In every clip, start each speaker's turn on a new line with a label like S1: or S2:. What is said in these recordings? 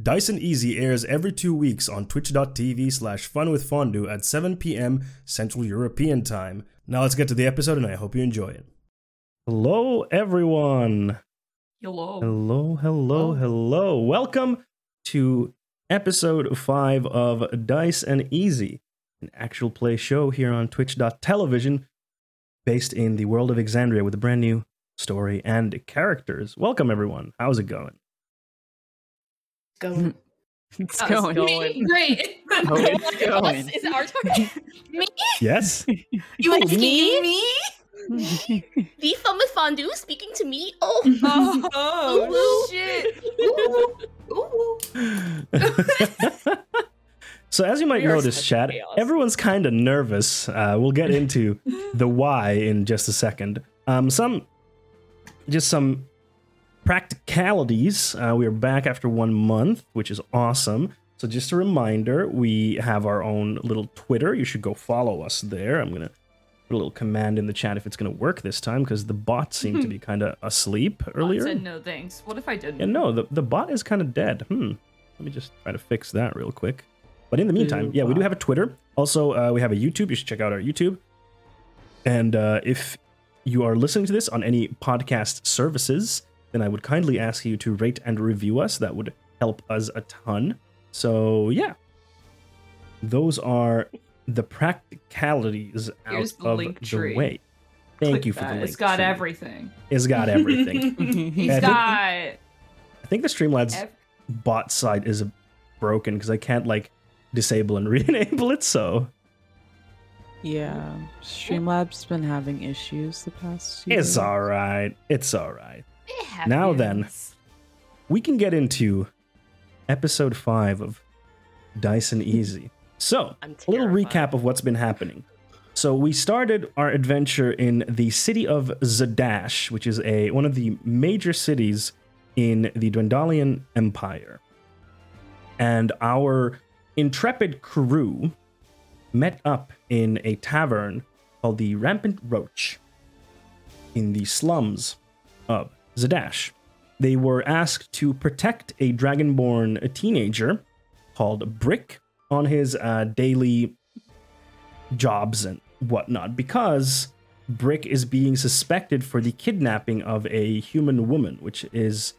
S1: Dyson Easy airs every two weeks on twitch.tv slash funwithfondue at 7 p.m. Central European Time. Now let's get to the episode and I hope you enjoy it. Hello, everyone.
S2: Hello.
S1: Hello, hello,
S2: Oh.
S1: hello. Welcome to episode five of Dice and Easy, an actual play show here on twitch.television based in the world of Exandria with a brand new story and characters. Welcome, everyone. How's it going?
S2: Going.
S3: It's
S2: How's
S3: going.
S2: it going?
S4: Great.
S3: Oh, it's going.
S4: Is it our turn? me?
S1: Yes?
S4: You
S3: Oh,
S4: asking
S3: me?
S4: me? The fun with fondue speaking to me? Oh,
S2: Oh,
S4: Ooh.
S2: shit.
S4: ooh, ooh.
S1: so, as you might
S4: We are
S1: notice,
S4: such
S1: chat,
S4: chaos.
S1: everyone's kind of nervous. Uh, we'll get into the why in just a second. Um, some, just some practicalities. Uh, we are back after one month, which is awesome. So, just a reminder, we have our own little Twitter. You should go follow us there. I'm gonna put a little command in the chat if it's gonna work this time because the bot seemed to be kind of asleep earlier.
S2: said no thanks. What if I didn't?
S1: Yeah, no, the, the bot is kind of dead. Hmm. Let me just try to fix that real quick. But in the meantime,
S3: Boo
S1: yeah, we do
S3: bot.
S1: have a Twitter. Also, uh, we have a YouTube. You should check out our YouTube. And uh, if you are listening to this on any podcast services, then I would kindly ask you to rate and review us. That would help us a ton. So, yeah. Those are the practicalities
S2: Here's
S1: out
S2: the
S1: of
S2: link
S1: the
S2: tree.
S1: way. Thank
S2: Click
S1: you for
S2: that.
S1: the link.
S2: It's got
S1: tree.
S2: everything.
S1: It's got everything.
S2: He's
S1: Yeah, I think-
S2: got.
S1: I think the Streamlabs
S2: Ev-
S1: bot side is broken because I can't like disable and re-enable it. So
S3: yeah, Streamlabs been having issues the past. Year.
S1: it's all right. It's all right.
S4: It happens.
S1: Now then, we can get into episode five of Dyson Easy. So
S4: I'm
S1: a little
S4: terrified.
S1: recap of what's been happening. So we started our adventure in the city of Zadash, which is a one of the major cities in the Dwendalian Empire. And our intrepid crew met up in a tavern called the Rampant Roach in the slums of Zadash. They were asked to protect a dragonborn teenager called Brick on his uh, daily jobs and whatnot because Brick is being suspected for the kidnapping of a human woman, which is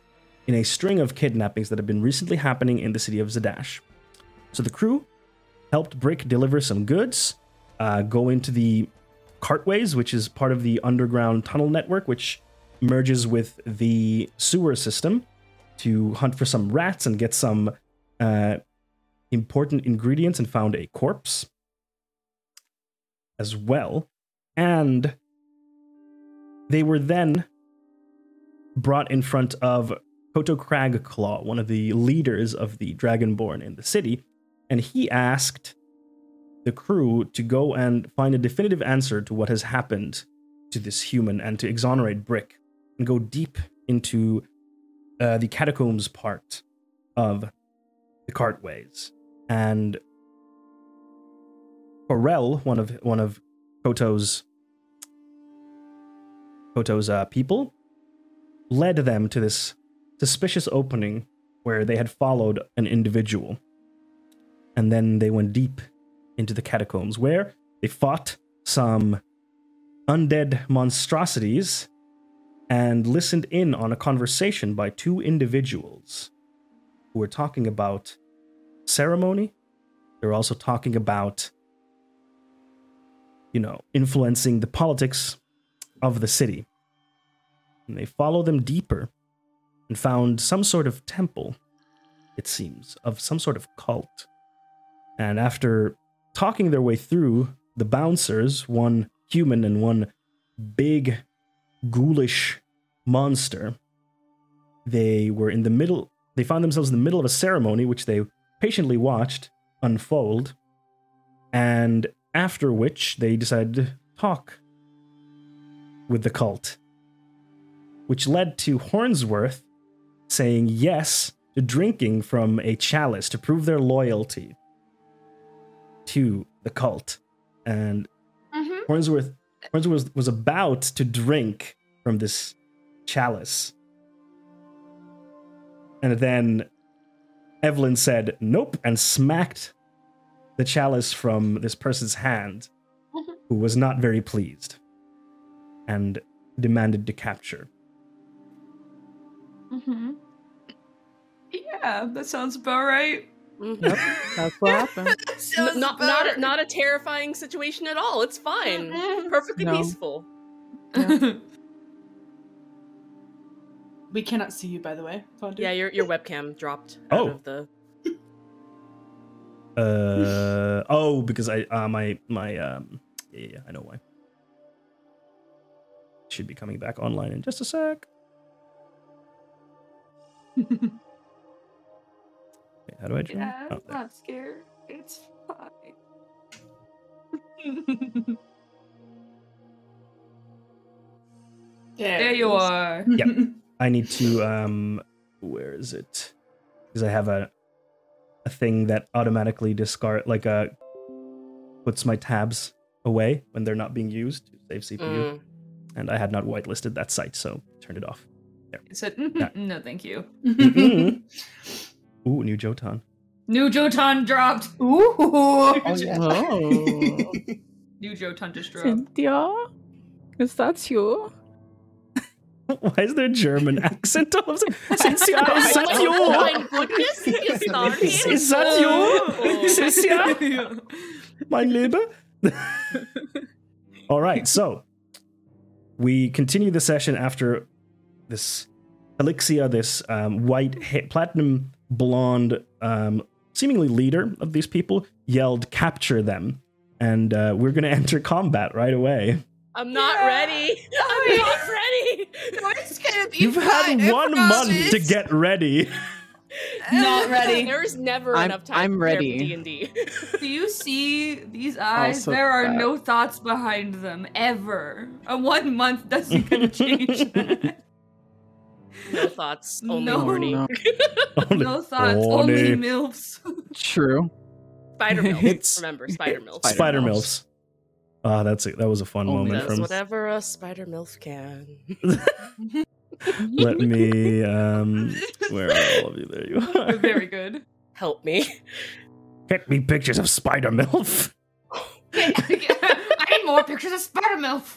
S1: in a string of kidnappings that have been recently happening in the city of Zadash. So the crew helped Brick deliver some goods, uh, go into the cartways, which is part of the underground tunnel network, which merges with the sewer system to hunt for some rats and get some uh, important ingredients and found a corpse as well. And they were then brought in front of Koto Cragclaw, one of the leaders of the Dragonborn in the city, and he asked the crew to go and find a definitive answer to what has happened to this human and to exonerate Brick and go deep into uh, the catacombs part of the cartways. And Corel, one of one of Koto's Koto's uh, people, led them to this suspicious opening where they had followed an individual. And then they went deep into the catacombs where they fought some undead monstrosities and listened in on a conversation by two individuals who were talking about ceremony. They were also talking about, you know, influencing the politics of the city. And they followed them deeper and found some sort of temple, it seems, of some sort of cult. And after talking their way through, the bouncers, one human and one big, ghoulish monster, they were in the middle they found themselves in the middle of a ceremony which they patiently watched unfold and after which they decided to talk with the cult which led to hornsworth saying yes to drinking from a chalice to prove their loyalty to the cult and
S3: Mm-hmm.
S4: Mhm.
S1: Hornsworth, Hornsworth was, was about to drink from this chalice. And then Evelyn said nope and smacked the chalice from this person's hand, who was not very pleased and demanded to capture.
S5: Mm-hmm. Yeah, that sounds about right.
S6: Mhm.
S3: Yep, that's what happened.
S6: N- not not a, not a terrifying situation at all. It's fine.
S5: Mhm.
S6: Perfectly
S3: No.
S6: peaceful.
S7: We cannot see you, by the way. Fondue.
S6: Yeah, your your webcam dropped out
S1: Oh.
S6: of the.
S1: Uh oh, because I uh, my my um yeah, yeah, I know why. Should be coming back online in just a sec. Wait, how do I join?
S5: yeah,
S1: Oh,
S5: I'm
S1: there.
S5: not scared. It's fine.
S7: There,
S5: There you
S7: it is.
S5: are.
S1: Yep. I need to um where is it? Because I have a a thing that automatically discard like uh puts my tabs away when they're not being used to save CPU.
S6: Mm.
S1: And I had not whitelisted that site, so turned it off.
S5: It said, "Mm-hmm,
S1: Yeah. Mm-hmm.
S5: no, thank you.
S1: Mm-mm. Mm-hmm. Ooh, new Jotan.
S5: New Jotan dropped.
S7: Ooh.
S1: Oh, yeah.
S3: Oh,
S5: New Jotan just dropped.
S3: Cynthia, is that you?
S1: Why is there a German accent? I was like, Cynthia, is that you?
S6: My goodness, you started.
S1: Is
S5: Oh.
S1: that you? Cynthia, my Liebe? All right, so we continue the session after this Elixia, this um, white, ha- platinum blonde, um, seemingly leader of these people, yelled, Capture them. And uh, we're going to enter combat right away.
S6: I'm not
S5: Yeah.
S6: ready. I'm not ready.
S8: It's gonna be
S1: You've
S8: fine,
S1: had
S8: I
S1: one
S8: promise.
S1: month to get ready.
S7: Not ready.
S6: There is never
S3: I'm-
S6: enough time.
S3: I'm
S6: to prepare for
S3: ready.
S6: D&D.
S5: Do you see these eyes?
S3: Also
S5: there are
S3: bad.
S5: no thoughts behind them ever. A one month doesn't gonna change that.
S6: No thoughts. Only
S5: No.
S6: horny.
S3: Oh, no.
S1: Only-
S5: No thoughts,
S1: Horny.
S5: only milfs.
S3: True.
S6: Spider milk.
S1: It's-
S6: Remember, spider milk.
S3: Spider
S1: Spider
S3: Milfs.
S1: Milfs. Ah, that's it. That was a fun
S3: Only
S1: moment
S6: Does
S1: from.
S6: whatever a spider milf can.
S1: Let me. Um, where are all of you? There you are.
S5: Very good.
S6: Help me.
S1: Get me pictures of Spider Milf.
S5: I need more pictures of Spider Milf.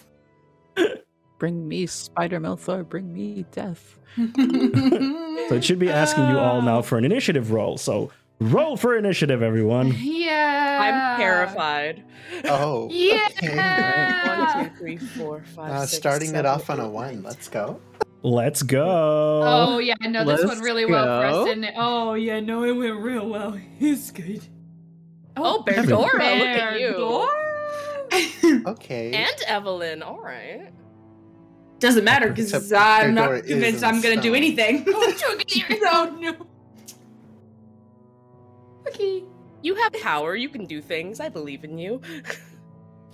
S3: Bring me Spider Melthor, bring me death.
S1: So it should be asking you all now for an initiative roll. So roll for initiative, everyone.
S5: Yeah.
S6: I'm terrified.
S8: Oh.
S5: Yeah.
S6: One, two, three, four, five.
S8: Uh,
S6: six,
S8: starting it
S6: seven,
S8: off on
S6: eight,
S8: a one.
S6: nine,
S8: Let's go.
S1: Let's go.
S5: Oh yeah, I know this
S3: Let's
S5: went really well for
S3: go.
S5: us, didn't it? Oh yeah, no, it went real well. It's good.
S6: Oh, Berdora,
S1: Evelyn.
S6: look at you.
S5: Berdora.
S8: Okay.
S6: And Evelyn, all right.
S7: Doesn't matter because
S8: Except
S7: I'm
S8: Pandora
S7: not
S8: is
S7: convinced
S8: in
S7: I'm gonna do
S8: stone.
S7: anything.
S5: oh no. Okay.
S6: You have power. You can do things. I believe in you.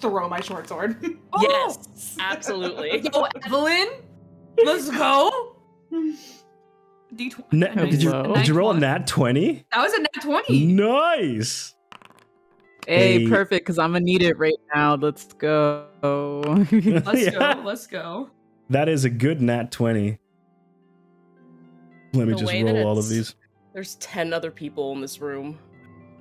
S7: Throw my short sword. Oh.
S5: Oh!
S6: Yes, absolutely.
S5: Yo, Evelyn, let's go. D twenty.
S1: Na- did you
S3: Hello.
S1: did you roll a nat Mm, twenty?
S5: That was a nat twenty.
S1: Nice.
S3: Hey,
S1: Hey.
S3: perfect, because I'm gonna need it right now. Let's go.
S5: Let's
S1: Yeah,
S5: go. Let's go.
S1: That is a good nat twenty. Let me
S6: The
S1: just
S6: way that
S1: roll all of
S6: it's-
S1: these.
S6: There's ten other people in this room.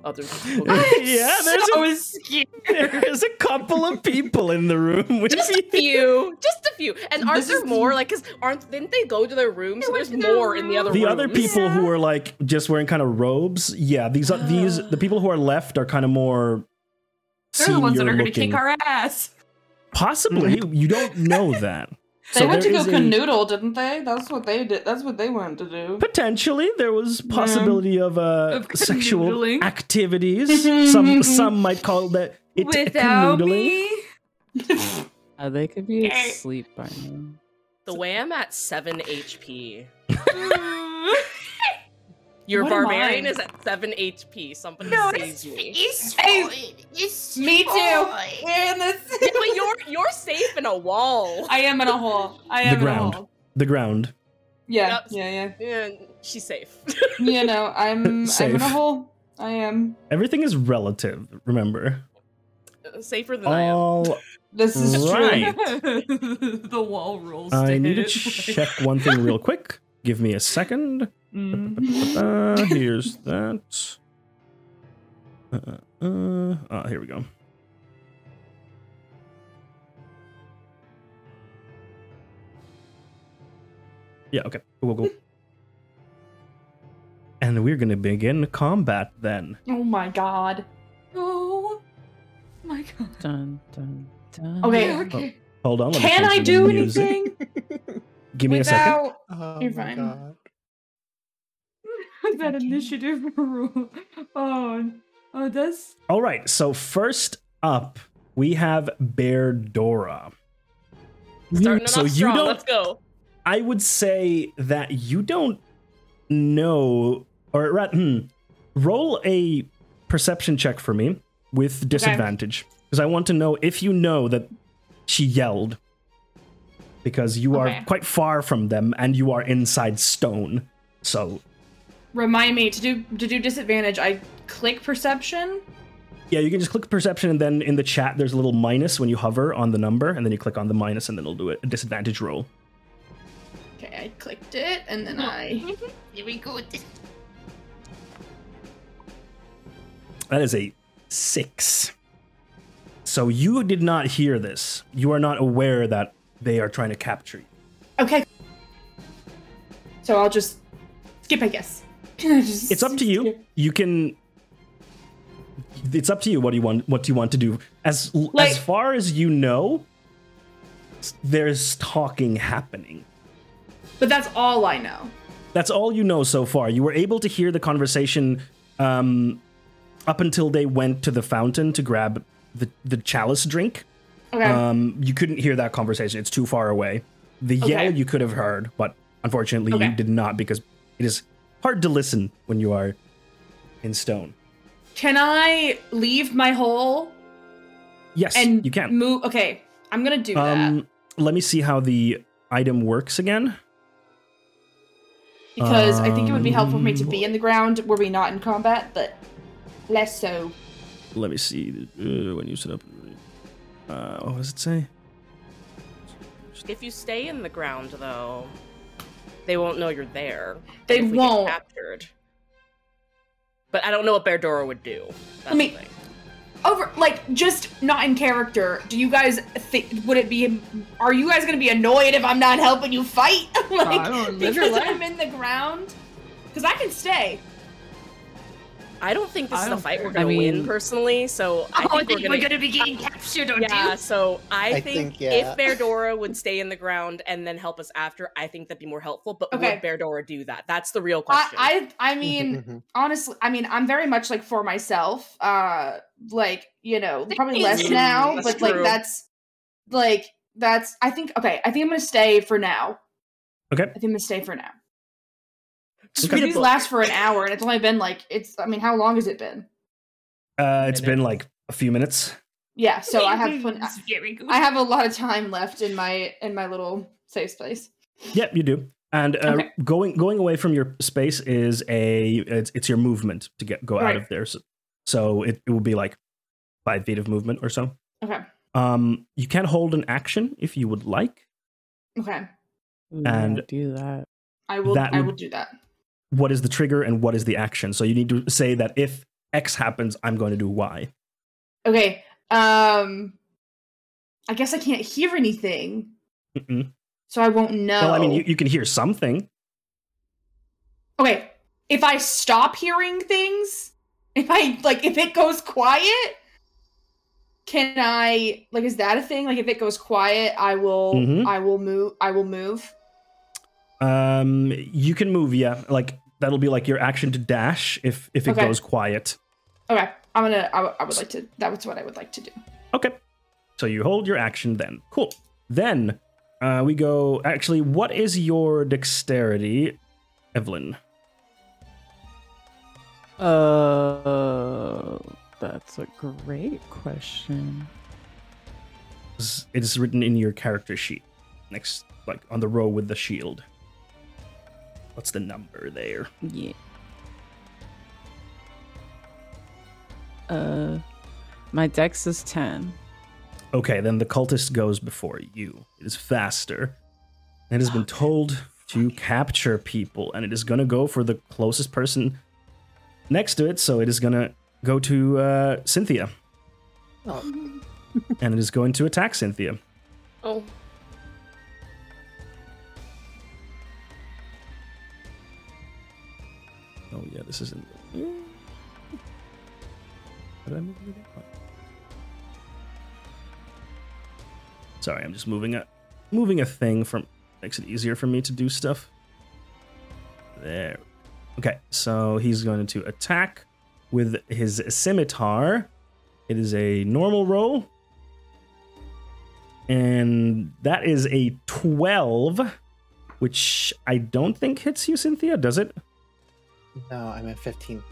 S6: Other people.
S1: yeah, there's a
S5: so scared.
S1: There's a couple of people in the room with
S6: Just a
S1: me.
S6: few. Just a few. And aren't
S5: This
S6: there
S5: is-
S6: more? Like, cause aren't didn't they go to their rooms?
S5: They
S6: So
S5: went
S6: there's
S5: to their
S6: more in the other
S5: rooms.
S1: The other
S6: rooms.
S1: people who are like just wearing kind of robes, yeah. These are these the people who are left are kind of more.
S5: They're the ones that
S1: senior
S5: are going to
S1: looking.
S5: kick our ass.
S1: Possibly, you don't know that.
S7: Mm-hmm. They
S1: So
S7: went to
S1: there
S7: go
S1: is a-
S7: canoodle, didn't they? That's what they did. That's what they wanted to do.
S1: Potentially, there was possibility of, uh,
S5: Of
S1: sexual
S5: canoodling.
S1: activities. some some might call that it
S5: Without
S1: canoodling.
S5: me.
S3: Uh, they could be asleep by now.
S6: The way I'm at seven HP.
S5: no,
S6: Your
S7: What am
S6: barbarian
S7: I?
S6: is at seven HP. Somebody
S5: it's
S6: save me.
S8: It's
S7: Hey,
S8: It's
S7: me too.
S8: fine.
S7: We're in this.
S6: Yeah, but you're you're safe in a wall.
S7: I am in a hole. I
S1: The
S7: am
S1: ground.
S7: in a hole.
S1: The ground.
S7: Yeah,
S6: Yep.
S7: yeah, yeah.
S6: Yeah, she's safe.
S7: You know, I'm I'm
S1: Safe.
S7: in a hole. I am.
S1: Everything is relative. Remember,
S6: Safer than
S4: Um,
S6: I am.
S1: all
S7: This is
S1: Right.
S5: the wall rules.
S1: I
S5: to
S1: need to
S5: hit it.
S1: check one thing real quick. Give me a second.
S7: true.
S2: Mhm.
S1: Uh, here's that. Uh, uh, uh, ah, here we go. Yeah, okay. Cool, cool, cool. and we're going to begin combat then.
S5: Oh my god.
S2: Oh my god.
S3: Dun, dun, dun.
S5: Okay.
S2: Okay.
S1: Hold on. let me
S5: Can
S1: Oh, change
S5: I
S1: the
S5: do
S1: music.
S5: anything?
S1: Give me a second.
S5: without...
S8: Oh
S5: You're
S8: my
S5: fine.
S8: god.
S2: that initiative rule. Oh, oh, that's
S1: All right. So, first up, we have Bear Dora.
S4: Starting it
S1: So
S4: off
S1: you
S4: strong.
S1: don't-
S4: Let's go.
S1: I would say that you don't know, or rather, hmm, roll a perception check for me with disadvantage because I want to know if you know that she yelled because you
S5: Okay.
S1: are quite far from them and you are inside stone. So
S5: Remind me to do to do disadvantage. I click perception.
S1: yeah, you can just click perception and then in the chat there's a little minus when you hover on the number and then you click on the minus and then it'll do a disadvantage roll.
S5: Okay, I clicked it and then I
S4: Here we go.
S1: That is a six. So you did not hear this. You are not aware that they are trying to capture you.
S5: Okay. So I'll just skip, I guess. Just
S1: It's up to you.
S5: skip.
S1: You can. It's up to you. What do you want? What do you want to do? As
S5: Like-
S1: as far as you know, s- there's talking happening.
S5: But that's all I know.
S1: That's all you know so far. You were able to hear the conversation um, up until they went to the fountain to grab the, the chalice drink.
S5: Okay.
S1: Um, you couldn't hear that conversation. It's too far away. The
S5: Okay.
S1: yell you could have heard, but unfortunately
S5: Okay.
S1: you did not because it is hard to listen when you are in stone.
S5: Can I leave my hole
S1: Yes,
S5: and
S1: you can.
S5: move? Okay, I'm gonna do that
S1: Um, let me see how the item works again.
S5: because I think it would be helpful for me to
S1: um,
S5: be in the ground were we not in combat, but less so.
S1: Let me see uh, when you set up. Uh, what does it say?
S4: If you stay in the ground, though, they won't know you're there.
S5: They
S4: If we get
S5: won't.
S4: captured. But I don't know what Bear Dora would do. That's
S5: mean-
S4: the thing.
S5: Over, like, just not in character. Do you guys think? Would it be? Are you guys gonna be annoyed if I'm not helping you fight? like,
S3: Oh, I don't- live your
S5: because
S3: life.
S5: I'm in the ground. Because I can stay.
S4: I don't think this
S3: I
S4: is a
S3: don't
S4: fight we're
S3: care. I
S4: gonna
S3: mean-
S4: win personally. So I
S2: oh,
S4: think we're
S2: then
S4: gonna,
S2: we're gonna be getting captured, or
S4: yeah. So I,
S8: I
S4: think,
S8: think, yeah.
S4: if Bear Dora would stay in the ground and then help us after, I think that'd be more helpful. But
S5: Okay.
S4: would Bear Dora do that? That's the real question.
S5: I, I, I mean,
S8: Mm-hmm.
S5: honestly i mean i'm very much like for myself uh like you know probably less
S4: Thanks.
S5: now
S4: That's
S5: but like
S4: true.
S5: that's like that's i think okay i think i'm gonna stay for now
S1: Okay.
S5: i think i'm gonna stay for now
S4: Just
S1: Okay.
S4: read a
S5: these
S4: book.
S5: last for an hour and it's only been like it's i mean how long has it been
S1: Uh, it's been like a few minutes.
S5: yeah so i have fun,
S2: It's very good.
S5: i have a lot of time left in my in my little safe space
S1: Yep, you do. And uh,
S5: Okay.
S1: going going away from your space is a it's, it's your movement to get go out
S5: Right.
S1: of there. So, so it, it will be like five feet of movement or so.
S5: okay
S1: Um, you can hold an action if you would like.
S5: okay
S3: Ooh,
S1: and-
S3: do that.
S5: i will
S1: That
S5: i
S1: would-
S5: will do that
S1: What is the trigger and what is the action? So you need to say that if X happens, I'm going to do Y.
S5: okay um i guess i can't hear anything
S1: Mm-mm.
S5: so i won't know
S1: Well, I mean, you, you can hear something.
S5: Okay, if I stop hearing things, if I like, if it goes quiet, can I like? Is that a thing? Like, if it goes quiet, I will,
S1: Mhm.
S5: I will move, I will move.
S1: Um, you can move. Yeah, like that'll be like your action to dash if if it
S5: Okay.
S1: goes quiet.
S5: Okay, I'm gonna. I, w- I would like to. That was what I would like to do.
S1: Okay. So you hold your action then. Cool. Then uh, we go. Actually, what is your dexterity, Evelyn?
S3: Uh, that's a great question.
S1: It is written in your character sheet next, like on the row with the shield. What's the number there?
S3: Yeah. Uh, my dex is ten.
S1: Okay, then the cultist goes before you. It is faster. It has been told to capture people, and it is going to go for the closest person next to it. So it is going to go to uh, Cynthia,
S8: Oh.
S1: and it is going to attack Cynthia.
S4: Oh.
S1: Oh yeah, this isn't. How did I move it again? Oh. Sorry, I'm just moving a moving a thing from makes it easier for me to do stuff. There. Okay, so he's going to attack with his scimitar. It is a normal roll. And that is a 12, which I don't think hits you, Cynthia, does it?
S8: No, I'm at 15.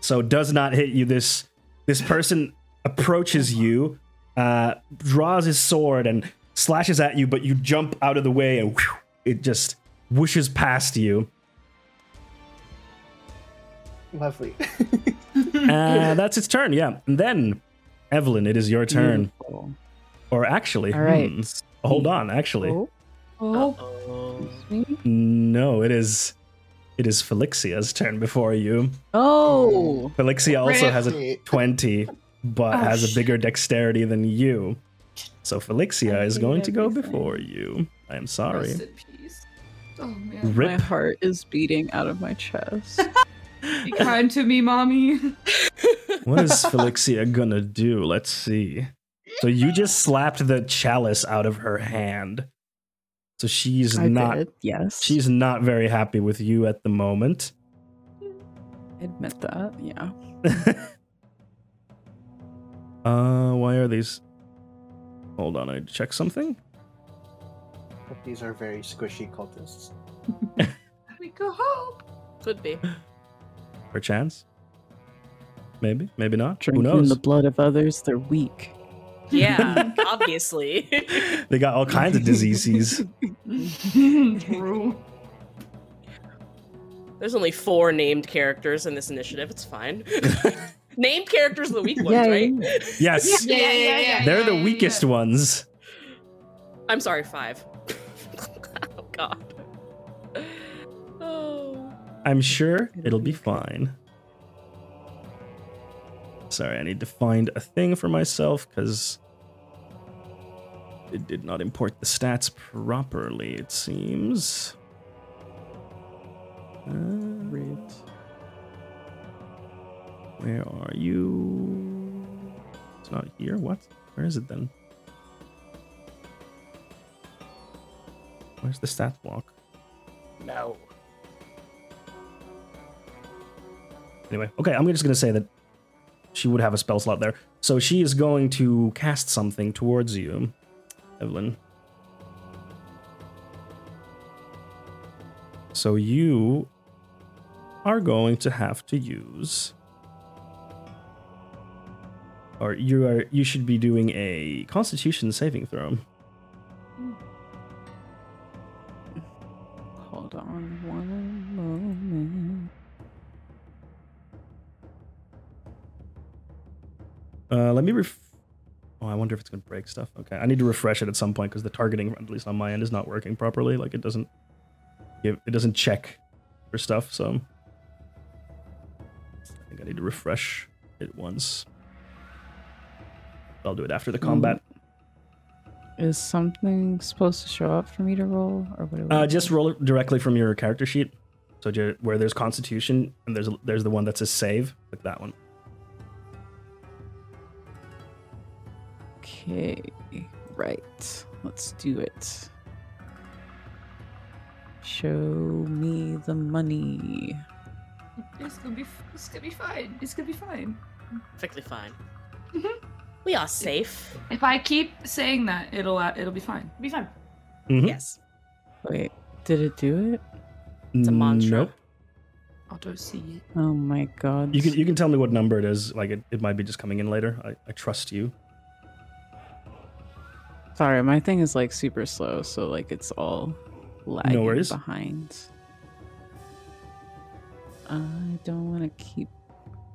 S1: so it does not hit you this this person approaches you uh draws his sword and slashes at you but you jump out of the way and whew, it just whooshes past you
S8: Lovely.
S1: uh, that's its turn yeah and then evelyn it is your turn
S3: Beautiful.
S1: or actually
S3: Mm. All right.
S1: hmm, hold on actually
S3: Oh,
S2: Oh,
S4: Oh.
S3: excuse me.
S1: no it is it is felixia's turn before you
S3: Oh,
S1: felixia also has a
S8: Really?
S1: 20 but
S5: Oh,
S1: has a
S5: shit.
S1: bigger dexterity than you. So Felixia
S3: I
S1: is
S3: hate
S1: going to go
S3: everything.
S1: before you. I am
S2: Rest
S1: sorry.
S2: in peace. Oh man.
S3: my
S1: Rip.
S3: heart is beating out of my chest.
S2: Be kind to me, mommy.
S1: What is Felixia gonna do? Let's see. So you just slapped the chalice out of her hand. So she's
S3: I
S1: not
S3: did. Yes,
S1: she's not very happy with you at the moment.
S3: admit that. Yeah.
S1: uh why are these Hold on, I check something.
S8: But These are very squishy cultists.
S2: We go home.
S4: Could be.
S1: Perchance. Maybe, maybe not. Who
S3: Drinking
S1: knows?
S3: the blood of others, they're weak.
S4: Yeah, obviously.
S1: they got all kinds of diseases.
S2: True.
S4: There's only four named characters in this initiative. It's fine. named characters are the weak ones,
S3: Yay.
S4: right?
S1: Yes.
S5: Yeah, yeah, yeah, yeah.
S1: They're the weakest ones.
S4: I'm sorry, five. oh God. Oh.
S1: I'm sure it'll be fine. Sorry, I need to find a thing for myself because it did not import the stats properly, it seems. Uh,
S3: Great.
S1: where are you? It's not here. What? Where is it then? Where's the stat block?
S8: No.
S1: Anyway, okay, I'm just gonna say that she would have a spell slot there. So she is going to cast something towards you, Evelyn. So you are going to have to use or you are you should be doing a constitution saving throw.
S3: Hold on one moment.
S1: Uh, let me ref. Oh, I wonder if it's gonna break stuff. Okay, I need to refresh it at some point because the targeting, at least on my end, is not working properly. Like it doesn't, give, it doesn't check for stuff. So I think I need to refresh it once. I'll do it after the combat.
S3: Mm, Is something supposed to show up for me to roll, or what? do we
S1: Uh,
S3: do?
S1: just roll it directly from your character sheet. So ju- where there's Constitution and there's there's the one that says save, like that one.
S3: Okay, right. Let's do it. Show me the money.
S2: It's gonna be. f- It's gonna be fine. It's gonna be fine.
S4: Perfectly fine.
S2: Mhm.
S5: Mm-hmm.
S4: We are safe.
S2: If I keep saying that, it'll uh, it'll be fine.
S5: Be fine.
S1: Mhm.
S4: Yes.
S3: Wait, did it do it?
S4: It's a mantra.
S1: Nope.
S2: I'll do see it.
S3: Oh my god.
S1: You can you can tell me what number it is. Like it, it might be just coming in later. I, I trust you.
S3: Sorry, my thing is like super slow, so like it's all lagging
S1: worries.
S3: behind. I don't want to keep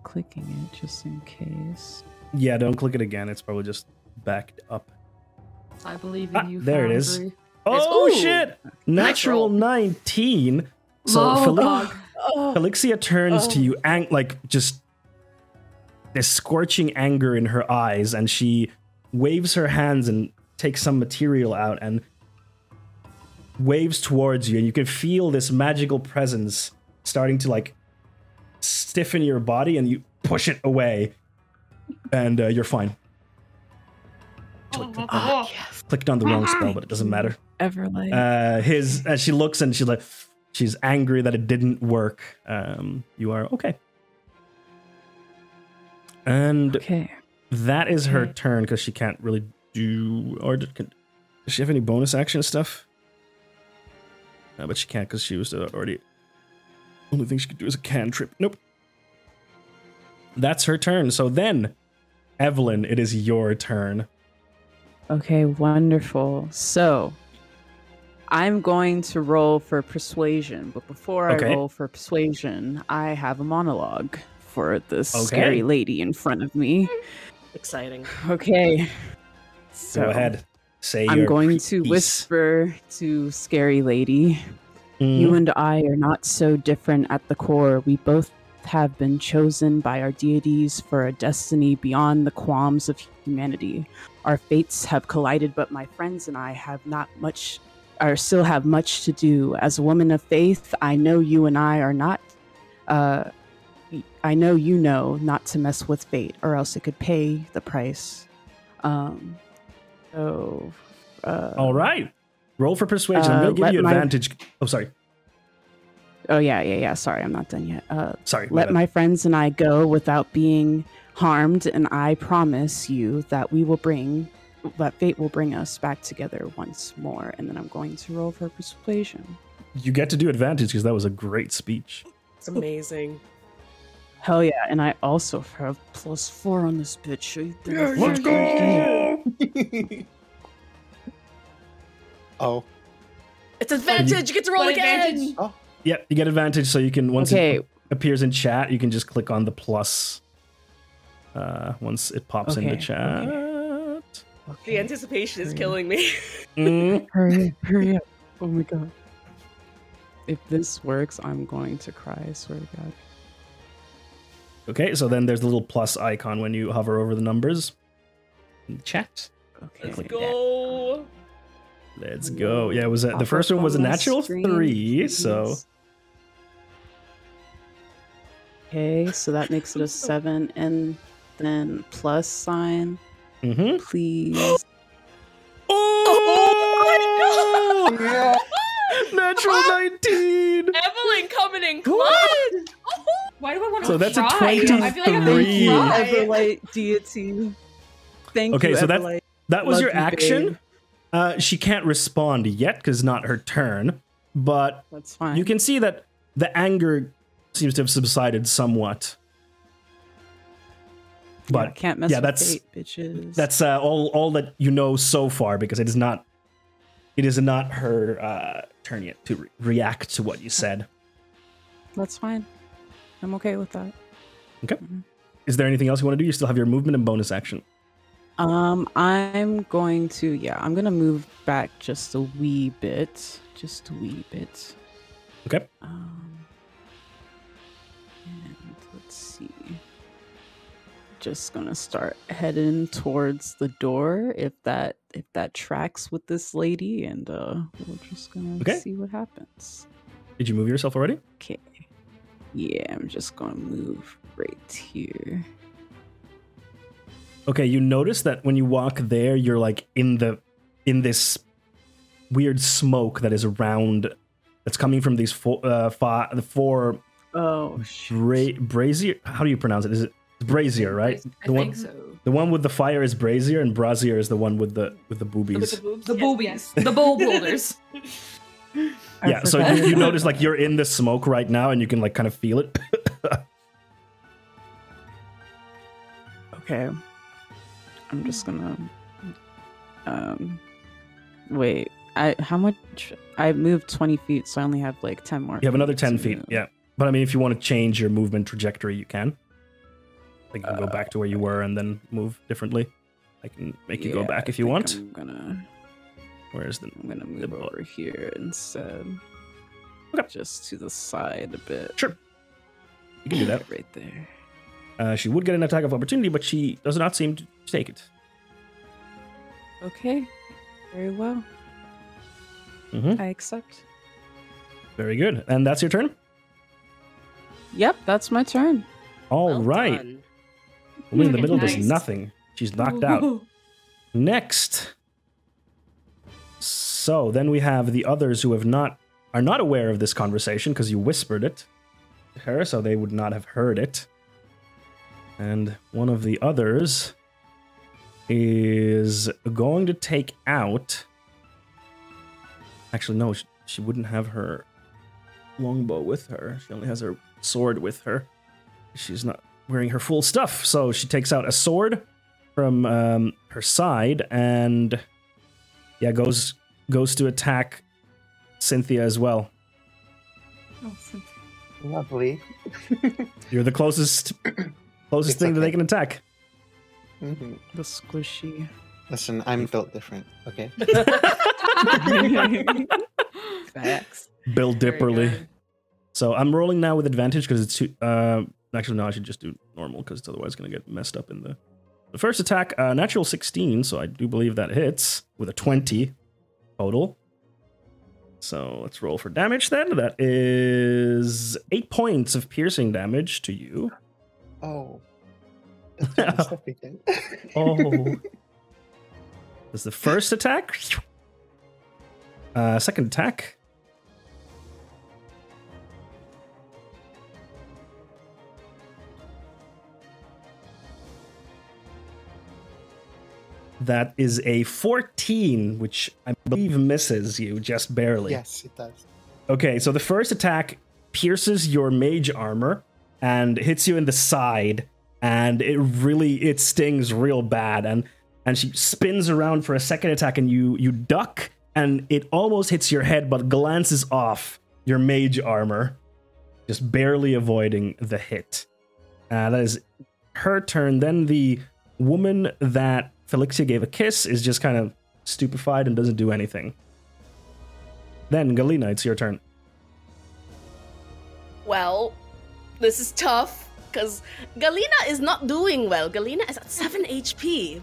S3: clicking it just in case.
S1: Yeah, don't click it again. It's probably just backed up.
S2: I believe in
S1: Ah,
S2: you.
S1: there it is.
S2: Foundry.
S1: Oh
S4: Ooh.
S1: shit! Natural
S4: roll.
S1: nineteen. So
S2: Low
S1: Fel-
S2: bug.
S4: Oh,
S1: Felixia turns to you, ang- like just this scorching anger in her eyes, and she waves her hands and takes some material out and waves towards you, and you can feel this magical presence starting to like stiffen your body, and you push it away, and uh, you're fine. Ah, Clicked on the wrong spell, but it doesn't matter.
S3: Everlight.
S1: Uh, his as she looks and she's like, she's angry that it didn't work. Um, you are okay. And
S3: okay. Mm.
S1: that is her turn because she can't really do or did, can, does she have any bonus action stuff? No, but she can't because she was uh, already. Only thing she could do is a cantrip. Nope. That's her turn. So then, Evelyn, it is your turn.
S3: Okay, wonderful. So I'm going to roll for persuasion, but before
S1: Okay.
S3: I roll for persuasion, I have a monologue for this
S1: Okay.
S3: scary lady in front of me.
S4: Exciting.
S3: Okay.
S1: Go ahead. Say
S3: I'm
S1: your
S3: going
S1: pre-
S3: to
S1: piece.
S3: whisper to Scary Lady.
S1: Mm.
S3: You and I are not so different at the core. We both have been chosen by our deities for a destiny beyond the qualms of humanity. Our fates have collided, but my friends and I have not much, or still have much to do. As a woman of faith, I know you and I are not. Uh, I know you know not to mess with fate, or else it could pay the price. Um, so, uh,
S1: All right. Roll for persuasion. I'm
S3: Uh,
S1: going to give
S3: let
S1: you
S3: my-
S1: advantage. Oh, sorry.
S3: oh yeah, yeah, yeah. Sorry, I'm not done yet. Uh,
S1: Sorry. my
S3: Let
S1: bad.
S3: my friends and I go without being harmed, and I promise you that we will bring, that fate will bring us back together once more. And then I'm going to roll for persuasion.
S1: You get to do advantage because that was a great speech.
S4: It's amazing.
S3: Hell yeah! And I also have plus four on this bitch. Are you thinking-
S1: Let's go!
S8: oh.
S4: It's advantage. You get to roll
S5: But
S4: again.
S5: advantage-
S1: Yep, you get advantage so you can, once
S3: Okay,
S1: it appears in chat, you can just click on the plus uh, once it pops in the
S3: Okay,
S1: chat.
S4: The
S3: okay.
S4: anticipation is
S3: Three.
S4: killing me.
S1: Mm.
S3: Hurry, up, hurry up! Oh my god! If this works, I'm going to cry. I swear to God.
S1: Okay, so then there's the little plus icon when you hover over the numbers in the chat.
S3: Okay.
S4: Let's go.
S1: Let's go. Yeah, it was a,
S3: Pop
S1: the
S3: up
S1: first one was a
S3: on my
S1: natural
S3: screen,
S1: three, so
S3: please. Okay, so that makes it a seven, and then plus sign,
S1: hmm
S3: please.
S1: Oh,
S8: Yeah.
S1: natural nineteen.
S4: Evelyn coming in
S5: uh, Why do I want to
S1: So that's a
S5: cry? I feel like I'm gonna
S1: 23.
S5: cry.
S3: Everlight deity. Thank
S1: Okay,
S3: you.
S1: so that-
S3: Everlight.
S1: That was
S3: Love
S1: your
S3: you, babe.
S1: action. Uh, she can't respond yet because not her turn, but
S3: That's fine.
S1: you can see that the anger seems to have subsided somewhat. But
S3: yeah, can't mess
S1: yeah,
S3: with
S1: that's-
S3: fate, bitches.
S1: that's uh, all all that you know so far because it is not it is not her uh, turn yet to re- react to what you said.
S3: that's fine. I'm okay with that.
S1: Is there anything else you want to do? You still have your movement and bonus action.
S3: Um, I'm going to yeah, I'm gonna move back just a wee bit, just a wee bit.
S1: Okay.
S3: Um, and let's see. Just gonna start heading towards the door if that if that tracks with this lady, and uh, we're just gonna
S1: Okay.
S3: see what happens.
S1: Did you move yourself already?
S3: Okay. Yeah, I'm just gonna move right here.
S1: Okay, you notice that when you walk there, you're like in the in this weird smoke that is around that's coming from these four uh fi the four
S3: Oh shoot.
S1: bra- brazier how do you pronounce it? Is it brazier, right?
S2: I
S1: The one
S2: think so.
S1: the one with the fire is brazier and brazier is the one with the with the boobies.
S4: boobs.
S2: The
S4: Yes,
S2: boobies.
S4: yes.
S2: The bowl holders.
S3: I
S1: yeah, so
S3: forgot
S1: you, you
S3: about
S1: notice like
S3: that.
S1: you're in the smoke right now and you can like kind of feel it.
S3: Okay. I'm just gonna um wait. I how much I moved twenty feet, so I only have like ten more.
S1: You have another
S3: feet
S1: ten
S3: to
S1: feet.
S3: move.
S1: Yeah. But I mean if you want to change your movement trajectory you can. Like you can go back to where you were and then move differently. I can make you go
S3: Yeah,
S1: back
S3: I
S1: if you
S3: think
S1: want.
S3: I'm gonna
S1: Where is the?
S3: I'm gonna move
S1: Difficult.
S3: over here instead.
S1: Okay.
S3: Just to the side a bit.
S1: Sure. You can do that.
S3: right there.
S1: Uh, she would get an attack of opportunity, but she does not seem to take it.
S3: Okay. Very well.
S1: Mhm.
S3: I accept.
S1: Very good. And that's your turn.
S3: Yep, that's my turn.
S1: All
S6: Well
S1: right.
S6: done.
S1: Woman in the middle
S5: Nice.
S1: does nothing. She's knocked out. Next. So then we have the others who have not are not aware of this conversation because you whispered it to her, so they would not have heard it. And one of the others is going to take out. Actually, no, she, she wouldn't have her longbow with her. She only has her sword with her. She's not wearing her full stuff, so she takes out a sword from um, her side and yeah goes goes to attack Cynthia as well.
S8: Lovely.
S1: You're the closest closest
S8: It's
S1: thing that they
S8: okay.
S1: can attack.
S8: hmm
S3: The squishy.
S8: Listen, I'm built different, okay?
S3: Facts.
S1: Bill
S5: Very
S1: Dipperly.
S5: good.
S1: So I'm rolling now with advantage because it's too, uh, actually no, I should just do normal because otherwise it's gonna get messed up in the the first attack. Uh, natural 16, so I do believe that hits with a 20 total. So let's roll for damage then. That is eight points of piercing damage to you.
S8: Oh. That's what my stuff again.
S1: Oh. That's the first attack. Uh, second attack. That is a 14, which I believe misses you just barely.
S8: yes, it does.
S1: Okay, so the first attack pierces your mage armor and hits you in the side, and it really it stings real bad. And and she spins around for a second attack, and you you duck, and it almost hits your head, but glances off your mage armor, just barely avoiding the hit. Uh, that is her turn. Then the woman that Felixia gave a kiss is just kind of stupefied and doesn't do anything. Then Galina, it's your turn.
S6: Well, this is tough because Galina is not doing well. Galina is at seven HP.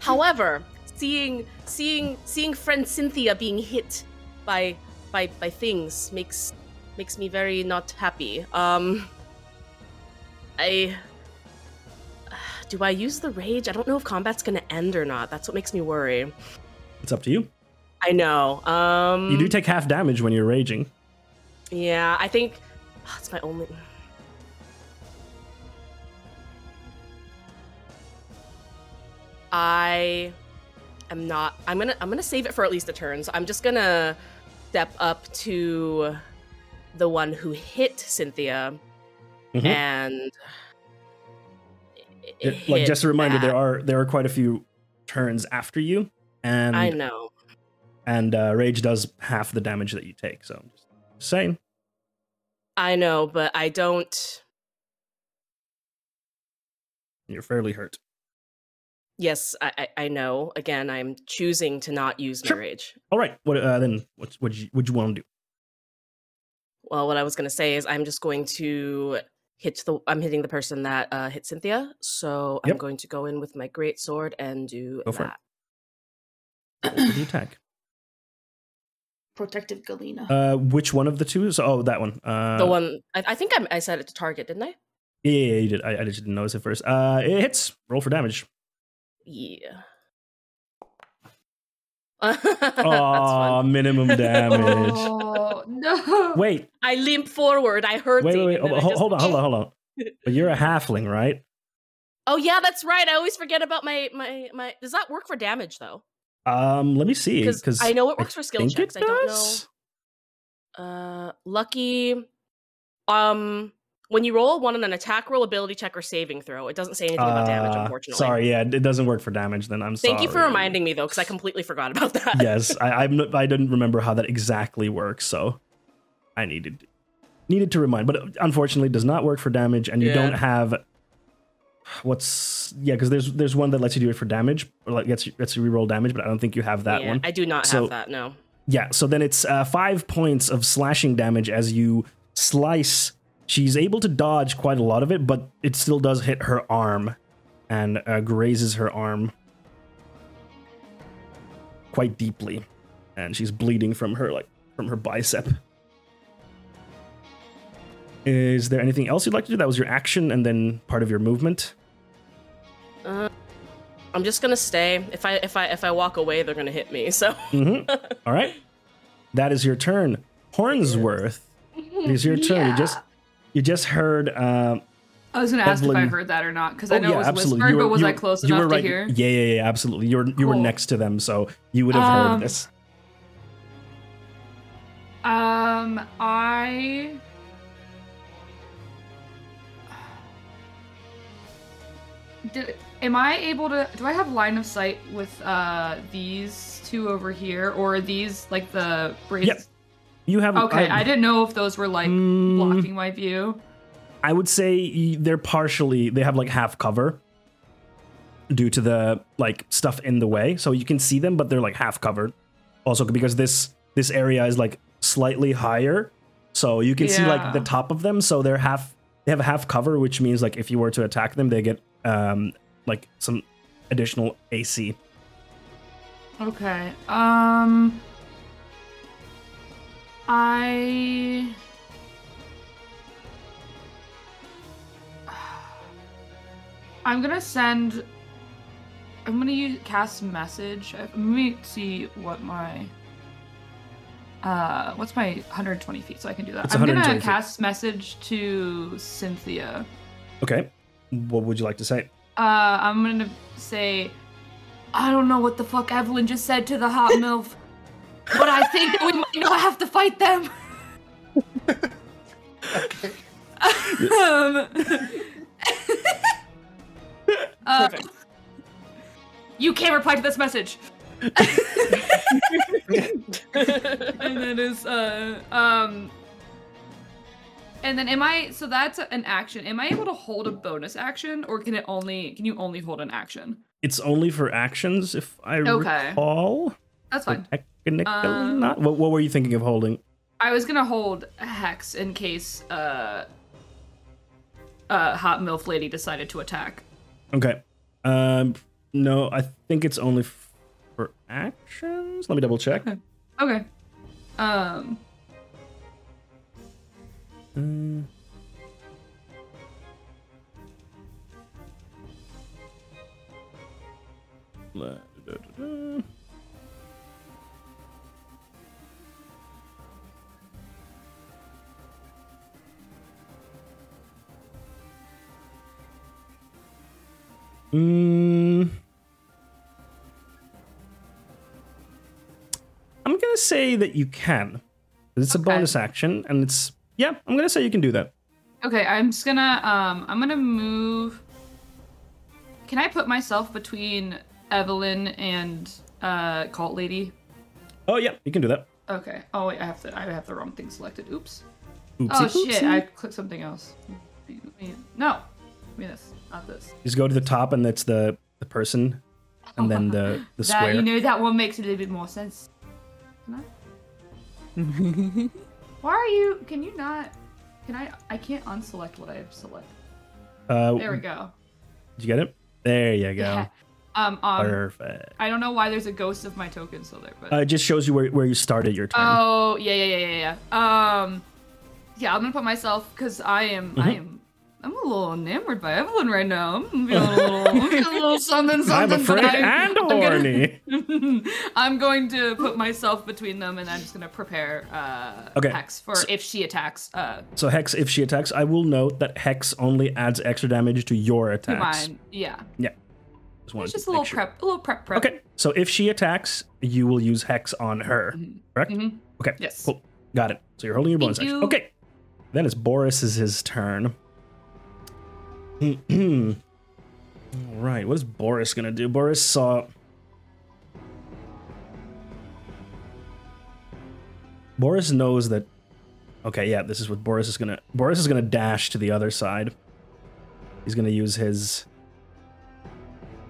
S6: However, seeing seeing seeing friend Cynthia being hit by by by things makes makes me very not happy. Um, I do I use the rage? I don't know if combat's gonna end or not. That's what makes me worry.
S1: It's up to you.
S6: I know. Um,
S1: You do take half damage when you're raging.
S6: Yeah, I think Ah, it's my only. I am not. I'm gonna. I'm gonna save it for at least a turn. So I'm just gonna step up to the one who hit Cynthia,
S1: Mhm.
S6: and i-
S1: It- like
S6: hit
S1: just a reminder,
S6: back.
S1: there are there are quite a few turns after you, and
S6: I know.
S1: and uh, rage does half the damage that you take. So just saying.
S6: I know, but I don't.
S1: You're fairly hurt.
S6: Yes, I. I, I know. Again, I'm choosing to not use my
S1: Sure.
S6: rage.
S1: All right. What uh, then? What would you would you want to do?
S6: Well, what I was gonna say is I'm just going to hit the. I'm hitting the person that uh, hit Cynthia, so I'm
S1: Yep.
S6: going to go in with my great sword and do
S1: Go for it.
S6: that.
S1: What would you attack?
S9: Protective Galena.
S1: Uh, which one of the two? So, oh, that one. Uh,
S6: the one I, I think I'm, I said it to target, didn't I?
S1: Yeah, yeah, yeah, you did. I, I just didn't notice it first. Uh, it hits. Roll for damage.
S6: Yeah. That's
S1: Oh,
S6: fun.
S1: minimum damage.
S5: Oh no!
S1: Wait,
S6: I limp forward. I heard.
S1: wait, wait, wait. Oh, hold, hold on, hold on, hold on. But you're a halfling, right?
S6: Oh yeah, that's right. I always forget about my my my. Does that work for damage though?
S1: Um, let me see.
S6: Because
S1: Because
S6: I know it works for skill
S1: think
S6: checks.
S1: it
S6: I don't know.
S1: does?
S6: Uh, lucky. Um, when you roll one on an attack roll, ability check, or saving throw, it doesn't say anything about damage.
S1: Uh,
S6: Unfortunately,
S1: Sorry, yeah, it doesn't work for damage. Then I'm sorry.
S6: Thank you for reminding me though, because I completely forgot about that.
S1: yes, I, I'm. Not, I didn't remember how that exactly works, so I needed needed to remind. But unfortunately, it does not work for damage, and you
S6: Yeah.
S1: don't have. what's yeah because there's there's one that lets you do it for damage or like gets you, gets you reroll damage, but I don't think you have that
S4: Yeah,
S1: one.
S4: I do not
S1: So-
S4: have that. No.
S1: Yeah, so then it's uh, five points of slashing damage as you slice. She's able to dodge quite a lot of it, but it still does hit her arm and uh, grazes her arm quite deeply. And she's bleeding from her, like, from her bicep. Is there anything else you'd like to do? That was your action and then part of your movement.
S4: I'm just gonna stay. If I if I if I walk away, they're gonna hit me. So
S1: hmm All right. That is your turn. Hornsworth, it is your turn. You just you just heard uh,
S2: I was gonna ask if
S1: Evelyn-
S2: I heard that or not because
S1: oh,
S2: I know
S1: yeah,
S2: it was
S1: absolutely.
S2: whispered,
S1: You were-
S2: but was
S1: you
S2: I
S1: were-
S2: close
S1: you were
S2: enough
S1: right.
S2: to hear?
S1: Yeah, yeah, yeah, absolutely. You were you were
S2: Cool.
S1: next to them, so you would have
S2: Um,
S1: heard this.
S2: Um, I. Did, am I able to? Do I have line of sight with uh these two over here, or are these like the brace?
S1: Yep. You have
S2: Okay, I, didn't know if those were like
S1: Mm.
S2: blocking my view.
S1: I would say y- they're partially they have like half cover due to the like stuff in the way, so you can see them, but they're like half covered. Also, because this this area is like slightly higher, so you can see like
S2: Yeah.
S1: the top of them. So they're half they have half cover, which means like if you were to attack them, they get um like some additional AC.
S2: Okay. Um. I. I'm gonna send. I'm gonna use cast message. uh, Let me see what my. Uh, what's my 120 feet? So I can do that.
S1: It's
S2: I'm gonna
S1: 120 feet.
S2: cast message to Cynthia.
S1: Okay, what would you like to say?
S2: Uh, I'm gonna say, I don't know what the fuck Evelyn just said to the hot milf, but I think that we might not have to fight them.
S8: Okay.
S2: um, uh, you can't reply to this message. and that is uh um and then am i so that's an action am i able to hold a bonus action or can it only can you only hold an action
S1: It's only for actions, if I
S2: Okay.
S1: recall.
S2: that's fine
S1: Technically
S2: Um,
S1: not. What, what were you thinking of holding?
S2: i was gonna hold hex in case uh uh hot milf lady decided to attack
S1: Okay. Um, no, I think it's only f- for actions. Let me double check.
S2: okay um
S1: Mm. La- da- da- da. Mm. I'm gonna say that you can. It's a
S2: Okay.
S1: bonus action, and it's yeah. I'm gonna say you can do that.
S2: Okay, I'm just gonna um I'm gonna move. Can I put myself between Evelyn and uh Cult Lady?
S1: Oh yeah, you can do that.
S2: Okay. Oh wait, I have the I have the wrong thing selected. Oops.
S1: Oopsie,
S2: oh shit,
S1: oopsie.
S2: I clicked something else. Let me- No. Give me this, not this.
S1: Just go to the top, and that's the the person, and then the the
S2: That
S1: square.
S2: you know that one makes a little bit more sense. Can I? Why are you can you not can I I can't unselect what I've selected.
S1: uh,
S2: There we go.
S1: Did you get it? There you go.
S2: Yeah. Um um
S1: Perfect.
S2: I don't know why there's a ghost of my token still there, but
S1: Uh, it just shows you where, where you started your turn.
S2: Oh yeah yeah yeah yeah yeah. Um, yeah, I'm gonna put myself because I am I
S1: Mm-hmm.
S2: am I'm a little enamored by Evelyn right now. I'm feeling a little, I'm feeling a little something
S1: I'm
S2: something.
S1: afraid
S2: but I,
S1: and horny.
S2: Gonna, I'm going to put myself between them, and I'm just gonna prepare uh,
S1: Okay,
S2: Hex for if she attacks uh,
S1: So Hex, if she attacks, I will note that Hex only adds extra damage to your
S2: to
S1: attacks.
S2: mine. Yeah,
S1: Just wanted
S2: it's just
S1: to
S2: a little
S1: make sure.
S2: prep, a little prep prep.
S1: Okay. So if she attacks, you will use Hex on her. Correct.
S2: Mhm.
S1: Okay.
S2: Yes.
S1: Cool. Got it. So you're holding your bonus
S2: Thank
S1: action.
S2: you.
S1: Okay. Then it's Boris's his turn. All right. What is Boris gonna do? Boris saw. Boris knows that. Okay, yeah, this is what Boris is gonna. Boris is gonna dash to the other side. He's gonna use his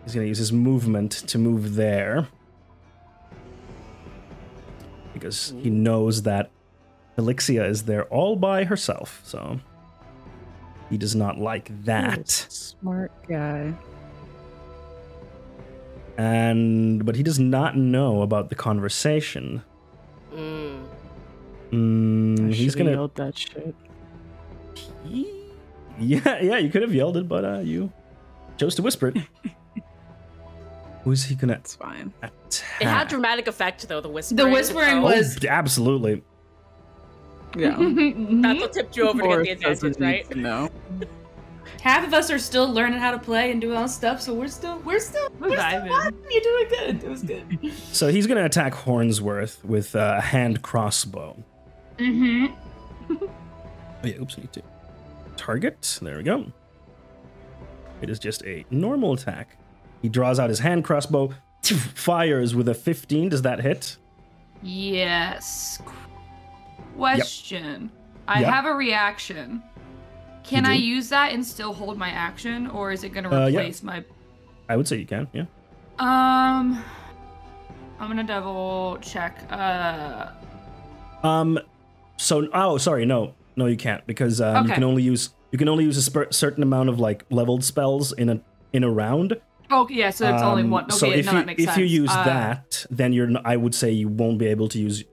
S1: He's gonna use his movement to move there. Because he knows that Elixia is there all by herself, so he does not like that.
S3: Smart guy.
S1: And but he does not know about the conversation.
S4: Mm.
S1: Mm, he's gonna
S3: yelled that shit.
S1: Yeah, yeah, you could have yelled it, but uh, you chose to whisper it. Who's he gonna
S3: That's fine.
S1: attack?
S4: It had dramatic effect though. The whispering.
S5: whispering
S4: so
S1: Oh,
S5: was-
S1: d- absolutely.
S3: Yeah.
S4: That's what tipped you over to get the advantage, right?
S3: No.
S5: Half of us are still learning how to play and doing all this stuff, so we're still we're still
S2: We're
S5: we're, still
S2: vibing.
S5: vibing. You're doing good. It was good.
S1: So he's gonna attack Hornsworth with uh, a hand crossbow.
S5: mm-hmm.
S1: Oh yeah, oops, I need to target. There we go. It is just a normal attack. He draws out his hand crossbow, fires with a 15. Does that hit?
S2: Yes. Question. I
S1: Yep.
S2: have a reaction. Can
S1: You
S2: I
S1: do?
S2: use that and still hold my action, or is it gonna
S1: Uh, yeah.
S2: replace my?
S1: I would say you can. Yeah.
S2: Um, I'm gonna double check. Uh,
S1: Um. So oh, sorry, no, no, you can't because um, you
S2: Okay.
S1: can only use you can only use a sp- certain amount of like leveled spells in a in a round.
S2: oh yeah, so it's only
S1: Um,
S2: one. Okay,
S1: so if
S2: no,
S1: you
S2: that makes
S1: if
S2: sense.
S1: you use
S2: Uh,
S1: that, then you're n- I would say you won't be able to use.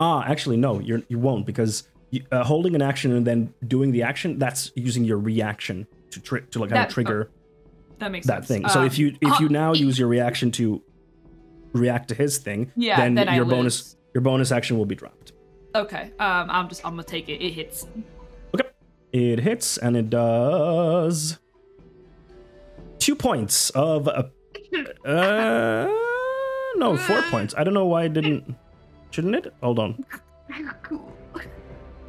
S1: Ah, actually, no, you're you won't because you, uh, holding an action and then doing the action that's using your reaction to tri- to like kind
S2: That-
S1: of trigger
S2: that makes
S1: that
S2: sense.
S1: thing. So
S2: Um,
S1: if you if you
S2: uh,
S1: now use your reaction to react to his thing,
S2: yeah,
S1: then,
S2: I
S1: your bonus
S2: lose.
S1: your bonus action will be dropped.
S2: Okay, um, I'm just I'm gonna take it. It hits.
S1: It hits and it does two points of a, uh no four points. I don't know why it didn't. Shouldn't it? Hold on.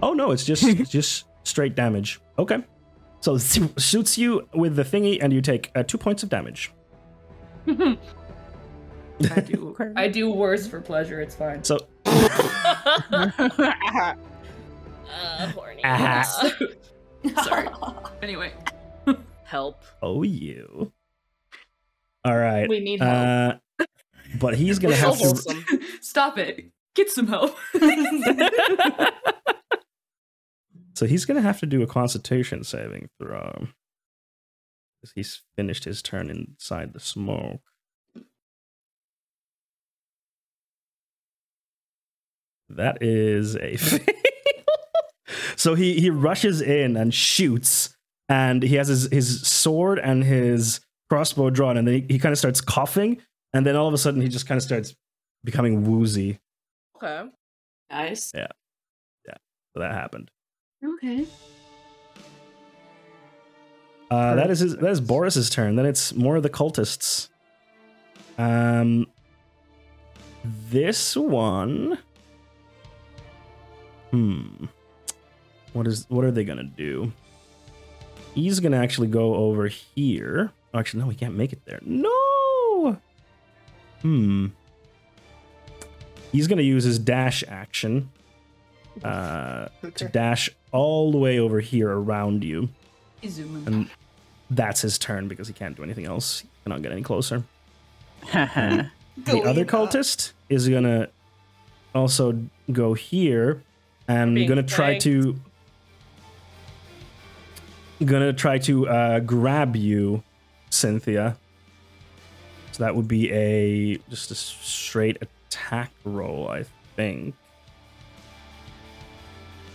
S1: Oh no, it's just it's just straight damage. Okay, so it shoots you with the thingy and you take uh, two points of damage.
S2: I do. I do worse for pleasure. It's fine.
S1: So
S4: uh, horny.
S1: Ah.
S4: Uh,
S5: Sorry.
S2: Anyway,
S4: help.
S1: oh you. All right.
S5: we need help.
S1: Uh, but he's gonna
S4: We're so
S1: have to.
S4: wholesome.
S2: stop it. Get some help.
S1: So he's gonna have to do a Constitution saving throw. 'Cause He's finished his turn inside the smoke. That is a fail. so he he rushes in and shoots, and he has his his sword and his crossbow drawn, and then he, he kind of starts coughing, and then all of a sudden he just kind of starts becoming woozy.
S4: Okay.
S5: nice.
S1: So that happened.
S2: okay.
S1: Uh, that is his, that is Boris's turn. Then it's more of the cultists. Um, this one. Hmm. What is what are they gonna do? He's gonna actually go over here. Oh, Actually, no, he can't make it there. No. Hmm. He's gonna use his dash action uh, to dash all the way over here around you.
S2: Izumi.
S1: And that's his turn because he can't do anything else. He cannot get any closer. The other cultist is gonna also go here and
S4: Being
S1: gonna try
S4: flanked.
S1: to gonna try to uh, grab you, Cynthia. So that would be a just a straight attack roll, I think.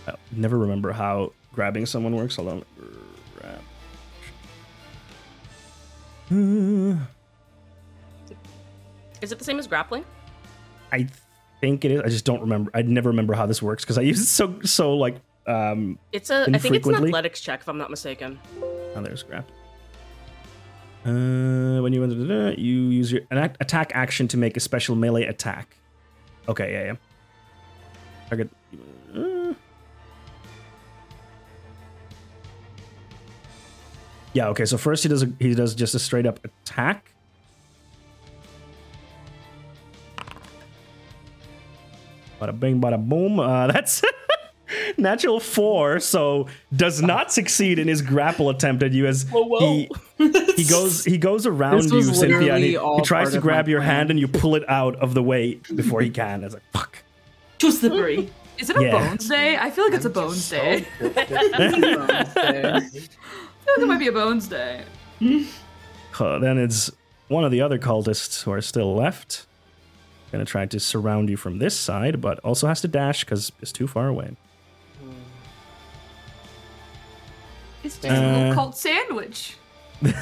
S1: I never remember how grabbing someone works. Hold on. Grab. Uh,
S4: Is it the same as grappling?
S1: I think it is. I just don't remember. I never remember how this works because I use it so so like. Um,
S4: It's a. I think it's an
S1: Infrequently.
S4: athletics check, if I'm not mistaken.
S1: oh, there's grab. Uh, when you you use your an act, attack action to make a special melee attack. Okay, yeah, yeah. Target. Uh, yeah. Okay. So first he does a, he does just a straight up attack. Bada bing, bada boom. Uh, that's Natural four, so does not succeed in his grapple attempt at you as
S4: Whoa, whoa.
S1: he he goes he goes around
S6: This
S1: you,
S6: was
S1: Cynthia, and
S6: literally
S1: he,
S6: all
S1: he tries
S6: part
S1: to
S6: of my
S1: grab your
S6: plan.
S1: hand and you pull it out of the way before he can. It's like fuck.
S5: Too slippery.
S2: Is it a
S1: Yeah.
S2: bones day? I feel like it's a bones day. I feel like it might be a bones day.
S1: Uh, then it's one of the other cultists who are still left. Gonna try to surround you from this side, but also has to dash because it's too far away.
S2: It's just a little
S1: Uh,
S2: cult sandwich.
S4: I'm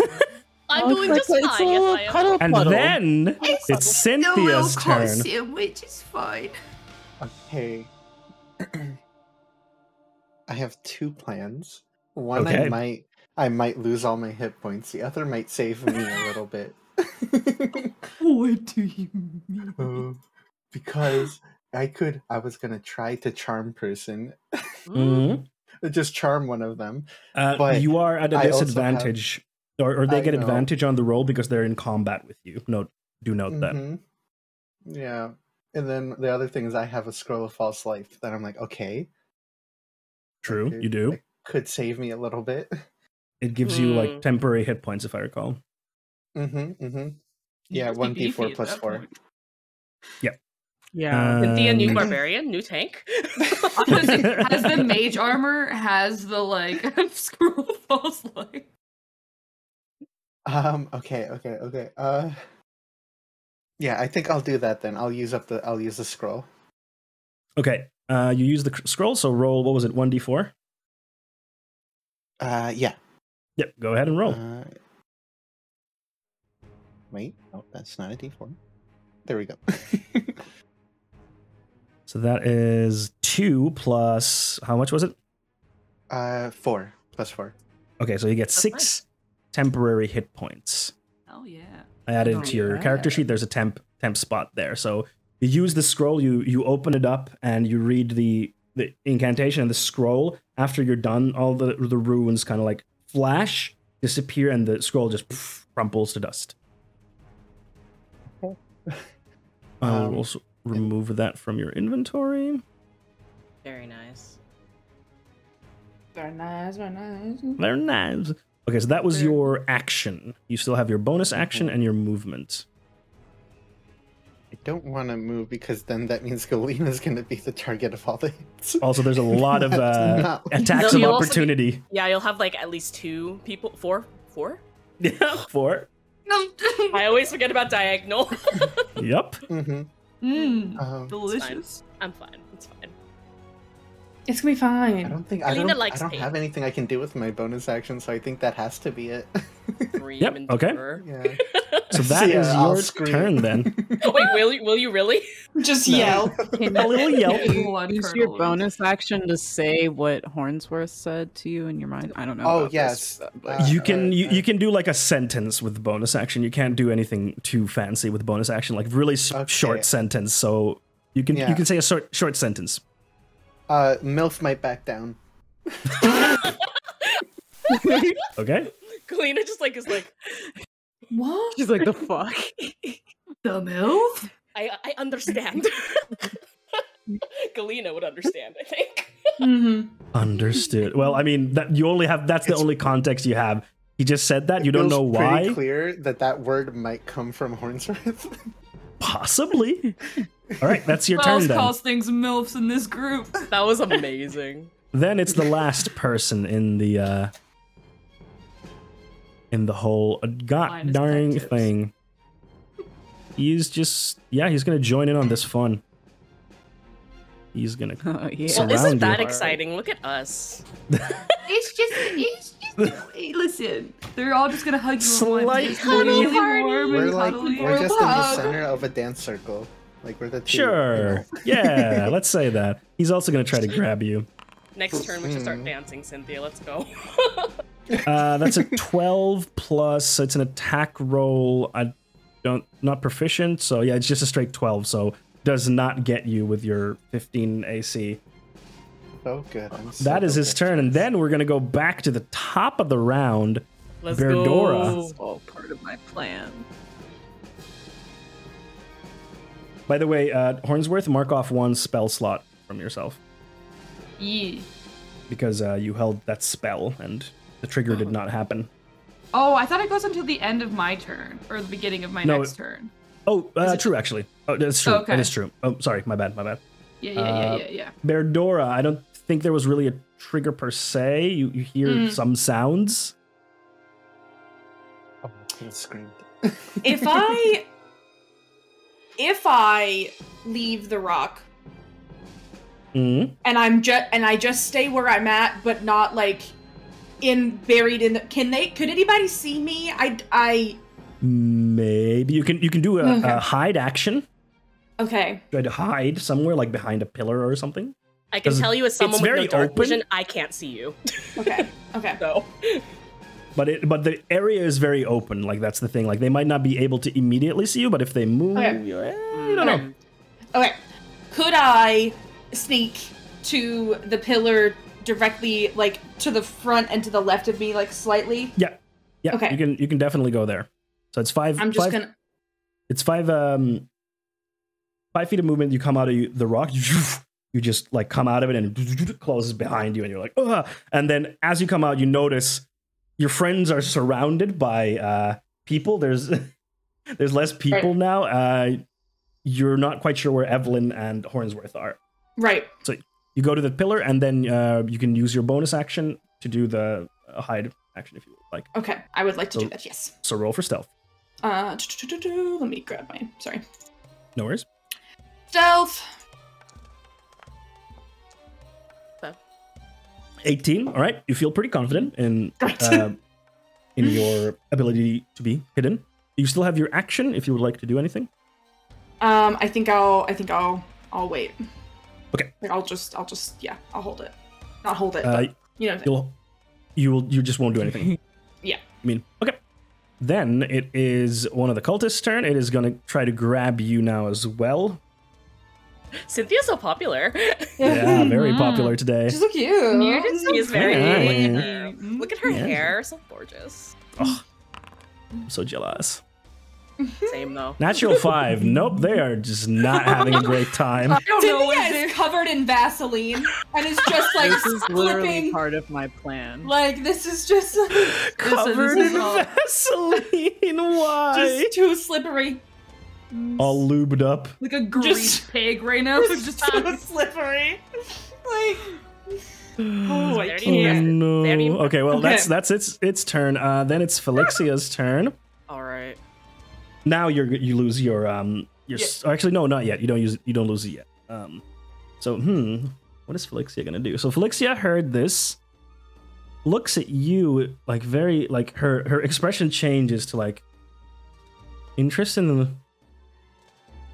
S3: Oh,
S4: doing
S3: it's
S4: just
S3: like-
S4: fine.
S3: it's a
S4: yes,
S3: little
S4: I am.
S3: cuddle
S1: And
S3: puddle.
S1: then it's
S2: A little
S1: Cynthia's
S2: cult
S1: turn.
S2: sandwich is fine.
S8: Okay. I have two plans. One
S1: Okay.
S8: I might I might lose all my hit points. The other might save me a little bit.
S2: What do you mean?
S8: Uh, because I could I was gonna try to charm person. uh,
S1: Mhm.
S8: Just charm one of them.
S1: Uh,
S8: Mm-hmm. But
S1: you are at a
S8: I also have-
S1: disadvantage, or, or they
S8: I
S1: get
S8: know.
S1: advantage on the roll because they're in combat with you. No, do note that.
S8: Mhm. Yeah. And then the other thing is I have a scroll of false life that I'm like, okay. that
S1: True,
S8: could-
S1: you do.
S8: that Could save me a little bit.
S1: It gives you
S4: Hmm.
S2: Mm.
S1: like temporary hit points, if I recall.
S8: Mm-hmm. Mm-hmm. Yeah,
S2: Must be
S8: 1d4
S2: beefy at
S8: plus
S2: that
S8: four.
S2: point.
S6: Yeah.
S4: Cynthia, new
S1: Um,
S4: barbarian, new tank.
S2: Has it- has the mage armor has the like scroll of false light.
S8: Um. Okay. Okay. Okay. Uh. Yeah, I think I'll do that then. I'll use up the. I'll use the scroll.
S1: Okay, uh, you use the c- scroll, so roll. What was it? One d four.
S8: Uh. Yeah.
S1: Yep. Go ahead and roll.
S8: Uh, wait. No, that's not a D4. There we go.
S1: So that is two plus how much was it?
S8: uh. Four plus four.
S1: Okay, so you get
S4: That's
S1: six temporary hit points.
S2: Oh yeah.
S1: I added it to your character
S6: Alright.
S1: sheet. There's a temp temp spot there. So you use the scroll, you you open it up and you read the the incantation and the scroll. After you're done, all the the runes kind of like flash, disappear, and the scroll just pff, crumples to dust.
S8: Okay.
S1: I
S8: Um,
S1: will also remove that from your inventory.
S6: Very nice.
S5: Very nice, very nice.
S1: They're knives. Okay, so that was
S2: They're-
S1: your action. You still have your bonus action and your movement.
S8: I don't want to move because then that means Galina's going to be the target of all the hits.
S1: Also, Oh, there's a lot of
S8: That's
S1: uh,
S8: not-
S1: attacks of
S4: They'll also be-
S1: opportunity.
S4: yeah, you'll have like at least two people. Four? Four?
S1: Yeah, four.
S2: No.
S4: I always forget about diagonal.
S1: Yep.
S8: Mhm.
S2: mm,
S8: Um,
S2: delicious.
S4: I'm fine. It's fine.
S5: It's gonna be
S8: I
S5: fine.
S8: don't think I
S4: Galina
S8: don't, I
S4: likes
S8: don't
S4: eight.
S8: have anything I can do with my bonus action, so I think that has to be it.
S4: Scream
S1: Yep,
S4: and
S1: okay.
S4: defer.
S8: yeah.
S1: So that is
S8: Yeah, I'll
S1: your
S8: scream.
S1: turn then.
S4: Wait, will you? Will you really?
S5: Just
S8: No.
S5: yell.
S1: A little yelp.
S2: Blood
S3: Use your
S2: curdles.
S3: bonus action to say what Hornsworth said to you in your mind. I don't know.
S8: Oh,
S3: about
S8: yes.
S3: this, but-
S8: Uh,
S1: You can you,
S8: uh,
S1: you can do like a sentence with bonus action. You can't do anything too fancy with bonus action, like really s-
S8: Okay.
S1: short sentence. So you can
S8: Yeah.
S1: you can say a short short sentence.
S8: Uh, Milf might back down.
S1: Okay.
S4: Galena just like is like.
S5: What?
S3: She's like, the fuck?
S2: The milk?
S4: I I understand. Galena would understand, I think.
S5: hmm
S1: Understood. Well, I mean that you only have that's the
S8: It's-
S1: only context you have. He just said that. You
S8: It
S1: don't
S8: feels
S1: know why.
S8: Pretty clear that that word might come from Hornsworth.
S1: Possibly. All right, that's your
S2: Wells
S1: turn then.
S2: calls things milfs in this group.
S4: That was amazing.
S1: Then it's the last person in the uh in the whole uh,
S2: Line
S1: god
S2: is
S1: darn
S2: detectives.
S1: thing. He's just yeah, he's gonna join in on this fun. He's gonna
S3: Oh, yeah.
S1: So-
S4: Well, isn't
S1: Surround
S4: that
S1: you.
S4: exciting? Look at us.
S2: It's just, it's just. listen, they're all just gonna hug you.
S1: Slight
S2: cuddle
S1: cuddle
S2: really warm
S8: we're
S2: and
S8: like
S2: cuddly.
S8: we're just in the
S2: hug.
S8: center of a dance circle. Like we're the two. you
S1: Sure.
S8: know.
S1: Yeah, let's say that. He's also gonna try to grab you.
S4: Next turn, we should start
S1: Mm.
S8: Mhm.
S4: dancing, Cynthia. Let's go.
S1: Uh that's a twelve plus, so it's an attack roll. I don't not proficient, so yeah, it's just a straight twelve, so does not get you with your fifteen AC.
S8: So good. I'm so
S1: That is his turn, and then we're gonna go back to the top of the round.
S4: Let's
S1: Verdora.
S4: go.
S3: all part of my plan.
S1: By the way, uh, Hornsworth, mark off one spell slot from yourself.
S2: Yeah.
S1: because uh, you held that spell and the trigger did not happen.
S2: Oh, I thought it goes until the end of my turn or the beginning of my
S1: No,
S2: next
S1: it-
S2: turn.
S1: Oh, uh, true, actually. Oh, that's true.
S2: Okay.
S1: That is true. Oh, sorry, my bad, my bad.
S2: Yeah, yeah, yeah,
S1: uh,
S2: yeah, yeah.
S1: Berdora, I don't think there was really a trigger per se. You, you hear
S5: Mm.
S1: some sounds.
S8: Oh, I could have screamed.
S5: if I if I leave the rock
S1: Mm.
S5: and I'm just and I just stay where I'm at, but not like in buried in the can they could anybody see me? I I
S1: Maybe you can you can do a,
S5: Okay.
S1: a hide action.
S5: okay.
S1: Try to hide somewhere, like behind a pillar or something.
S4: I can
S1: Does-
S4: tell you as someone
S1: it's
S4: with no
S1: very
S4: dark
S1: open.
S4: vision, I can't see you.
S5: Okay. Okay.
S4: So
S1: But it but the area is very open. Like that's the thing. Like they might not be able to immediately see you, but if they move,
S5: Okay.
S1: you're- eh, you don't know.
S5: Okay. Could I sneak to the pillar directly like to the front and to the left of me like slightly?
S1: Yeah, yeah.
S5: Okay.
S1: You can you can definitely go there. So it's five.
S5: I'm just
S1: five-
S5: going to
S1: It's five um five feet of movement. You come out of you- the rock. You just like come out of it and it closes behind you, and you're like, Ugh! and then as you come out, you notice your friends are surrounded by uh, people. There's there's less people now. Uh, you're not quite sure where Evelyn and Hornsworth are.
S5: Right.
S1: You go to the pillar, and then uh, you can use your bonus action to do the uh, hide action if you would like.
S5: Okay. I would like to
S1: So-
S5: do that. Yes.
S1: So roll for stealth.
S5: Uh do-do-do-do-do. let me grab my sorry.
S1: No worries.
S5: Stealth.
S1: 18 all right you feel pretty confident in
S5: Great.
S1: uh, in your ability to be hidden you still have your action if you would like to do anything
S5: Um, I think I'll. I think I'll. I'll wait.
S1: Okay.
S5: Like I'll just. I'll just. Yeah. I'll hold it. Not hold it.
S1: uh,
S5: but, you know. what I'm saying.
S1: you'll you will you just won't do anything
S5: Yeah.
S1: i mean okay then it is one of the cultists turn it is going to try to grab you now as well
S4: Cynthia's so popular.
S1: yeah very
S2: Mhm.
S1: popular today
S5: She's so cute.
S2: You're just so
S4: She is very
S1: Yeah.
S4: look at her. Look at her
S1: Yeah.
S4: hair, so gorgeous.
S1: i'm so jealous
S6: Same though.
S1: natural five nope they are just not having a great time
S2: I don't know
S5: Cynthia
S2: what
S5: is covered in Vaseline and is just like
S3: this is literally
S5: flipping.
S3: part of my plan.
S5: Like this is just
S1: covered
S3: is
S1: in
S3: all-
S1: vaseline why
S5: just too slippery.
S1: all lubed up
S2: like a greased
S5: Just-
S2: pig right now.
S5: It's
S2: Just
S5: too slippery. Like oh, I
S1: Oh,
S6: Dirty
S5: can't.
S1: no.
S6: Very impressive.
S1: Okay, well
S5: Okay.
S1: that's that's its its turn. Uh, then it's Felixia's turn.
S6: All right.
S1: Now you're you lose your um your s actually no not yet. You don't use you don't lose it yet. Um, so hmm, what is Felixia gonna do? So Felixia heard this, looks at you like very like her her expression changes to like interest in the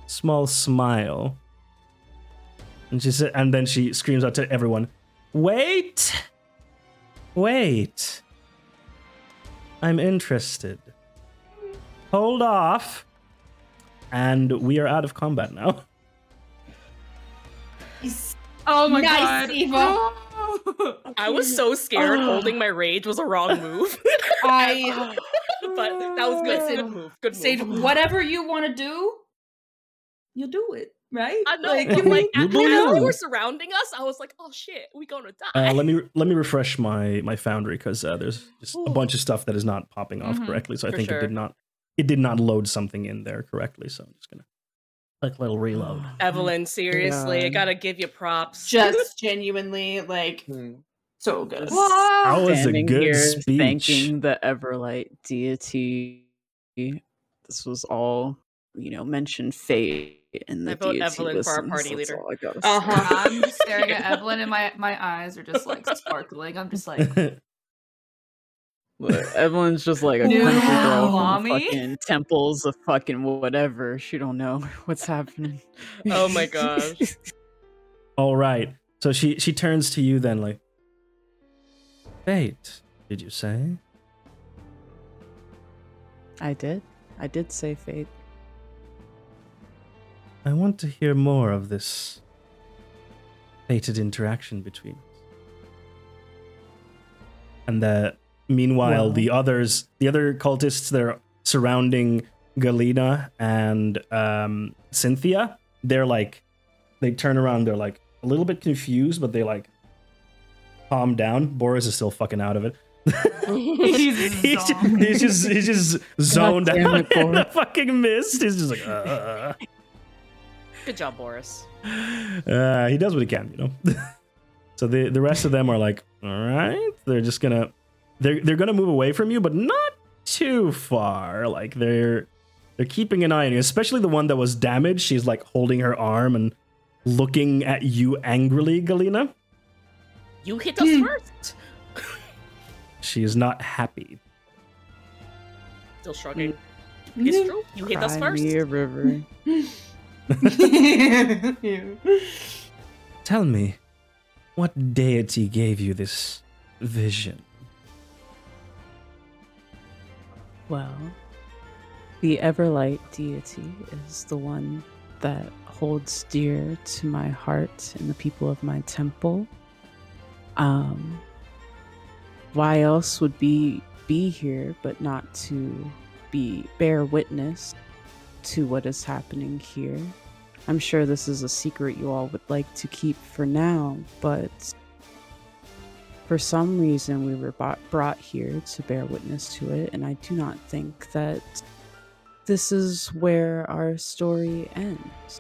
S1: small smile, and she said, and then she screams out to everyone, "Wait, wait! I'm interested. Hold off." And we are out of combat now.
S2: Oh my
S5: Nice,
S2: god.
S5: Eva.
S4: I was so scared holding my rage was a wrong move.
S5: I
S4: but that was good. Good move. Good move.
S5: say whatever you want to do, you'll do it. Right?
S4: I know.
S5: Like,
S4: Like, like
S1: You
S4: as,
S1: don't
S4: as they
S1: know.
S4: were surrounding us, I was like, "Oh shit, we gonna die."
S1: Uh, let me let me refresh my my Foundry because uh, there's just a
S4: Ooh.
S1: bunch of stuff that is not popping off
S2: Mhm,
S1: correctly. So I
S6: for
S1: think it
S6: sure.
S1: did not it did not load something in there correctly. So I'm just gonna click little reload.
S6: Evelyn, seriously, I
S3: God.
S6: gotta give you props.
S5: just genuinely like
S8: Hmm.
S5: so good.
S1: That was a
S3: Standing
S1: good
S3: here
S1: speech.
S3: Thanking the Everlight deity. This was all, you know, mentioned fate and the
S6: I vote
S3: deity
S6: Evelyn for our
S3: listens.
S6: party
S3: That's
S6: leader.
S3: all I gotta say.
S5: Uh-huh.
S2: I'm just staring at Evelyn and my my eyes are just like sparkling. I'm just like
S3: Look, Evelyn's just like a
S2: New
S3: country girl from the
S2: mommy?
S3: fucking temples of fucking whatever. She don't know what's happening.
S6: Oh my gosh.
S1: All right. So she she turns to you then like, fate. Did you say?
S3: I did. I did say fate.
S1: I want to hear more of this fated interaction between us. And the meanwhile,
S3: Well-
S1: the others, the other cultists that are surrounding Galena and um, Cynthia, they're like, they turn around, they're like a little bit confused, but they like calm down. Boris is still fucking out of it.
S2: He's
S1: he's, just,
S2: zoned.
S1: he's just he's just zoned
S3: damn
S1: out
S3: it,
S1: in the
S3: Boris.
S1: fucking mist. He's just like uh, uh,
S6: Good job, Boris.
S1: uh. Uh, he does what he can, you know. so the the rest of them are like, all right, they're just gonna they're they're gonna move away from you, but not too far. Like they're they're keeping an eye on you, especially the one that was damaged. She's like holding her arm and looking at you angrily, Galina.
S4: You hit us
S5: Hmm.
S4: first.
S1: She is not happy.
S6: Still shrugging. It's
S5: Yeah.
S6: true. You hit us
S3: Cry
S6: first.
S3: me a river.
S1: Tell me, what deity gave you this vision?
S3: Well, the Everlight deity is the one that holds dear to my heart and the people of my temple. Um, why else would be be here but not to be bear witness to what is happening here? I'm sure this is a secret you all would like to keep for now, but for some reason, we were bought, brought here to bear witness to it, and I do not think that this is where our story ends.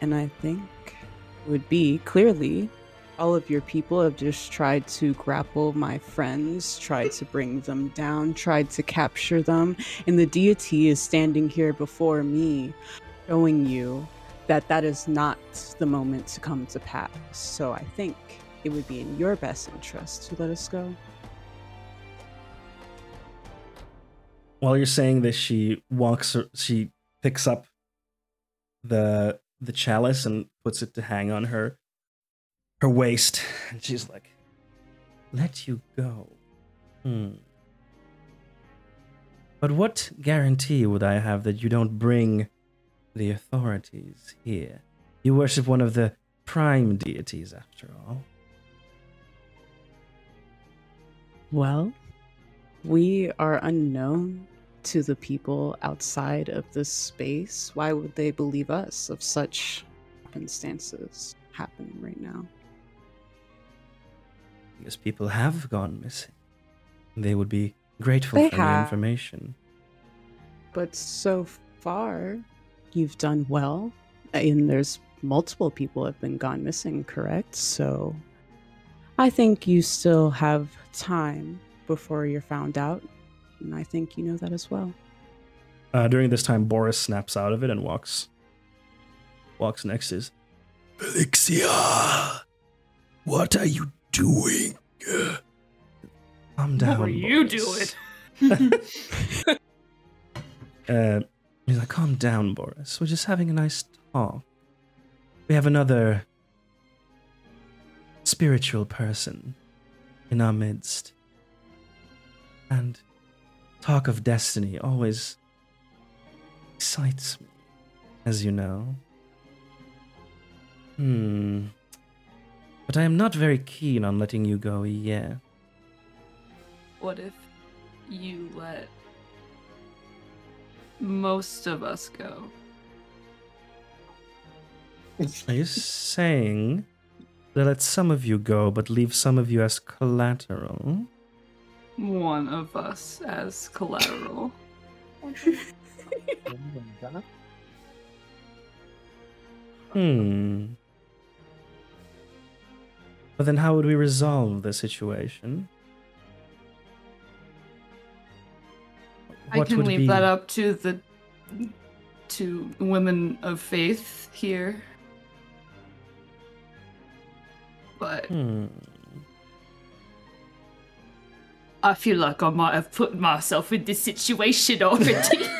S3: And I think it would be clearly all of your people have just tried to grapple my friends, tried to bring them down, tried to capture them, and the deity is standing here before me, showing you that that is not the moment to come to pass. So I think it would be in your best interest to let us go.
S1: While you're saying this, she walks. She picks up the the chalice and puts it to hang on her her waist, and she's like, "Let you go." Hmm. But what guarantee would I have that you don't bring the authorities here? You worship one of the prime deities, after all.
S3: Well, we are unknown to the people outside of this space. Why would they believe us of such circumstances happening right now?
S1: because people have gone missing. They would be grateful
S3: They
S1: for the
S3: have.
S1: information.
S3: But so far, you've done well. And there's multiple people have been gone missing, correct? So I think you still have time before you're found out. And I think you know that as well.
S1: Uh, during this time, Boris snaps out of it and walks. Walks next to his. Felixia, what are you doing? Calm down.
S2: What were you
S1: Boris. Uh, he's like, "Calm down, Boris. We're just having a nice talk. We have another spiritual person in our midst, and talk of destiny always excites me, as you know. Hmm. But I am not very keen on letting you go yet.
S2: What if you let most of us go?
S1: Are you saying that let some of you go, but leave some of you as collateral?
S2: One of us as collateral.
S8: Um,
S1: Hmm. But then how would we resolve the situation?
S2: I can leave that up to the to women of faith here. But
S1: Hmm.
S2: I feel like I might have put myself in this situation already. and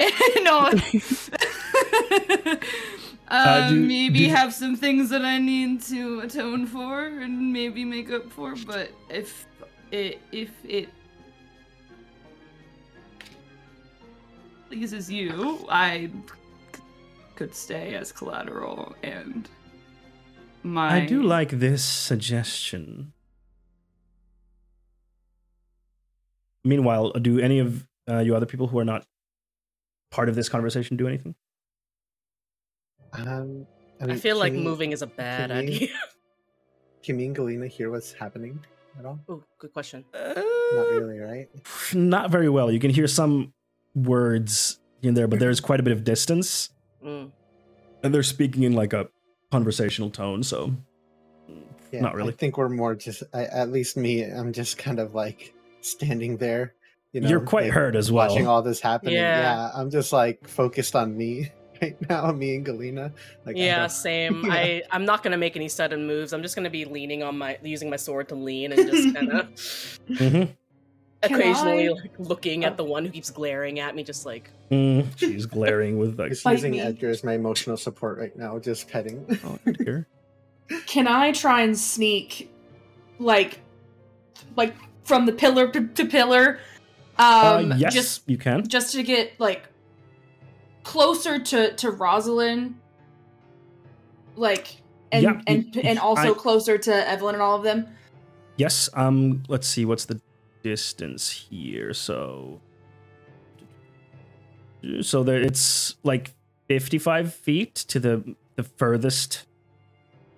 S2: I, uh,
S1: do-
S2: maybe
S1: do you-
S2: have some things that I need to atone for and maybe make up for. But if it if it pleases you, I c- could stay as collateral and my.
S1: I do like this suggestion. Meanwhile, do any of uh, you other people who are not part of this conversation do anything?
S8: Um,
S6: I
S8: mean,
S6: feel like
S8: can-
S6: moving is a bad
S8: can we-
S6: idea.
S8: Can me and Galena hear what's happening? at all?
S6: Oh, good question.
S1: Uh,
S8: Not really, right?
S1: Not very well. You can hear some words in there, but there's quite a bit of distance,
S6: Mm.
S1: and they're speaking in like a conversational tone. So
S8: Yeah,
S1: Not really.
S8: I think we're more just. I, at least me, I'm just kind of like standing there. You know,
S1: you're quite
S8: like,
S1: hurt as well.
S8: Watching all this happening.
S6: Yeah.
S8: Yeah. I'm just like focused on me right now. Me and Galena. Like, I
S6: yeah,
S8: don't-
S6: same.
S8: Yeah.
S6: I I'm not gonna make any sudden moves. I'm just gonna be leaning on my using my sword to lean and just kind of
S1: Mhm.
S5: Can
S6: occasionally
S5: I-
S6: like, looking at the one who keeps glaring at me, just like
S1: Mm, she's glaring with like,
S8: just
S5: Fight
S8: using
S5: me.
S8: Edgar as my emotional support right now. Just petting.
S1: oh dear.
S5: Can I try and sneak, like, like from the pillar to, to pillar? Um,
S1: uh, yes,
S5: Just
S1: you can.
S5: just to get like closer to to Rosalind, like, and
S1: Yeah,
S5: and
S1: y-
S5: and also
S1: I-
S5: closer to Evelyn and all of them.
S1: Yes. Um. Let's see. What's the distance here? So. So there, it's like fifty-five feet to the the furthest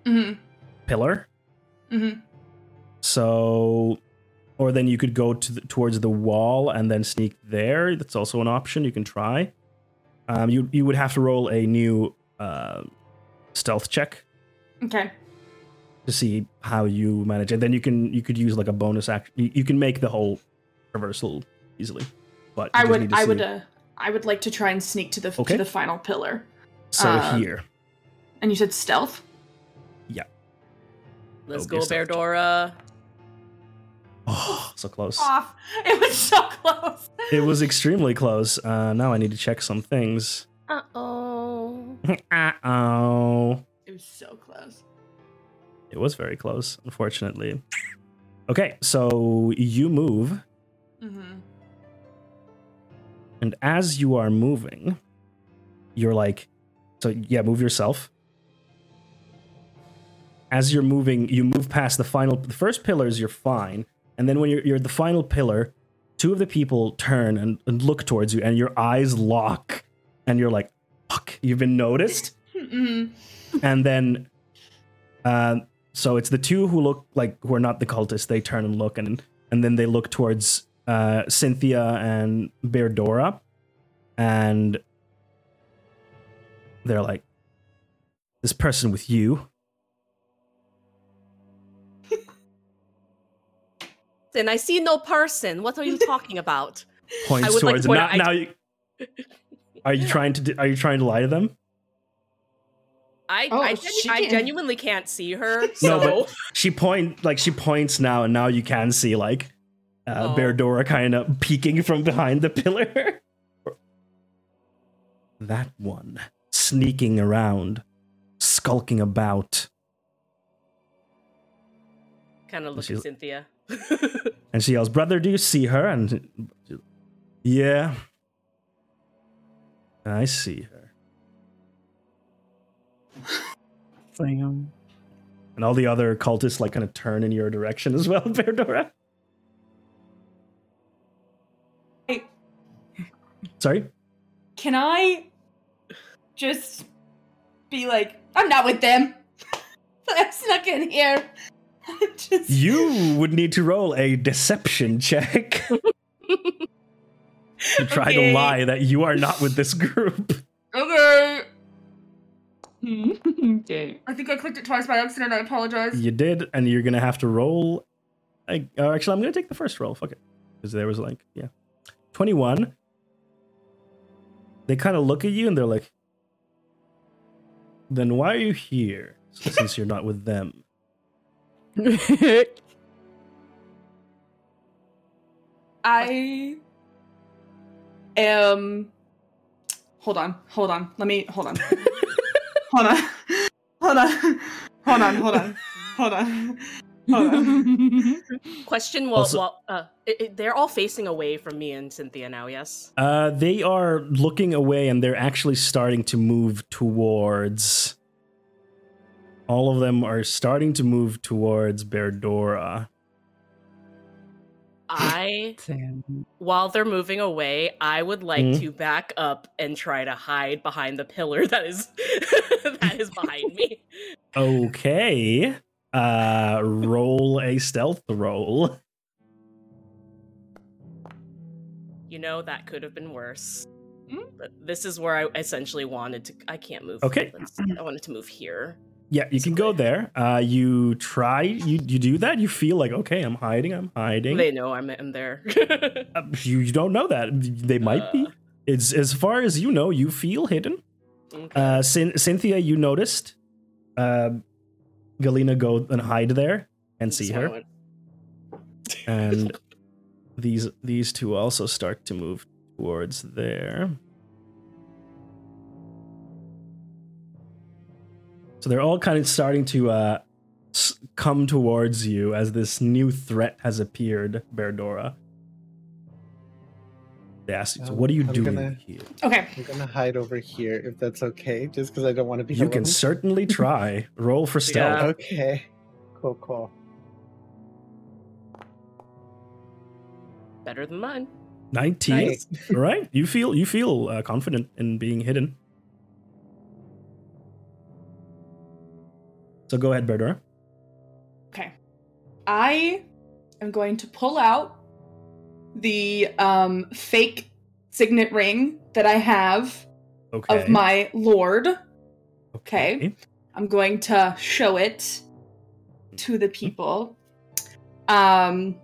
S5: hmm
S1: pillar.
S5: hmm
S1: So, or then you could go to the, towards the wall and then sneak there. That's also an option you can try. Um. You you would have to roll a new uh, stealth check
S5: Okay.
S1: to see how you manage it. Then you can you could use like a bonus action. You, you can make the whole traversal easily. But you
S5: I
S1: just need
S5: would
S1: to
S5: I
S1: see-
S5: would uh, I would like to try and sneak to the
S1: Okay.
S5: to the final pillar.
S1: So
S5: Uh,
S1: here,
S5: And you said stealth.
S6: let's
S1: That'll
S6: go
S1: be a stealth check.
S6: Berdora.
S1: oh, so close.
S5: Off. It was so close.
S1: It was extremely close. Uh, now I need to check some things.
S6: Uh oh.
S1: Uh oh,
S5: It was so close.
S1: it was very close, unfortunately. Okay, so you move,
S5: Mm-hmm.
S1: and as you are moving, you're like, so yeah, move yourself. As you're moving, you move past the final, the first pillars. You're fine, and then when you're, you're at the final pillar, two of the people turn and, and look towards you, and your eyes lock, and you're like, "Fuck, you've been noticed."
S5: Mm-hmm.
S1: and then uh, so it's the two who look like who are not the cultists they turn and look and and then they look towards uh, cynthia and berdora and they're like this person with you
S6: Then I see no person. What are you talking about? I
S1: points
S6: would like
S1: towards
S6: to point
S1: now,
S6: out I-
S1: now you, are you trying to d- are you trying to lie to them
S6: I
S5: Oh,
S6: I, genu-
S5: she
S6: I
S5: can-
S6: genuinely can't see her. So
S1: No, she point like she points now and now you can see like uh,
S6: Oh.
S1: Berdora kind of peeking from behind the pillar. that one sneaking around, skulking about,
S6: kind of look
S1: She's-
S6: at Cynthia.
S1: and she yells, "Brother, do you see her?" And yeah, I see her.
S3: Bam.
S1: And all the other cultists like kind of turn in your direction as well, Berdora.
S5: Hey.
S1: Sorry.
S5: Can I just be like, I'm not with them. I snuck in here. I'm just
S1: You would need to roll a deception check. to try to
S6: Okay.
S1: lie that you are not with this group.
S5: okay.
S2: okay.
S5: I think I clicked it twice by accident. I apologize.
S1: You did, and you're gonna have to roll. I, or actually, I'm gonna take the first roll. Fuck it, because there was like, yeah, twenty-one. They kind of look at you and they're like, "Then why are you here? Since you're not with them."
S5: I am. Hold on, hold on. Let me hold on. hold on, hold on, hold on, hold on, hold on. Hold on.
S6: Question while,
S1: Also-
S6: while uh, i i- they're all facing away from me and Cynthia now, yes?
S1: Uh, they are looking away and they're actually starting to move towards. All of them are starting to move towards Berdora.
S6: I,
S3: Damn.
S6: while they're moving away, I would like
S1: Mhm.
S6: to back up and try to hide behind the pillar that is that is behind me.
S1: Okay. Uh, roll a stealth roll.
S6: You know that could have been worse. But this is where I essentially wanted to. I can't move.
S1: Okay.
S6: Let's- I wanted to move here.
S1: Yeah, you can go there. Uh, you try. You you do that. You feel like okay, I'm hiding. I'm hiding.
S6: They know I'm, I'm there.
S1: Uh, you you don't know that they might be.
S6: Uh.
S1: It's as far as you know. You feel hidden.
S6: Okay.
S1: Uh, Cyn- Cynthia, you noticed. Uh, Galena go and hide there and see
S6: Just wanna
S1: her,
S6: win.
S1: and these these two also start to move towards there. So they're all kind of starting to uh, s- come towards you as this new threat has appeared, Berdora. They ask you, so
S8: Um,
S1: what are you
S8: I'm
S1: doing
S8: gonna-
S1: here?
S5: Okay.
S8: I'm gonna hide over here if that's okay, just because I don't want to be.
S1: You can uh,
S8: alone.
S1: certainly try. Roll for stealth.
S6: Yeah.
S8: Okay. Cool. Cool.
S6: Better than mine.
S1: 19.
S6: Nice.
S1: All right. You feel you feel uh, confident in being hidden. So go ahead, Berdora.
S5: Okay. I am going to pull out the um, fake signet ring that I have
S1: Okay.
S5: of my lord. okay. I'm going to show it to the people. Um,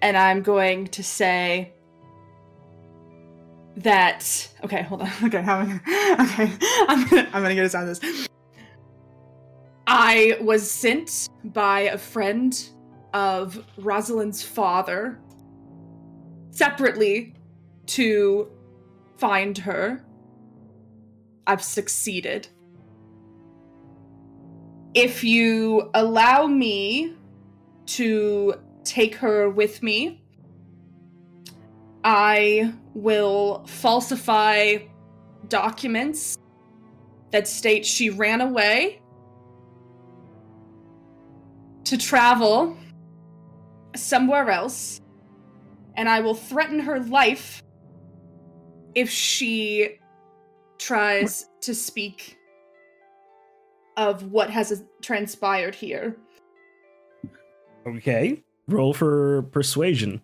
S5: and I'm going to say that. Okay, hold on. Okay, how am I? Okay, I'm gonna, I'm gonna get us out of this. I was sent by a friend of Rosalind's father separately to find her. I've succeeded if you allow me to take her with me, I will falsify documents that state she ran away to travel somewhere else, and I will threaten her life if she tries to speak of what has transpired here.
S1: Okay. Roll for persuasion.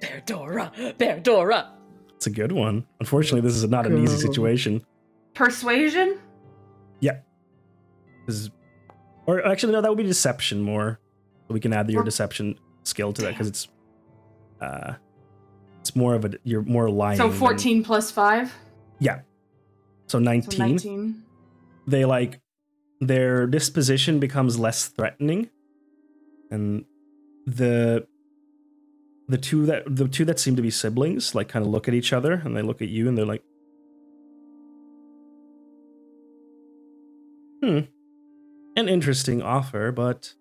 S6: Berdora. Berdora.
S1: It's a good one. Unfortunately, this is not an easy
S3: Go.
S1: situation.
S5: Persuasion?
S1: 'Cause- Or actually, no, that would be deception more. We can add your deception skill to that because it's uh, it's more of a you're more lying.
S5: So
S1: than-
S5: 14 plus 5?
S1: so
S5: So
S1: 19.
S5: 19.
S1: they like their disposition becomes less threatening and the the two that the two that seem to be siblings like kind of look at each other and they look at you and they're like hmm an interesting offer but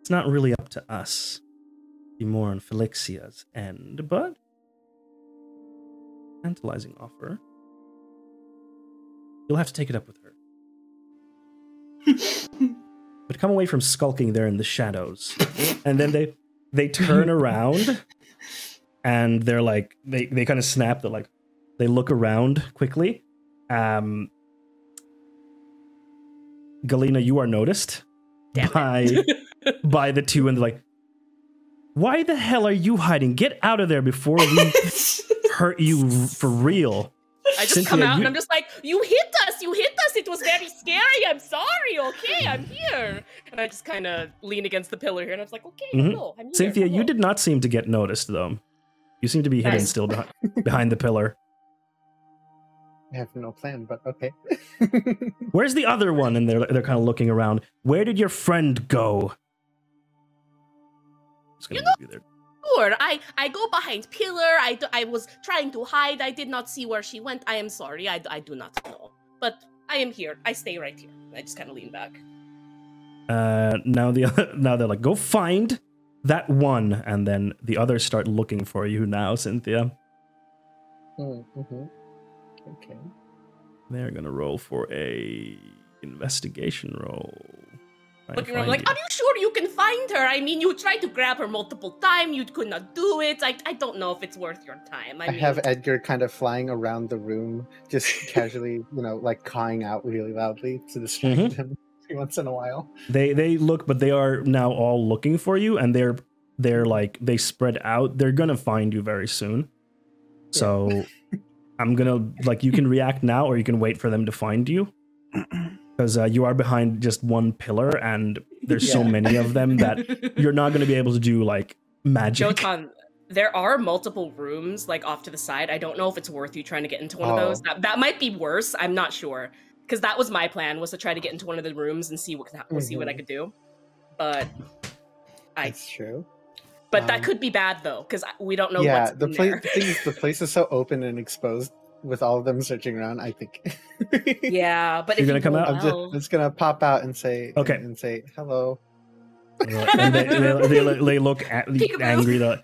S1: it's not really up to us be more on Felixia's end but tantalizing offer you'll have to take it up with her but come away from skulking there in the shadows. and then they they turn around and they're like they they kind of snap they're like they look around quickly. Um Galena, you are noticed
S6: Damn it.
S1: by by the two and they're like why the hell are you hiding? Get out of there before we hurt you for real.
S6: I just
S1: Cynthia,
S6: come out
S1: you-
S6: and I'm just like, you hit us, you hit us. It was very scary. I'm sorry. Okay, I'm here. And I just kind of lean against the pillar here, and I was like, okay,
S1: Mhm.
S6: hello, I'm here.
S1: Cynthia, you
S6: hello."
S1: did not seem to get noticed though. You seem to be hidden
S5: Nice.
S1: still behind, behind the pillar.
S8: I have no plan, but okay. Mm,
S1: Where's the other one? And they're they're kind of looking around. Where did your friend go? Just gonna
S6: You know-
S1: leave you there.
S6: Sure, I I go behind pillar. I d- I was trying to hide. I did not see where she went. I am sorry. I, d- I do not know. But I am here. I stay right here. I just kind of lean back.
S1: Uh, now the other, now they're like, go find that one, and then the others start looking for you now, Cynthia.
S8: Mm-hmm. Okay.
S1: They're gonna roll for a investigation roll. Trying to
S6: Looking around,
S1: find
S6: like,
S1: you.
S6: are you sure you can find her? I mean, you tried to grab her multiple times. You could not do it. I, I don't know if it's worth your time. I,
S8: I
S6: mean,
S8: have Edgar kind of flying around the room, just casually, you know, like cawing out really loudly to distract
S1: Mhm.
S8: him. every once in a while.
S1: They they look, but they are now all looking for you, and they're they're like they spread out. They're gonna find you very soon. So I'm gonna like you can react now, or you can wait for them to find you, because uh, you are behind just one pillar, and there's so
S8: Yeah.
S1: many of them that you're not gonna be able to do like magic.
S6: Jotan, there are multiple rooms like off to the side. I don't know if it's worth you trying to get into one of
S8: Oh.
S6: those. That, that might be worse. I'm not sure because that was my plan was to try to get into one of the rooms and see what could hap- we'll see what I
S8: Mhm.
S6: could do. But I-
S8: That's true.
S6: but that
S8: Um,
S6: could be bad though because we don't know.
S8: yeah,
S6: what's
S8: the
S6: in
S8: place.
S6: there.
S8: The thing is, the place is so open and exposed with all of them searching around. I think.
S6: yeah, but
S1: You're
S6: if
S1: gonna
S6: you
S1: come
S6: roll
S1: out?
S8: I'm just,
S6: well-
S8: just gonna pop out and say
S1: Okay.
S8: and say hello.
S1: and they, they, they, look- they look at,
S2: Peekaboo.
S1: angry. They're,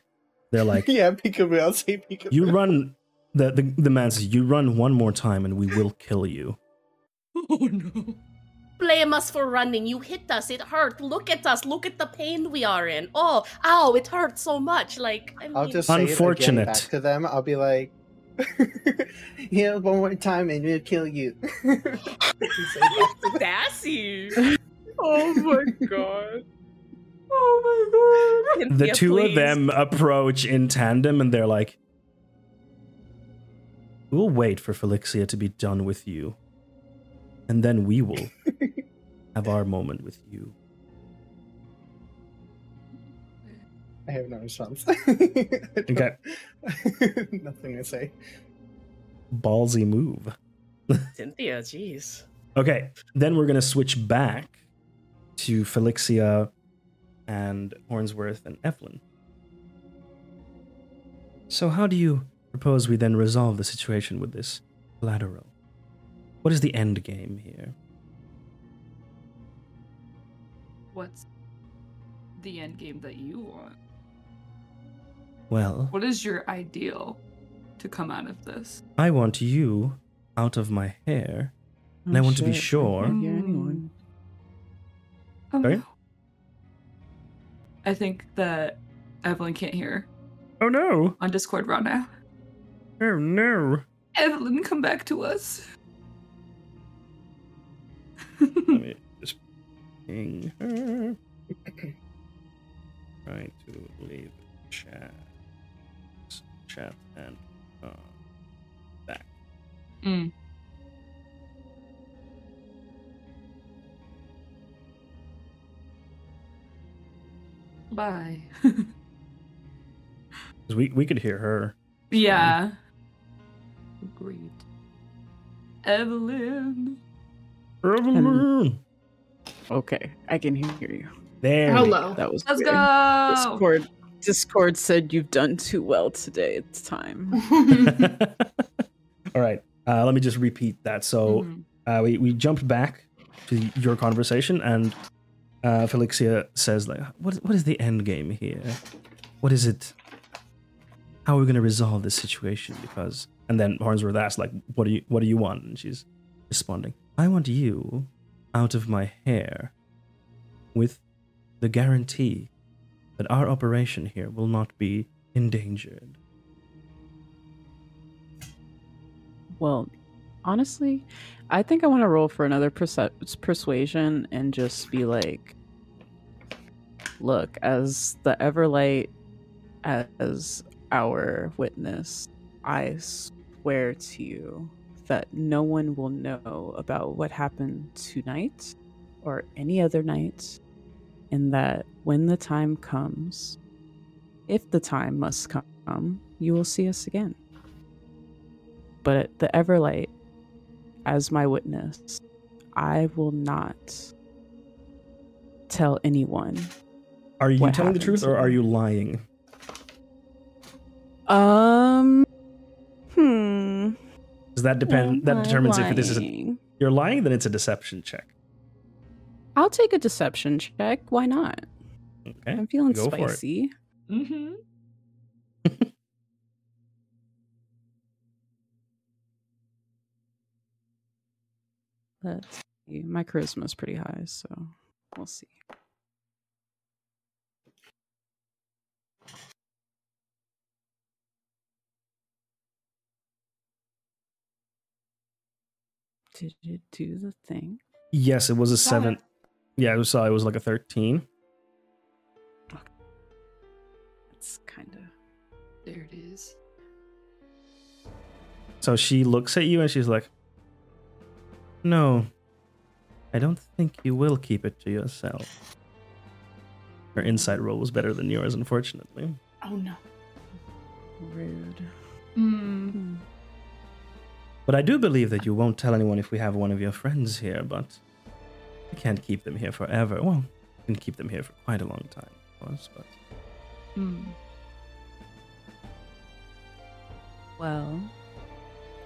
S1: they're like,
S8: yeah, peekaboo. I'll say peekaboo.
S1: "You run." The, the the man says, "You run one more time, and we will kill you."
S2: Oh no.
S6: blame us for running. You hit us. It hurt. Look at us. Look at the pain we are in. Oh, ow! It hurts so much. Like I
S8: I'll
S6: mean-
S8: just say
S1: Unfortunate.
S8: it again back to them. I'll be like, "Yeah, one more time, and we'll kill you."
S6: sassy.
S5: Oh my god. Oh my god.
S1: the
S6: Cynthia,
S1: two of
S6: please.
S1: them approach in tandem and they're like we'll wait for felixia to be done with you and then we will have our moment with you
S8: I have no response.
S1: Okay.
S8: Nothing to say.
S1: ballsy move
S6: Cynthia, jeez.
S1: okay then we're gonna switch back to felixia and hornsworth and evelyn so how do you propose we then resolve the situation with this collateral what is the end game here
S2: What's the end game that you want?
S1: well
S2: What is your ideal to come out of this?
S1: I want you out of my hair. And I want to be sure.
S3: I can't hear anyone.
S2: Um,
S1: Sorry?
S2: I think that Evelyn can't hear
S1: Oh no!
S2: on Discord right now.
S1: Oh no!
S2: Evelyn, come back to us.
S1: Let me just ping her. Try to leave chat. Chat and uh, back.
S2: Mm. Bye.
S1: 'Cause We, we could hear her.
S2: yeah. Agreed. Evelyn.
S3: Okay, I can hear you.
S1: There. we
S5: Hello.
S3: That was
S2: Oh, Let's
S3: weird.
S2: go.
S3: Discord. Discord said you've done too well today. It's time.
S1: All right. Uh, let me just repeat that. So
S2: Mhm.
S1: uh, we, we jumped back to your conversation and uh, Felixia says like what what is the end game here? What is it? How are we going to resolve this situation because and then Hornsworth asks like what do you what do you want and she's responding I want you out of my hair with the guarantee that our operation here will not be endangered.
S3: Well, honestly, I think I want to roll for another persu- persuasion and just be like, look, as the Everlight, as our witness, I swear to you that no one will know about what happened tonight or any other night, and that when the time comes, if the time must come, you will see us again but the Everlight, as my witness, I will not tell anyone.
S1: Are you
S3: What
S1: telling the
S3: happens?
S1: truth or are you lying?
S3: Um, hmm.
S1: Does that depend? That
S3: Am I
S1: determines if this is a,
S3: lying?
S1: you're lying. Then it's a deception check.
S3: I'll take a deception check. Why not?
S1: Okay.
S3: I'm feeling
S1: go for it.
S3: spicy.
S2: Mm-hmm.
S3: Let's see. My charisma's pretty high, so we'll see. Did it do the thing?
S1: Yes, it was a seven. Yeah, I saw it was like a 13.
S3: It's kind of
S2: There it is.
S1: So she looks at you and she's like, No, I don't think you will keep it to yourself. Her insight roll was better than yours, unfortunately.
S5: Oh no.
S3: rude.
S2: Mm.
S1: But I do believe that you won't tell anyone if we have one of your friends here, but we can't keep them here forever. Well, we can keep them here for quite a long time, of course, but
S2: Mm.
S3: Well,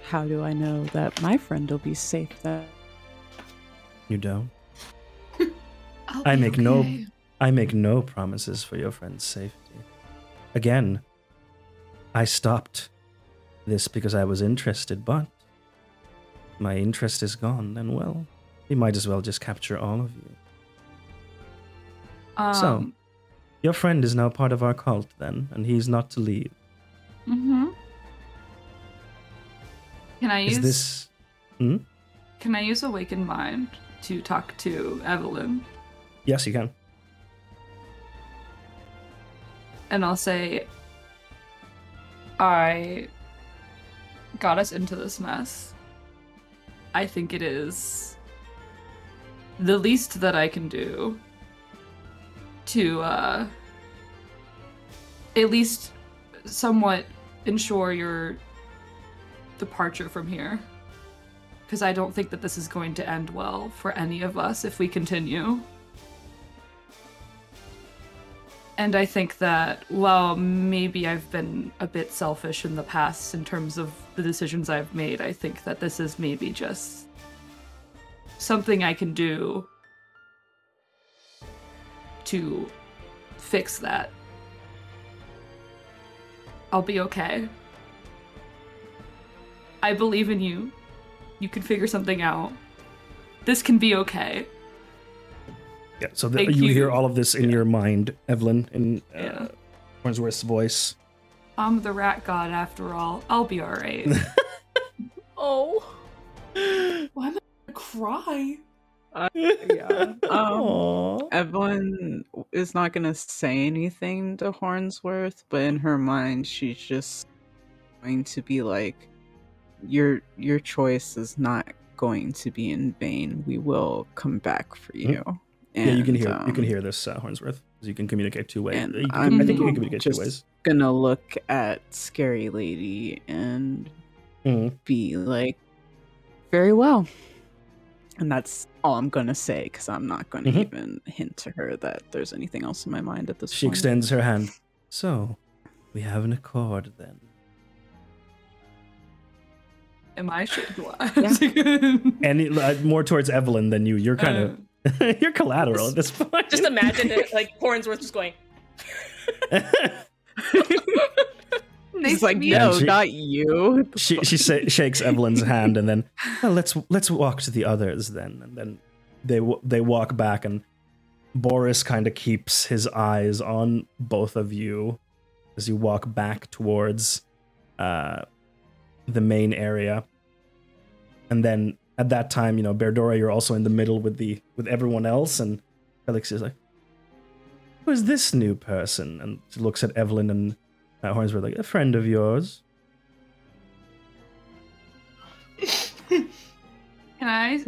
S3: how do I know that my friend will be safe then?
S1: you don't.
S2: I'll
S1: I
S2: be
S1: make no-
S2: okay.
S1: I make no promises for your friend's safety. Again, I stopped this because I was interested, but my interest is gone, and well, we might as well just capture all of you.
S2: Um,
S1: So- Your friend is now part of our cult, then, and he's not to leave.
S2: hmm Can I use
S1: Is this.
S2: Can I use awakened mind to talk to Evelyn?
S1: Yes, you can.
S2: And I'll say, I got us into this mess. I think it is the least that I can do to uh, at least somewhat ensure your departure from here. Because I don't think that this is going to end well for any of us if we continue. And I think that, well, maybe I've been a bit selfish in the past in terms of the decisions I've made. I think that this is maybe just something I can do to fix that. I'll be okay. I believe in you. You can figure something out. This can be okay.
S1: Yeah, so the,
S2: Thank
S1: you,
S2: you.
S1: hear all of this in your mind, Evelyn, in uh,
S2: Yeah.
S1: Hornsworth's voice.
S2: I'm the rat god after all. I'll be alright.
S4: Oh.
S5: Why am I gonna cry?
S3: yeah.
S6: Oh.
S1: Aww.
S3: Um, Evelyn is not going to say anything to Hornsworth, but in her mind, she's just going to be like, "Your your choice is not going to be in vain. We will come back for you." And,
S1: Mm-hmm. Yeah, you can hear you
S3: um,
S1: can hear this, uh, Hornsworth. 'cause You can communicate two ways.
S3: and
S1: You can-
S3: I'm
S1: I think you can communicate
S3: just
S1: two ways.
S3: gonna look at Scary Lady and
S1: Mhm.
S3: be like, very well. And that's all I'm gonna say because I'm not gonna
S1: Mhm.
S3: even hint to her that there's anything else in my mind at this
S1: She
S3: point.
S1: extends her hand. So, we have an accord then.
S2: Am I shit
S1: And it, uh, more towards Evelyn than you. You're kind
S2: Um,
S1: of you're collateral at this point.
S6: Just imagine it, like Hornsworth just going.
S3: She's like,
S2: yeah.
S1: And
S3: no,
S1: she-
S3: not you.
S1: she she sa- shakes Evelyn's hand and then well, let's let's walk to the others then. And then they w- they walk back and Boris kind of keeps his eyes on both of you as you walk back towards uh, the main area. And then at that time, you know, Berdora, you're also in the middle with the with everyone else, and Felix is like, "Who is this new person?" And she looks at Evelyn and uh, Hornsworth like, "A friend of yours."
S2: Can I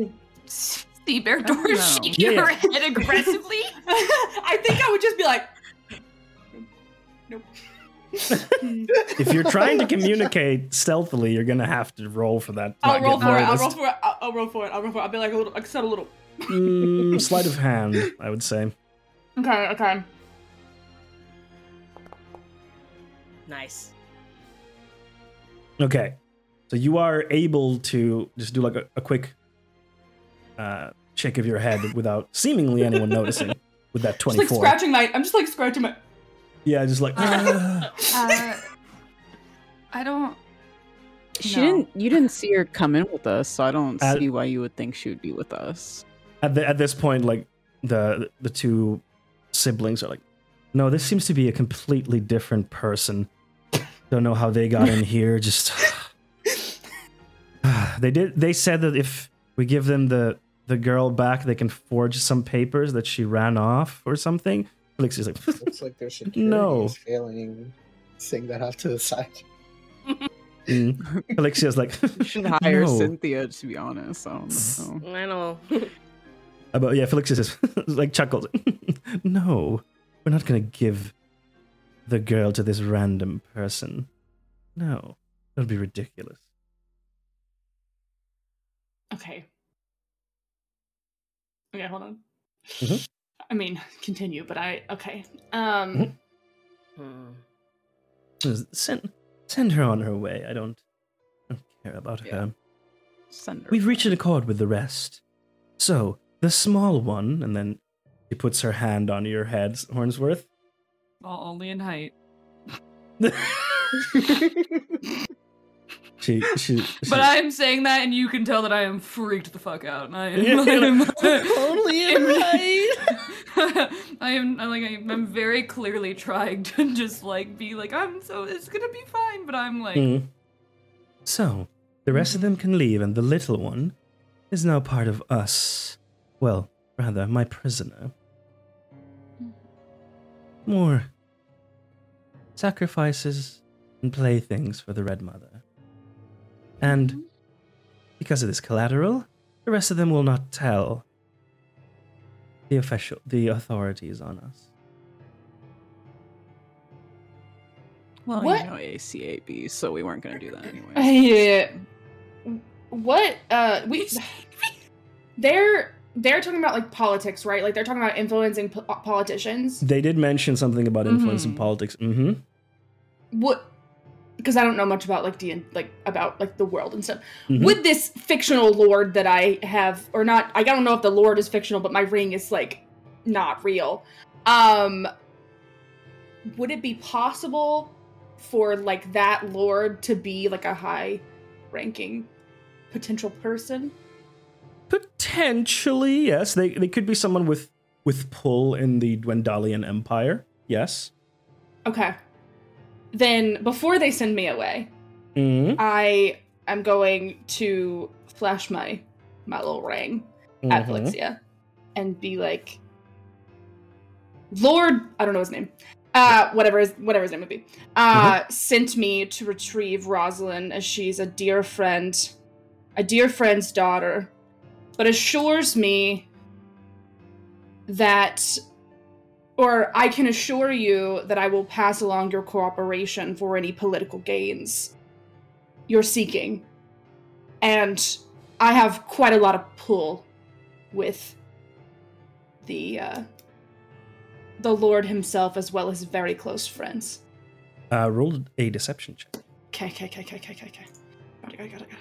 S2: see Bear
S3: don't
S2: Doris
S3: know.
S2: shaking
S1: Yeah,
S2: her
S1: yeah.
S2: head aggressively?
S5: I think I would just be like, nope.
S1: If you're trying to communicate stealthily, you're gonna have to roll for that.
S5: I'll
S1: not
S5: roll
S1: get
S5: for it. I'll
S1: noticed.
S5: roll for it. I'll, I'll roll for it. I'll roll for it. I'll be like a little, like settle a little.
S1: Mm, sleight of hand, I would say.
S5: Okay, okay.
S6: Nice.
S1: Okay, so you are able to just do like a, a quick uh, shake of your head without seemingly anyone noticing with that
S5: Just like
S1: twenty-four.
S5: scratching my. I'm just like scratching my.
S1: yeah, just like
S5: Uh-huh.
S1: "Ah."
S2: Uh, I don't.
S3: She
S2: No.
S3: didn't. You didn't see her come in with us, so I don't
S1: Uh,
S3: see why you would think she would be with us.
S1: at the, at this point, like the the two siblings are like, no, this seems to be a completely different person. Don't know how they got in here. Just they did. They said that if we give them the the girl back. They can forge some papers that she ran off or something. Felix is like,
S8: Looks like their security
S1: No.
S8: is failing. Sing that off to the side.
S1: mm. Alexia's like,
S3: You should hire
S1: no.
S3: Cynthia, to be honest. I don't know.
S6: I know.
S1: Uh, But yeah, Felix is like chuckles. no, we're not gonna give the girl to this random person. No, that'd be ridiculous.
S5: Okay. Okay, hold on.
S1: Mhm.
S5: I mean, continue, but I okay. Um
S6: Hmm.
S1: Send send her on her way. I don't, I don't care about her.
S3: Send her.
S1: We've reached an accord with the rest. So the small one, and then she puts her hand on your head, Hornsworth.
S2: Well, only in height.
S1: She she.
S2: But I'm saying that, and you can tell that I am freaked the fuck out. And I am,
S1: Yeah,
S2: I am
S1: Only in
S2: I am. I'm like. I'm, I'm very clearly trying to just like be like. I'm so. It's gonna be fine. But I'm like.
S1: Mm. So, the rest of them can leave, and the little one is now part of us. Well, rather, my prisoner. More sacrifices and playthings for the Red Mother. And because of this collateral, the rest of them will not tell the official, the authorities on us.
S3: Well,
S5: What?
S3: you know ACAB, so we weren't going to do that anyway.
S5: yeah. What uh we they're they're talking about like politics, right? Like they're talking about influencing po- politicians.
S1: They did mention something about influence in
S2: Mhm.
S1: politics. Mm-hmm.
S5: What because I don't know much about like D and like about like the world and stuff.
S1: Mhm.
S5: Would this fictional lord that I have or not I don't know if the lord is fictional, but my ring is like not real. Um would it be possible for like that lord to be like a high ranking potential person?
S1: Potentially, yes. They they could be someone with with pull in the Dwendalian Empire. Yes.
S5: Okay. Then before they send me away,
S1: Mm.
S5: I am going to flash my my little ring at
S1: Mm-hmm.
S5: Felixia and be like, Lord, I don't know his name. Uh, whatever his whatever his name would be, uh, sent me to retrieve Rosalind as she's a dear friend, a dear friend's daughter, but assures me that, or I can assure you that I will pass along your cooperation for any political gains you're seeking, and I have quite a lot of pull with the uh, the Lord himself as well as very close friends.
S1: Uh, roll a deception check.
S5: Okay, okay, okay, okay, okay, okay, okay. Got it, got it, got it, got it.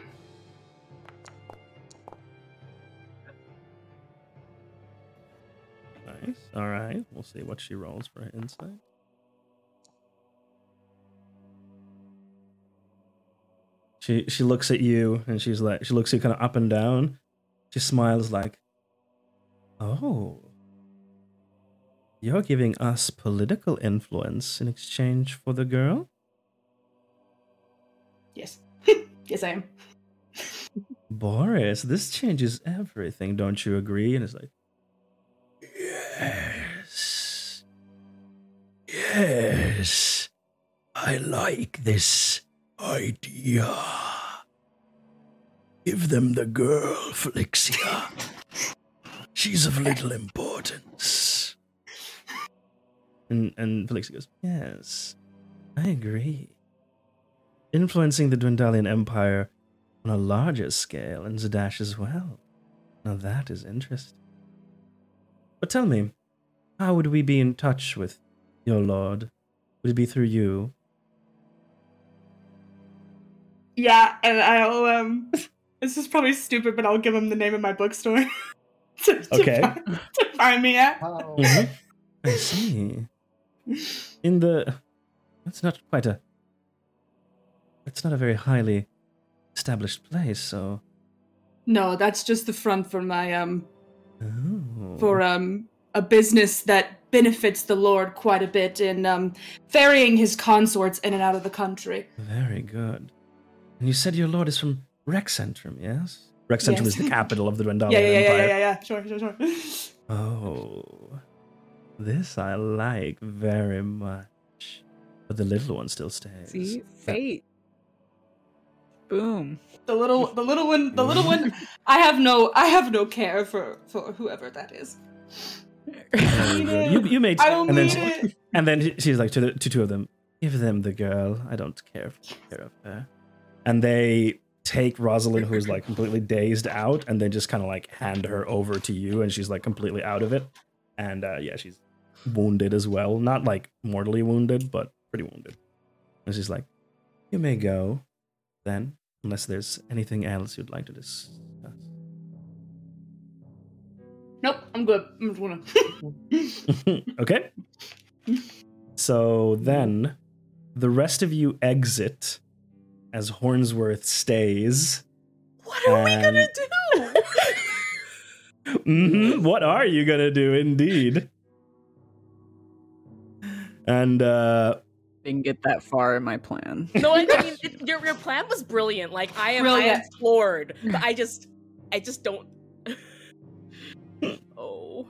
S1: Nice. All right. We'll see what she rolls for her insight. She she looks at you and she's like she looks you kind of up and down. She smiles like, "Oh, you're giving us political influence in exchange for the girl."
S5: Yes, yes, I am.
S1: Boris, this changes everything, don't you agree? And it's like, yes, yes, I like this idea. Give them the girl, Felixia. She's of little importance. And and Felixia goes, yes, I agree. Influencing the Dwendalian Empire on a larger scale in Zadash as well. Now that is interesting. But tell me, how would we be in touch with your lord? Would it be through you?
S5: Yeah, and I'll um. This is probably stupid, but I'll give him the name of my bookstore. to, to
S1: Okay.
S5: find- to find me at.
S8: How?
S5: Mm-hmm.
S1: Mhm. I see. In the. That's not quite a. It's not a very highly established place, so.
S5: No, that's just the front for my um
S1: Oh.
S5: for um a business that benefits the Lord quite a bit in um ferrying his consorts in and out of the country.
S1: Very good. And you said your lord is from Rexentrum, yes? Rexcentrum is
S5: Yes.
S1: the capital of the Dwendalian
S5: yeah, yeah, yeah,
S1: Empire.
S5: yeah, yeah, yeah. Sure, sure, sure.
S1: Oh, this I like very much. But the little one still stays.
S10: See, fate. Boom.
S5: The little, the little one, the little one. I have no, I have no care for for whoever that is.
S1: Very good. You, you made
S5: I don't
S1: and then
S5: need
S1: she-
S5: it.
S1: and then she- she's like to the to two of them, give them the girl. I don't care for care of her. And they take Rosalind, who's like completely dazed out, and then just kind of like hand her over to you, and she's like completely out of it. And uh, yeah, she's wounded as well, not like mortally wounded, but pretty wounded. And she's like, "You may go, then, unless there's anything else you'd like to discuss."
S5: Nope, I'm good. I'm just gonna.
S1: okay. So then the rest of you exit as Hornsworth stays.
S6: What are we gonna
S1: And-
S6: do?
S1: Mhm, What are you going to do indeed? And uh
S10: Didn't get that far in my plan.
S6: no, I mean it, your, your plan was brilliant. Like I am, I am
S5: Brilliant.
S6: floored. But I just, I just don't. oh.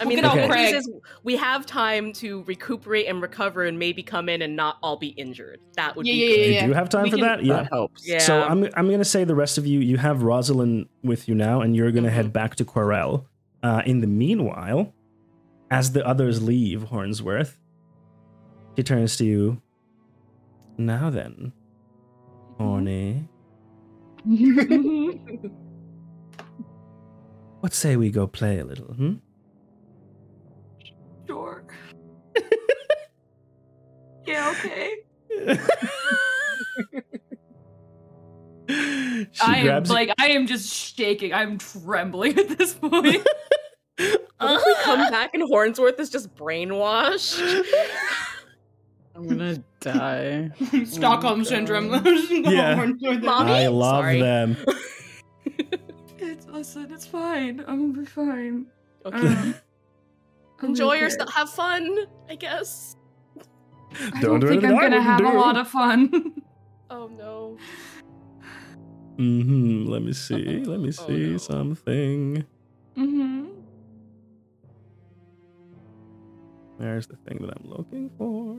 S6: I mean,
S1: at
S5: Look
S6: the
S1: all,
S6: good
S5: Craig.
S6: news is we have time to recuperate and recover, and maybe come in and not all be injured. That would
S5: Yeah,
S6: be
S5: yeah,
S6: good.
S5: yeah,
S1: you
S5: yeah.
S1: do have time
S5: We
S1: for
S5: can-
S1: that? Yeah.
S10: That helps.
S6: Yeah.
S1: So I'm I'm gonna say the rest of you you have Rosalind with you now, and you're gonna
S2: Mm-hmm.
S1: head back to Quarel. Uh, in the meanwhile, as the others leave Hornsworth, she turns to you. Now then,
S2: Mm-hmm.
S1: Horny, what say we go play a little? Hmm?
S2: Sure. yeah, okay.
S1: she
S2: I am
S1: grabs
S2: like I am just shaking. I'm trembling at this
S6: What
S2: point.
S6: if we come back and Hornsworth is just brainwashed?
S10: I'm gonna die.
S5: Stockholm
S10: God.
S5: syndrome.
S1: Yeah.
S5: Oh
S6: Mom-
S1: I
S6: Mommy?
S1: love
S6: Sorry.
S1: them.
S2: it's listen, it's fine. I'm gonna be fine.
S6: okay.
S2: I'm
S6: Enjoy
S2: okay.
S6: your stuff. Have fun, I guess.
S2: I
S1: Don't
S2: don't,
S1: do
S2: think
S1: anything
S2: I'm
S1: I
S2: gonna
S1: wouldn't
S2: have a
S1: do.
S2: lot of fun.
S6: Oh no.
S1: hmm Let me see. Let me
S6: Oh,
S1: see
S6: no. Mm-hmm.
S1: something.
S2: hmm
S1: There's the thing that I'm looking for.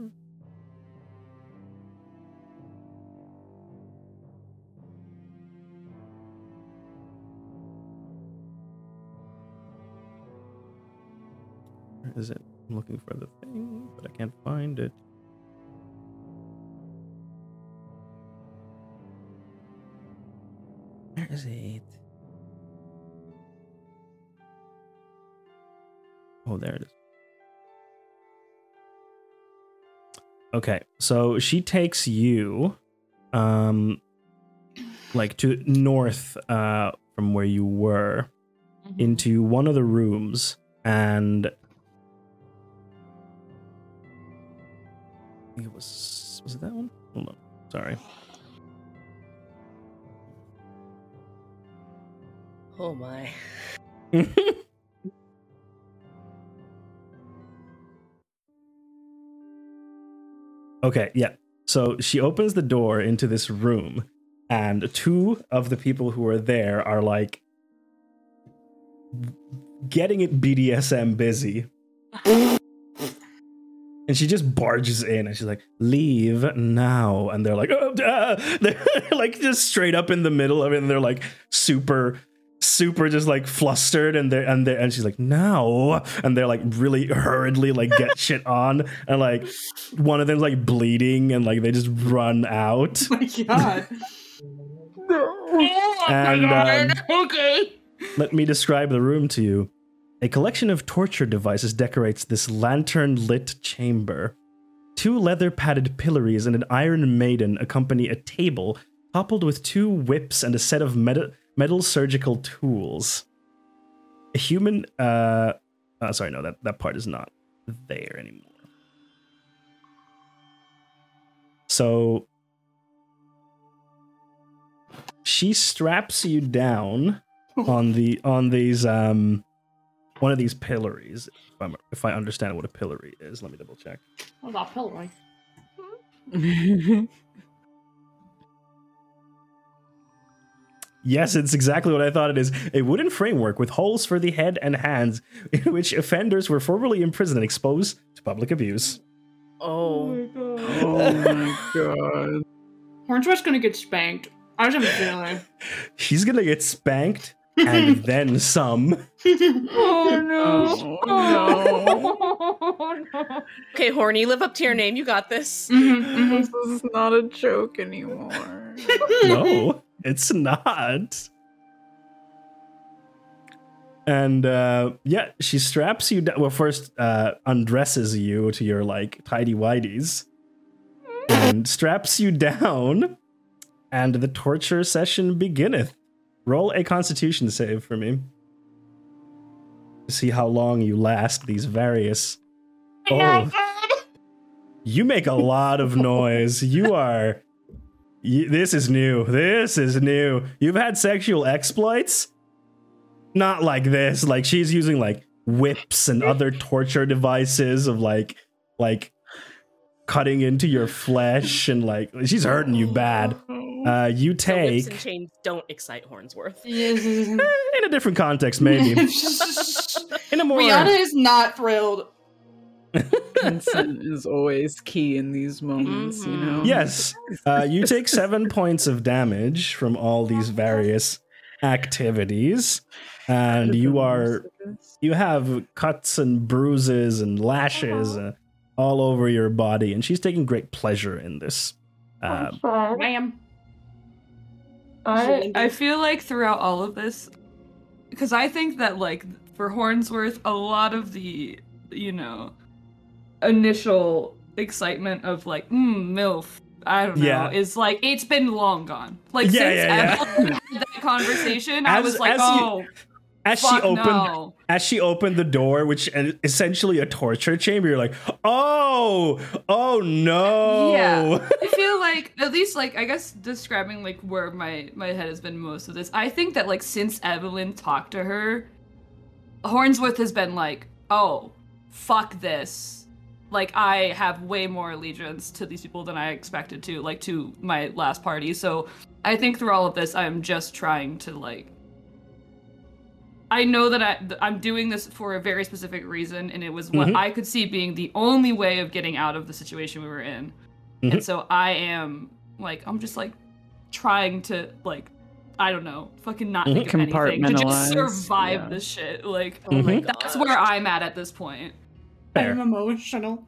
S1: Where is it? I'm looking for the thing, but I can't find it. Where is it? Oh, there it is. Okay, so she takes you, um, like to north uh, from where you were, into one of the rooms, and I think it was was it that one? Hold on, sorry.
S6: Oh my.
S1: Okay, yeah. So she opens the door into this room, and two of the people who are there are like getting it BDSM busy. And she just barges in and she's like, leave now. And they're like, oh, duh." they're like just straight up in the middle of it. And they're like super, super just like flustered. And they're, and they're, and she's like, no. And they're like really hurriedly like get shit on. And like one of them's like bleeding and like they just run out.
S5: Oh my god. Oh
S1: and um, let me describe the room to you. A collection of torture devices decorates this lantern lit chamber. Two leather padded pillories and an iron maiden accompany a table toppled with two whips and a set of meta- metal surgical tools. A human. Uh, uh, sorry, no, that, that part is not there anymore. So she straps you down on the on these um one of these pillories if, I'm, if i understand what a pillory is let me double check
S5: What's that pill like?
S1: Yes, it's exactly what I thought it is. A wooden framework with holes for the head and hands in which offenders were formerly imprisoned and exposed to public abuse.
S4: Oh.
S10: Oh my god.
S5: Hornsworth's gonna get spanked. I just have
S1: He's gonna get spanked and then some.
S5: a feeling.
S2: Oh no.
S10: Oh no.
S5: Oh
S6: Okay, Horny, live up to your name. You got this.
S5: Mhm, mhm.
S10: this is not a joke anymore.
S1: No, it's not. And uh, yeah, she straps you down. Well, first uh, undresses you to your like tidy whities and straps you down. And the torture session beginneth. Roll a constitution save for me. See how long you last these various. Oh. You make a lot of noise. You are. You, this is new. This is new. You've had sexual exploits? Not like this. Like she's using like whips and other torture devices of like like cutting into your flesh and like she's hurting you bad. Uh you
S6: Oh. The whips and
S1: take
S6: chains don't excite Hornsworth.
S5: Yes.
S1: eh, in a different context maybe. In a more
S5: Rihanna is not thrilled.
S10: Consent is always key in these moments, you know?
S6: Mhm.
S1: Yes. Uh, you take seven points of damage from all these various activities, and you are you have cuts and bruises and lashes
S2: Uh-huh.
S1: uh, all over your body, and she's taking great pleasure in this.
S2: Oh,
S1: Uh,
S5: Ma'am.
S2: I, I feel like throughout all of this, because I think that, like, for Hornsworth, a lot of the, you know, initial excitement of, like, mm, MILF, I don't know,
S1: Yeah.
S2: is like, it's been long gone.
S1: Yeah,
S2: Like, since
S1: yeah, yeah.
S2: Evelyn had that conversation, I
S1: As-
S2: was like,
S1: as you-
S2: oh,
S1: as she
S2: fuck
S1: opened
S2: no.
S1: as she opened the door, which is essentially a torture chamber, you're like, oh, oh no.
S2: Yeah. I feel like at least like I guess describing like where my my head has been most of this. I think that like since Evelyn talked to her, Hornsworth has been like, "Oh, fuck this." Like I have way more allegiance to these people than I expected to, like to my last party. So I think through all of this, I'm just trying to like. I know that I, th- I'm doing this for a very specific reason, and it was what
S10: Mm-hmm.
S1: Mhm.
S2: I could see being the only way of getting out of the situation we were in.
S1: Mhm.
S10: Mm-hmm.
S2: And so I am like, I'm just like trying to like, I don't know, fucking not
S1: Mhm.
S2: think of anything to just
S10: Mm-hmm. Compartmentalize,
S2: survive
S10: yeah.
S2: this shit. Like,
S6: Oh my
S1: Mhm.
S6: god.
S2: that's where I'm at at this point.
S1: Fair.
S5: I'm emotional.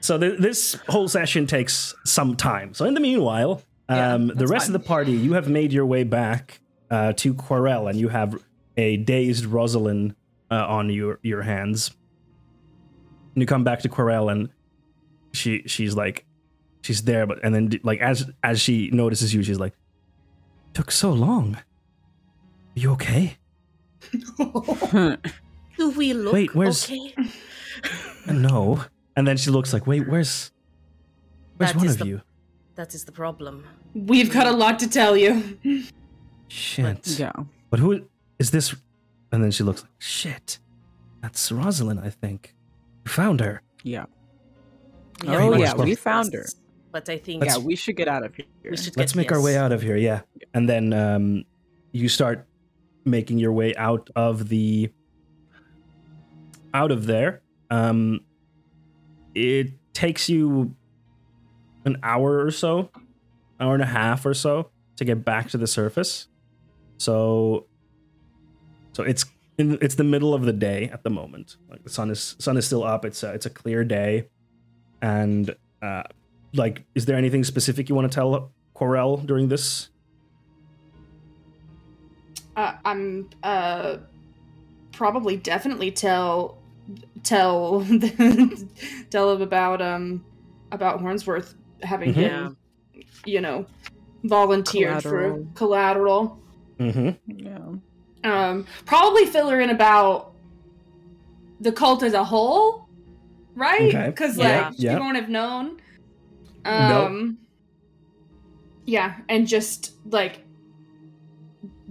S1: So th- this whole session takes some time. So in the meanwhile,
S2: Yeah,
S1: um, the
S2: that's
S1: rest
S2: fine.
S1: of the party, you have made your way back uh, to Quarel, and you have a dazed Rosalind uh, on your your hands. And you come back to Quarel, and she she's like, she's there, but and then like as as she notices you, she's like, took so long. You okay?
S4: Do we look
S1: Wait, where's-
S4: okay?
S1: No. And then she looks like, wait, where's where's
S4: That
S1: one
S4: is
S1: of
S4: the-
S1: you?
S4: That is the problem.
S5: We've got a lot to tell you.
S1: Shit.
S10: yeah.
S1: but who is this? And then she looks like, shit, that's Rosalind, I think. We found her.
S10: Yeah.
S4: We
S1: Oh,
S4: are
S1: yeah,
S4: much
S1: we
S4: of
S10: found
S4: this, But I think
S1: Let's-
S10: Yeah, we should get out of here.
S4: we should
S1: Let's
S4: get-
S1: make our way
S4: yes.
S1: out of here, yeah. And then um, you start making your way out of the out of there. Um, it takes you an hour or so, hour and a half or so to get back to the surface. So, so it's in, it's the middle of the day at the moment. Like the sun is sun is still up. It's a, it's a clear day, and uh, like, is there anything specific you want to tell Corel during this?
S5: Uh, I'm uh, probably definitely tell tell tell him about um about Hornsworth having
S1: Mhm.
S5: been you know volunteered
S10: Collateral.
S5: for collateral.
S1: Mm-hmm.
S10: Yeah.
S5: Um, probably fill her in about the cult as a whole, right?
S1: Okay.
S5: Because
S1: Yeah,
S5: like
S1: yeah.
S5: she won't have known.
S1: Nope.
S5: Um, yeah, and just like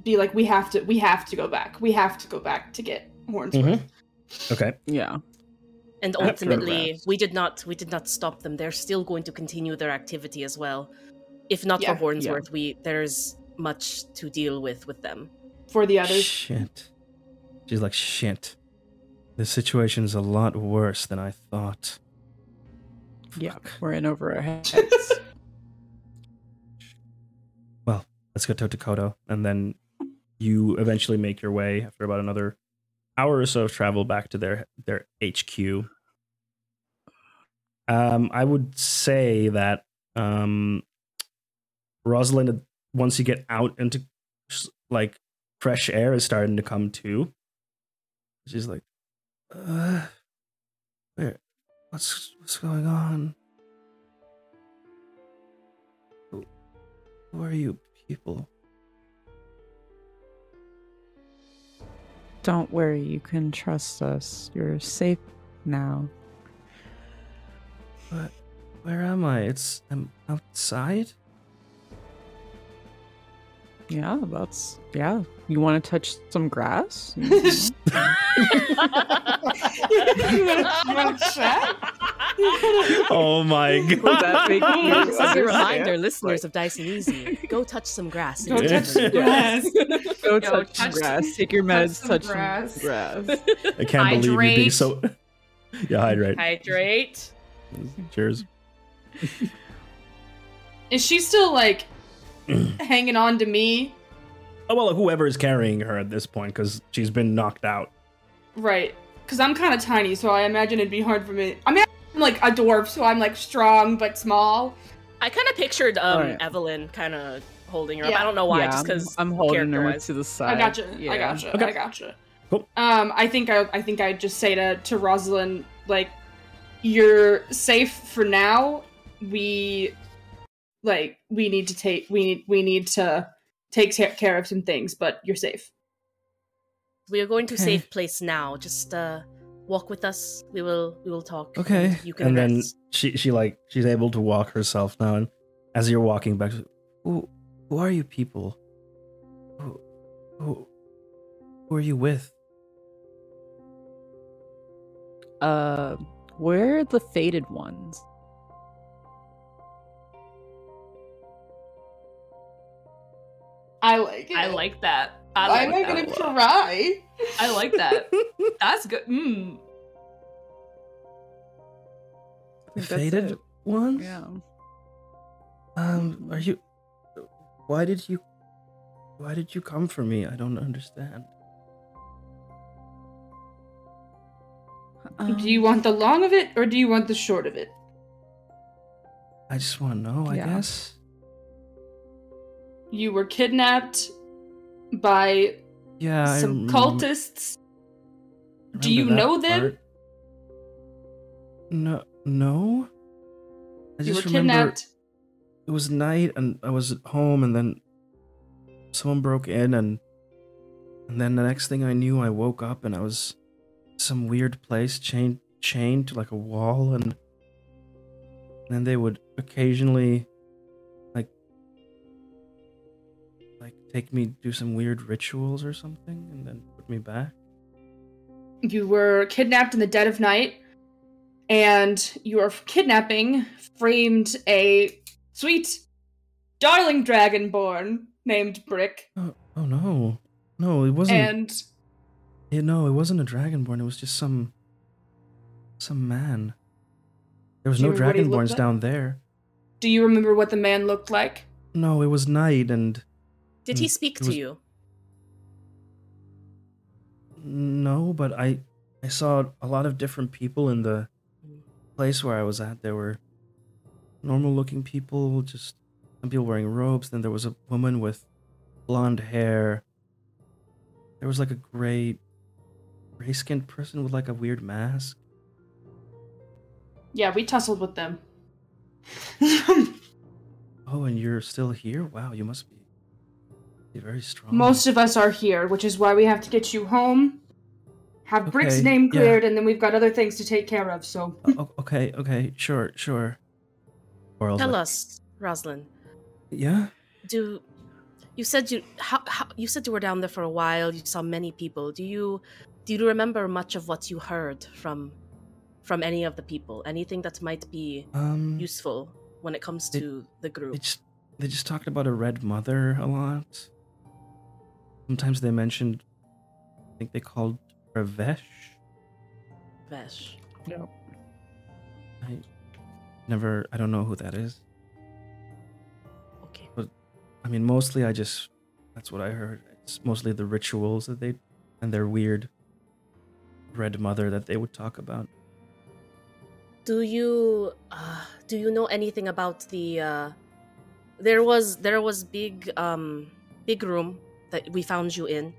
S5: be like, we have to, we have to go back. We have to go back to get Hornsworth.
S1: Mm-hmm. Okay.
S10: Yeah.
S6: And
S1: After
S6: ultimately,
S10: arrest.
S6: we did not we did not stop them. They're still going to continue their activity as well. If not
S5: Yeah.
S6: for Hornsworth, we there's much to deal with with them.
S5: for the others.
S1: Shit. She's like, shit. This situation's a lot worse than I thought.
S10: Yeah,
S1: Fuck.
S10: we're in over our heads.
S1: Let's go to Dakota. And then you eventually make your way after about another hour or so of travel back to their their HQ. Um, I would say that um, Rosalind, once you get out into like fresh air, is starting to come too. She's like, uh, where, what's what's going on? Who- Who are you people?
S10: Don't worry, you can trust us. You're safe now.
S1: But where am I? It's I'm outside.
S10: Yeah, that's yeah. You want to touch some grass? You-
S5: you want to check?
S1: Oh my
S10: Would that make you
S6: This is a
S10: understand?
S6: reminder, listeners of Dice and Easy, go touch some grass.
S5: Go touch
S1: Yeah.
S5: some grass.
S10: Go
S2: Yo,
S10: touch, some
S2: touch
S10: grass.
S2: some-
S10: Take your meds.
S2: some
S10: Touch, some
S2: grass.
S10: grass.
S1: I can't believe you being
S2: Hydrate.
S1: so. yeah, hydrate.
S6: Hydrate.
S1: Cheers.
S5: Is she still like hanging on to me?
S1: Oh well, whoever is carrying her at this point, because she's been knocked out.
S5: Right. Because I'm kind of tiny, so I imagine it'd be hard for me. I mean, I'm like a dwarf, so I'm like strong but small.
S6: I kind of pictured um,
S10: Alright.
S6: Evelyn kind of holding her up.
S5: Yeah.
S6: I don't know why,
S10: yeah,
S6: just because
S10: I'm, I'm holding her
S6: character-wise.
S10: to the side.
S5: I gotcha. I
S10: Yeah.
S5: gotcha.
S1: Okay.
S5: I gotcha.
S1: Cool.
S5: Um, I think I, I think I'd just say to to Rosalind like, you're safe for now. We, like, we need to take we need we need to take ta- care of some things, but you're safe.
S6: we are going to
S10: Okay.
S6: safe place now. Just uh, walk with us. We will. We will talk.
S1: Okay.
S6: and You can
S1: And then
S6: rest.
S1: she she like she's able to walk herself now, and as you're walking back, she's like, who who are you people? Who who, who are you with?
S10: Uh, we're the faded ones.
S5: I like it.
S2: I like that. I
S5: Why
S2: like
S5: am
S2: that.
S5: I gonna
S2: a lot.
S5: cry?
S2: I like that. That's good. Mm.
S10: I
S1: The
S10: think that's
S1: faded
S10: it.
S1: ones.
S10: Yeah.
S1: Um. Are you? Why did you? Why did you come for me? I don't understand.
S5: Do you want the long of it or do you want the short of it?
S1: I just want to know. I
S10: Yeah.
S1: guess.
S5: You were kidnapped by
S1: Yeah. I
S5: some
S1: rem-
S5: cultists. Do you
S1: remember that
S5: know them?
S1: part. No, no. I
S5: You were
S1: just remember
S5: kidnapped.
S1: it was night, and I was at home, and then someone broke in, and and then the next thing I knew, I woke up, and I was some weird place, chained chained to like a wall, and then they would occasionally, like, like take me do some weird rituals or something, and then put me back.
S5: you were kidnapped in the dead of night, and your kidnapping framed a sweet, darling dragonborn named Brick.
S1: Oh, oh no, no, it wasn't.
S5: And
S1: Yeah, no, it wasn't a dragonborn. It was just some, some man. There was
S5: Do you
S1: no
S5: remember what he looked
S1: dragonborns
S5: like?
S1: down there.
S5: do you remember what the man looked like?
S1: No, it was night, and
S6: Did he speak
S1: mm, it
S6: to
S1: was-
S6: you?
S1: no, but I, I saw a lot of different people in the place where I was at. There were normal-looking people, just some people wearing robes. Then there was a woman with blonde hair. There was like a gray, gray-skinned person with like a weird mask.
S5: Yeah, we tussled with them.
S1: Um, Oh, and you're still here? Wow, you must be you're very strong.
S5: Most of us are here, which is why we have to get you home. Have Brick's
S1: Okay,
S5: name
S1: yeah.
S5: cleared, and then we've got other things to take care of, so.
S1: O- o- okay, okay, sure, sure. Oral's
S6: Tell
S1: like,
S6: us, Rosalind.
S1: Yeah?
S6: Do you said you how, how you said you were down there for a while? You saw many people. Do you do you remember much of what you heard from from any of the people? Anything that might be
S10: Mm.
S1: Um
S6: useful when it comes
S1: It-
S6: to the group?
S1: it's they just talked about a red mother a lot. Sometimes they mentioned, I think they called her Vesh.
S6: Vesh.
S1: I never, I don't know who that is.
S6: Okay.
S1: I mean, mostly I just, that's what I heard. It's mostly the rituals that they, and their weird red mother that they would talk about.
S6: Do you uh, do you know anything about the? Uh, there was there was big um big room that we found you in,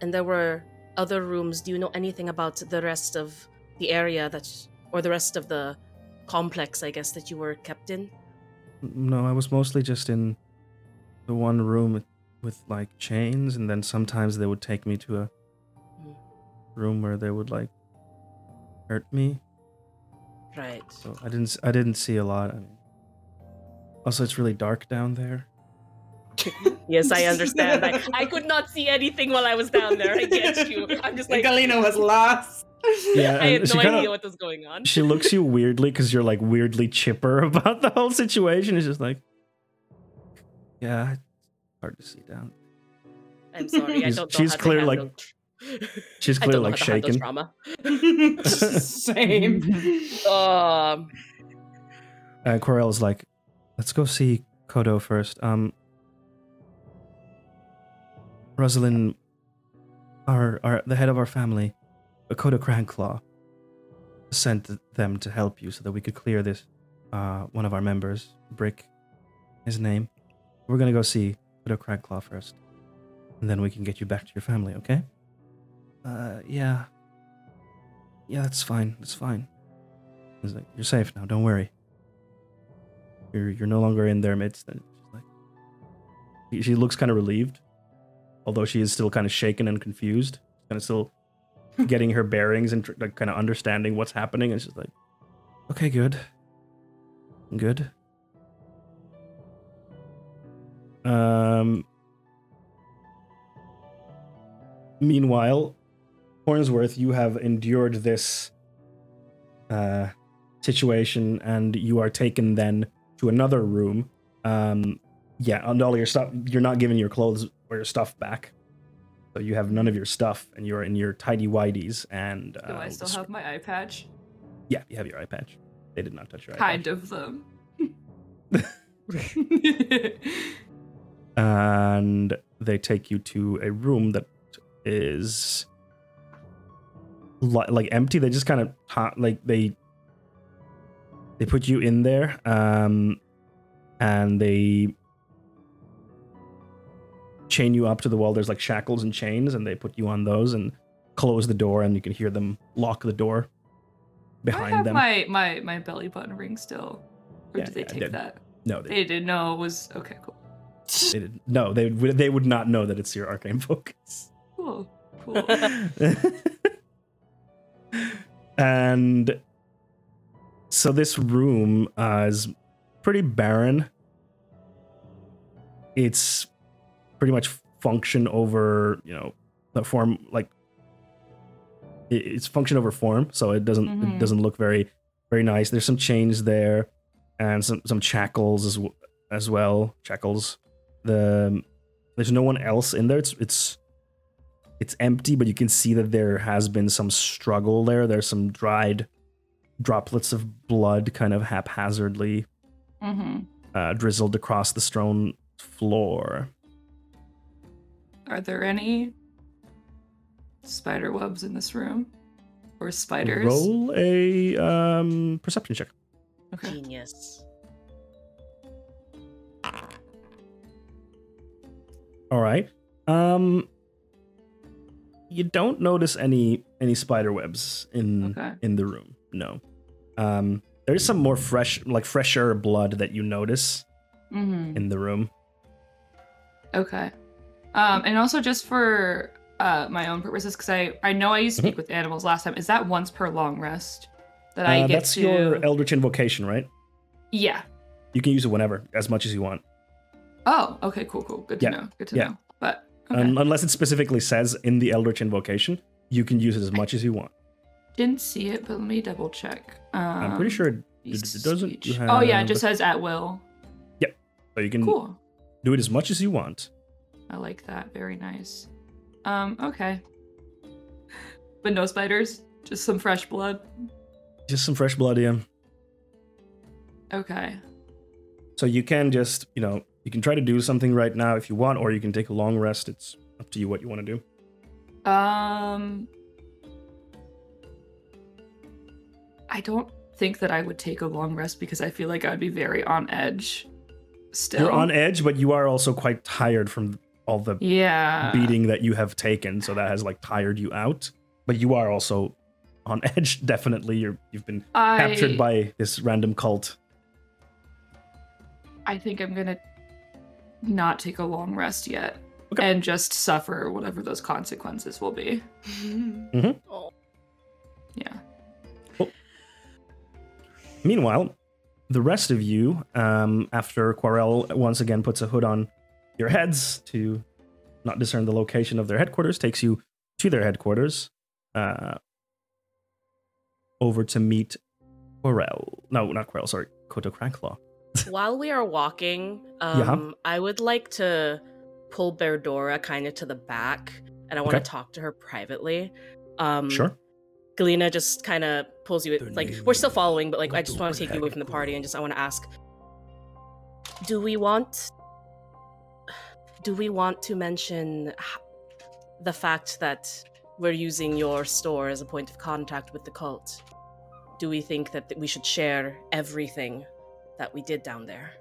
S6: and there were other rooms. Do you know anything about the rest of the area that, or the rest of the complex, I guess, that you were kept in?
S1: No, I was mostly just in the one room with, with like chains, and then sometimes they would take me to a
S6: Mm.
S1: room where they would like hurt me.
S6: Right.
S1: So I didn't s- I didn't see a lot. I mean, also, it's really dark down there.
S6: Yes, I understand. I, I could not see anything while I was down there. I get you. I'm just like
S5: Galena was lost.
S1: Yeah,
S6: I had
S1: and
S6: no
S1: she kinda-
S6: idea what was going on.
S1: She looks you weirdly because you're like weirdly chipper about the whole situation. It's just like, yeah, it's hard to see down.
S6: I'm sorry. I
S1: She's-
S6: don't know
S1: she's
S6: how to
S1: clear, like-
S6: handle-
S1: She's
S6: I don't
S1: clearly
S6: know
S1: like
S6: how to handle
S1: shaken.
S6: Trauma.
S5: Same.
S6: Um,
S1: Uh, Corell's like, let's go see Kodo first. Um, Rosalind, our, our the head of our family, Kodo Crankclaw, sent them to help you so that we could clear this. Uh, one of our members, Brick, his name. We're gonna go see Kodo Crankclaw first, and then we can get you back to your family. Okay? Uh, yeah. Yeah, that's fine. That's fine. He's like, you're safe now. Don't worry you're you're no longer in their midst. And she's like, she- she looks kind of relieved, although she is still kind of shaken and confused, kind of still getting her bearings and tr- like, kind of understanding what's happening. And she's like, "Okay, good, good." Um. Meanwhile, Hornsworth, you have endured this uh, situation, and you are taken then to another room. Um, yeah, and all your stuff. You're not given your clothes or your stuff back, so you have none of your stuff, and you're in your tidy whities. And uh,
S2: Do I still have my eye patch?
S1: Yeah, you have your eye patch. They did not touch your eye
S2: kind
S1: patch.
S2: of them.
S1: And they take you to a room that is li- like empty. They just kind of ta- like they they put you in there, um, and they chain you up to the wall. There's like shackles and chains, and they put you on those and close the door, and you can hear them lock the door
S2: Do I
S1: behind
S2: have
S1: them.
S2: my my my belly button ring still, or
S1: Yeah,
S2: did they
S1: yeah, I
S2: take
S1: did.
S2: that?
S1: no, they
S2: They didn't know it was okay. Cool.
S1: They did, no, they would they would not know that it's your arcane focus.
S2: Cool. Cool.
S1: and so this room uh, is pretty barren. It's pretty much function over you know the form like i- it's function over form, so it doesn't it
S2: Mhm.
S1: doesn't look very very nice. There's some chains there and some some shackles as w- as well shackles. The there's no one else in there. It's it's it's empty, but you can see that there has been some struggle there. There's some dried droplets of blood kind of haphazardly
S2: hmm
S1: uh, drizzled across the stone floor.
S2: Are there any spider webs in this room, or spiders?
S1: Roll a um, perception check.
S2: Okay.
S6: Genius.
S1: All right. Um, you don't notice any any spider webs in
S2: Okay.
S1: in the room. No. Um, there is some more fresh, like fresher blood that you notice
S2: hmm
S1: in the room.
S2: Okay. Um, and also just for uh, my own purposes, because I I know I used to
S1: Mm-hmm.
S2: speak with animals last time. Is that once per long rest that I
S1: Uh,
S2: get
S1: that's
S2: to?
S1: your Eldritch Invocation, right?
S2: yeah.
S1: You can use it whenever, as much as you want.
S2: Oh. Okay. Cool. Cool. Good to
S1: Yeah.
S2: know. Good to
S1: Yeah.
S2: know. But okay.
S1: Um, unless it specifically says in the Eldritch Invocation, you can use it as much as you want.
S2: didn't see it, but let me double check. Um,
S1: I'm pretty sure it, it,
S2: beast
S1: doesn't.
S2: speech. Oh yeah, it
S1: have-
S2: just says at will.
S1: Yep. So you can
S2: Cool.
S1: do it as much as you want.
S2: I like that. Very nice. Um, okay. But no spiders, just some fresh blood.
S1: Just some fresh blood in.
S2: Okay.
S1: So you can just, you know, you can try to do something right now if you want, or you can take a long rest. It's up to you what you want to do.
S2: Um I don't think that I would take a long rest because I feel like I'd be very on edge still.
S1: You're on edge, but you are also quite tired from all the
S2: Yeah.
S1: beating that you have taken, so that has like tired you out. But you are also on edge, definitely. You're you've been
S2: I,
S1: captured by this random cult.
S2: I think I'm gonna not take a long rest yet
S1: Okay.
S2: and just suffer whatever those consequences will be. Yeah.
S1: Meanwhile, the rest of you, um, after Quarel once again puts a hood on your heads to not discern the location of their headquarters, takes you to their headquarters, uh, over to meet Quarel. No, not Quarel. Sorry, Koto Cranklaw.
S6: While we are walking, um, I would like to pull Berdora kind of to the back, and I want to
S1: Okay.
S6: talk to her privately.
S10: Hmm.
S6: Um,
S1: Sure.
S6: Galena just kind of pulls you.
S1: Her
S6: Like
S1: name
S6: we're still following,
S1: is
S6: but like I just
S1: Madora
S6: want to take you away from the party, and just I want to ask: Do we want? Do we want to mention h- the fact that we're using your store as a point of contact with the cult? Do we think that we should share everything that we did down there?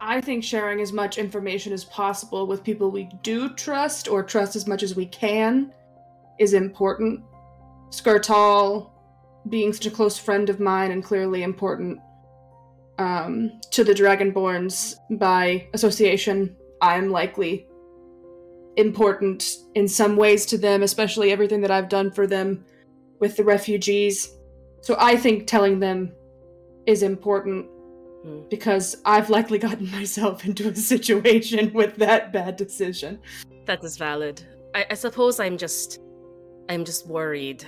S5: I think sharing as much information as possible with people we do trust or trust as much as we can is important. Skirtal being such a close friend of mine and clearly important um, to the Dragonborns by association, I'm likely important in some ways to them, especially everything that I've done for them with the refugees. So I think telling them is important
S6: Hmm.
S5: because I've likely gotten myself into a situation with that bad decision.
S6: That is valid. I, I suppose I'm just I'm just worried.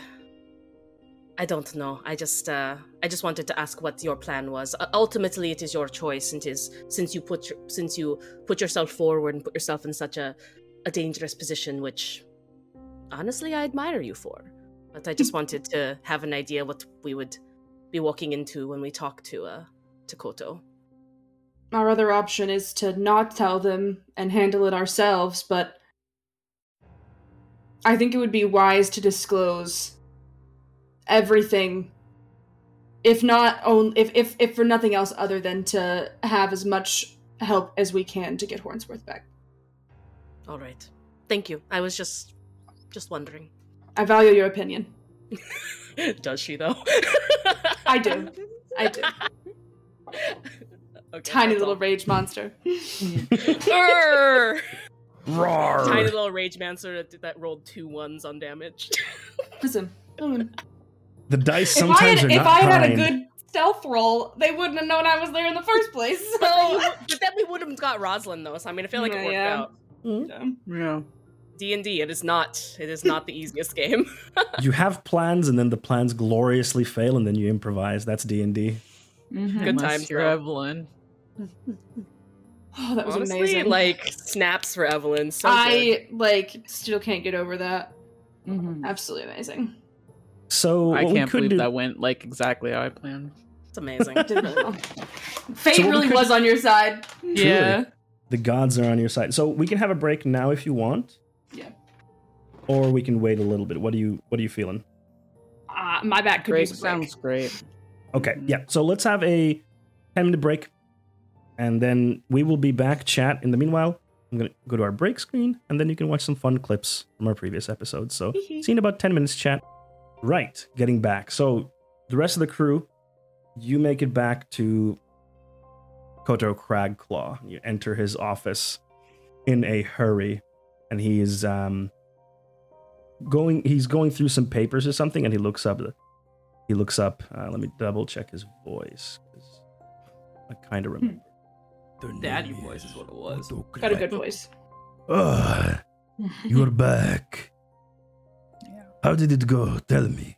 S6: I don't know. I just uh I just wanted to ask what your plan was. Uh, ultimately it is your choice and it is since you put your, since you put yourself forward and put yourself in such a a dangerous position which honestly I admire you for. But I just wanted to have an idea what we would be walking into when we talk to uh to Koto.
S5: Our other option is to not tell them and handle it ourselves, but I think it would be wise to disclose everything. If not only if, if if for nothing else other than to have as much help as we can to get Hornsworth back.
S6: All right. Thank you. I was just just wondering.
S5: I value your opinion.
S6: Does she though?
S5: I do. I do.
S6: Okay,
S5: Tiny
S6: that's
S5: little
S6: all.
S5: rage monster.
S6: Err!
S1: Roar.
S6: Tiny little rage monster that, that rolled two ones on damage.
S5: Listen. mm.
S1: The dice
S5: If I
S1: sometimes
S5: had,
S1: are
S5: if
S1: not
S5: I had had a
S1: kind.
S5: good stealth roll, they wouldn't have known I was there in the first place. So
S6: So,
S5: oh,
S6: but then we would have got Roslyn though, so I mean, I feel like it
S5: Yeah,
S6: worked
S5: yeah.
S6: out.
S10: Yeah.
S6: D and D, it is not, it is not the easiest game.
S1: you have plans, and then the plans gloriously fail, and then you improvise. That's D and D.
S5: Mm-hmm.
S2: Mhm.
S6: Good
S10: Unless
S6: times,
S10: You're
S6: bro.
S10: Evelyn.
S5: oh, that was
S6: Honestly,
S5: amazing.
S6: like snaps for Evelyn. So good.
S5: I like still can't get over that.
S1: Mm-hmm.
S2: Mhm.
S5: Absolutely amazing.
S1: So
S10: I
S1: what we
S10: can't
S1: could
S10: believe
S1: do,
S10: that went like exactly how I planned.
S6: it's amazing.
S5: Did really well. Fate
S1: So what we
S5: really
S1: could-
S5: was on your side.
S10: Yeah.
S1: the gods are on your side. So we can have a break now if you want.
S5: Yeah.
S1: Or we can wait a little bit. What do you What are you feeling?
S5: Uh, my back could
S10: Great.
S5: use a break.
S10: Sounds great.
S1: Okay,
S10: Mhm.
S1: yeah. So let's have a 10 minute break. And then we will be back, chat. In the meanwhile, I'm going to go to our break screen and then you can watch some fun clips from our previous episodes. So, see you in about 10 minutes, chat. Right, getting back. So, the rest of the crew, you make it back to Koto Cragclaw. You enter his office in a hurry and he is um, going he's going through some papers or something and he looks up he looks up. Uh, let me double check his voice. 'cause I kind of remember.
S2: Daddy voice is what it was.
S5: Hmm. Got a good voice.
S11: Ah, you're back. How did it go? Tell me.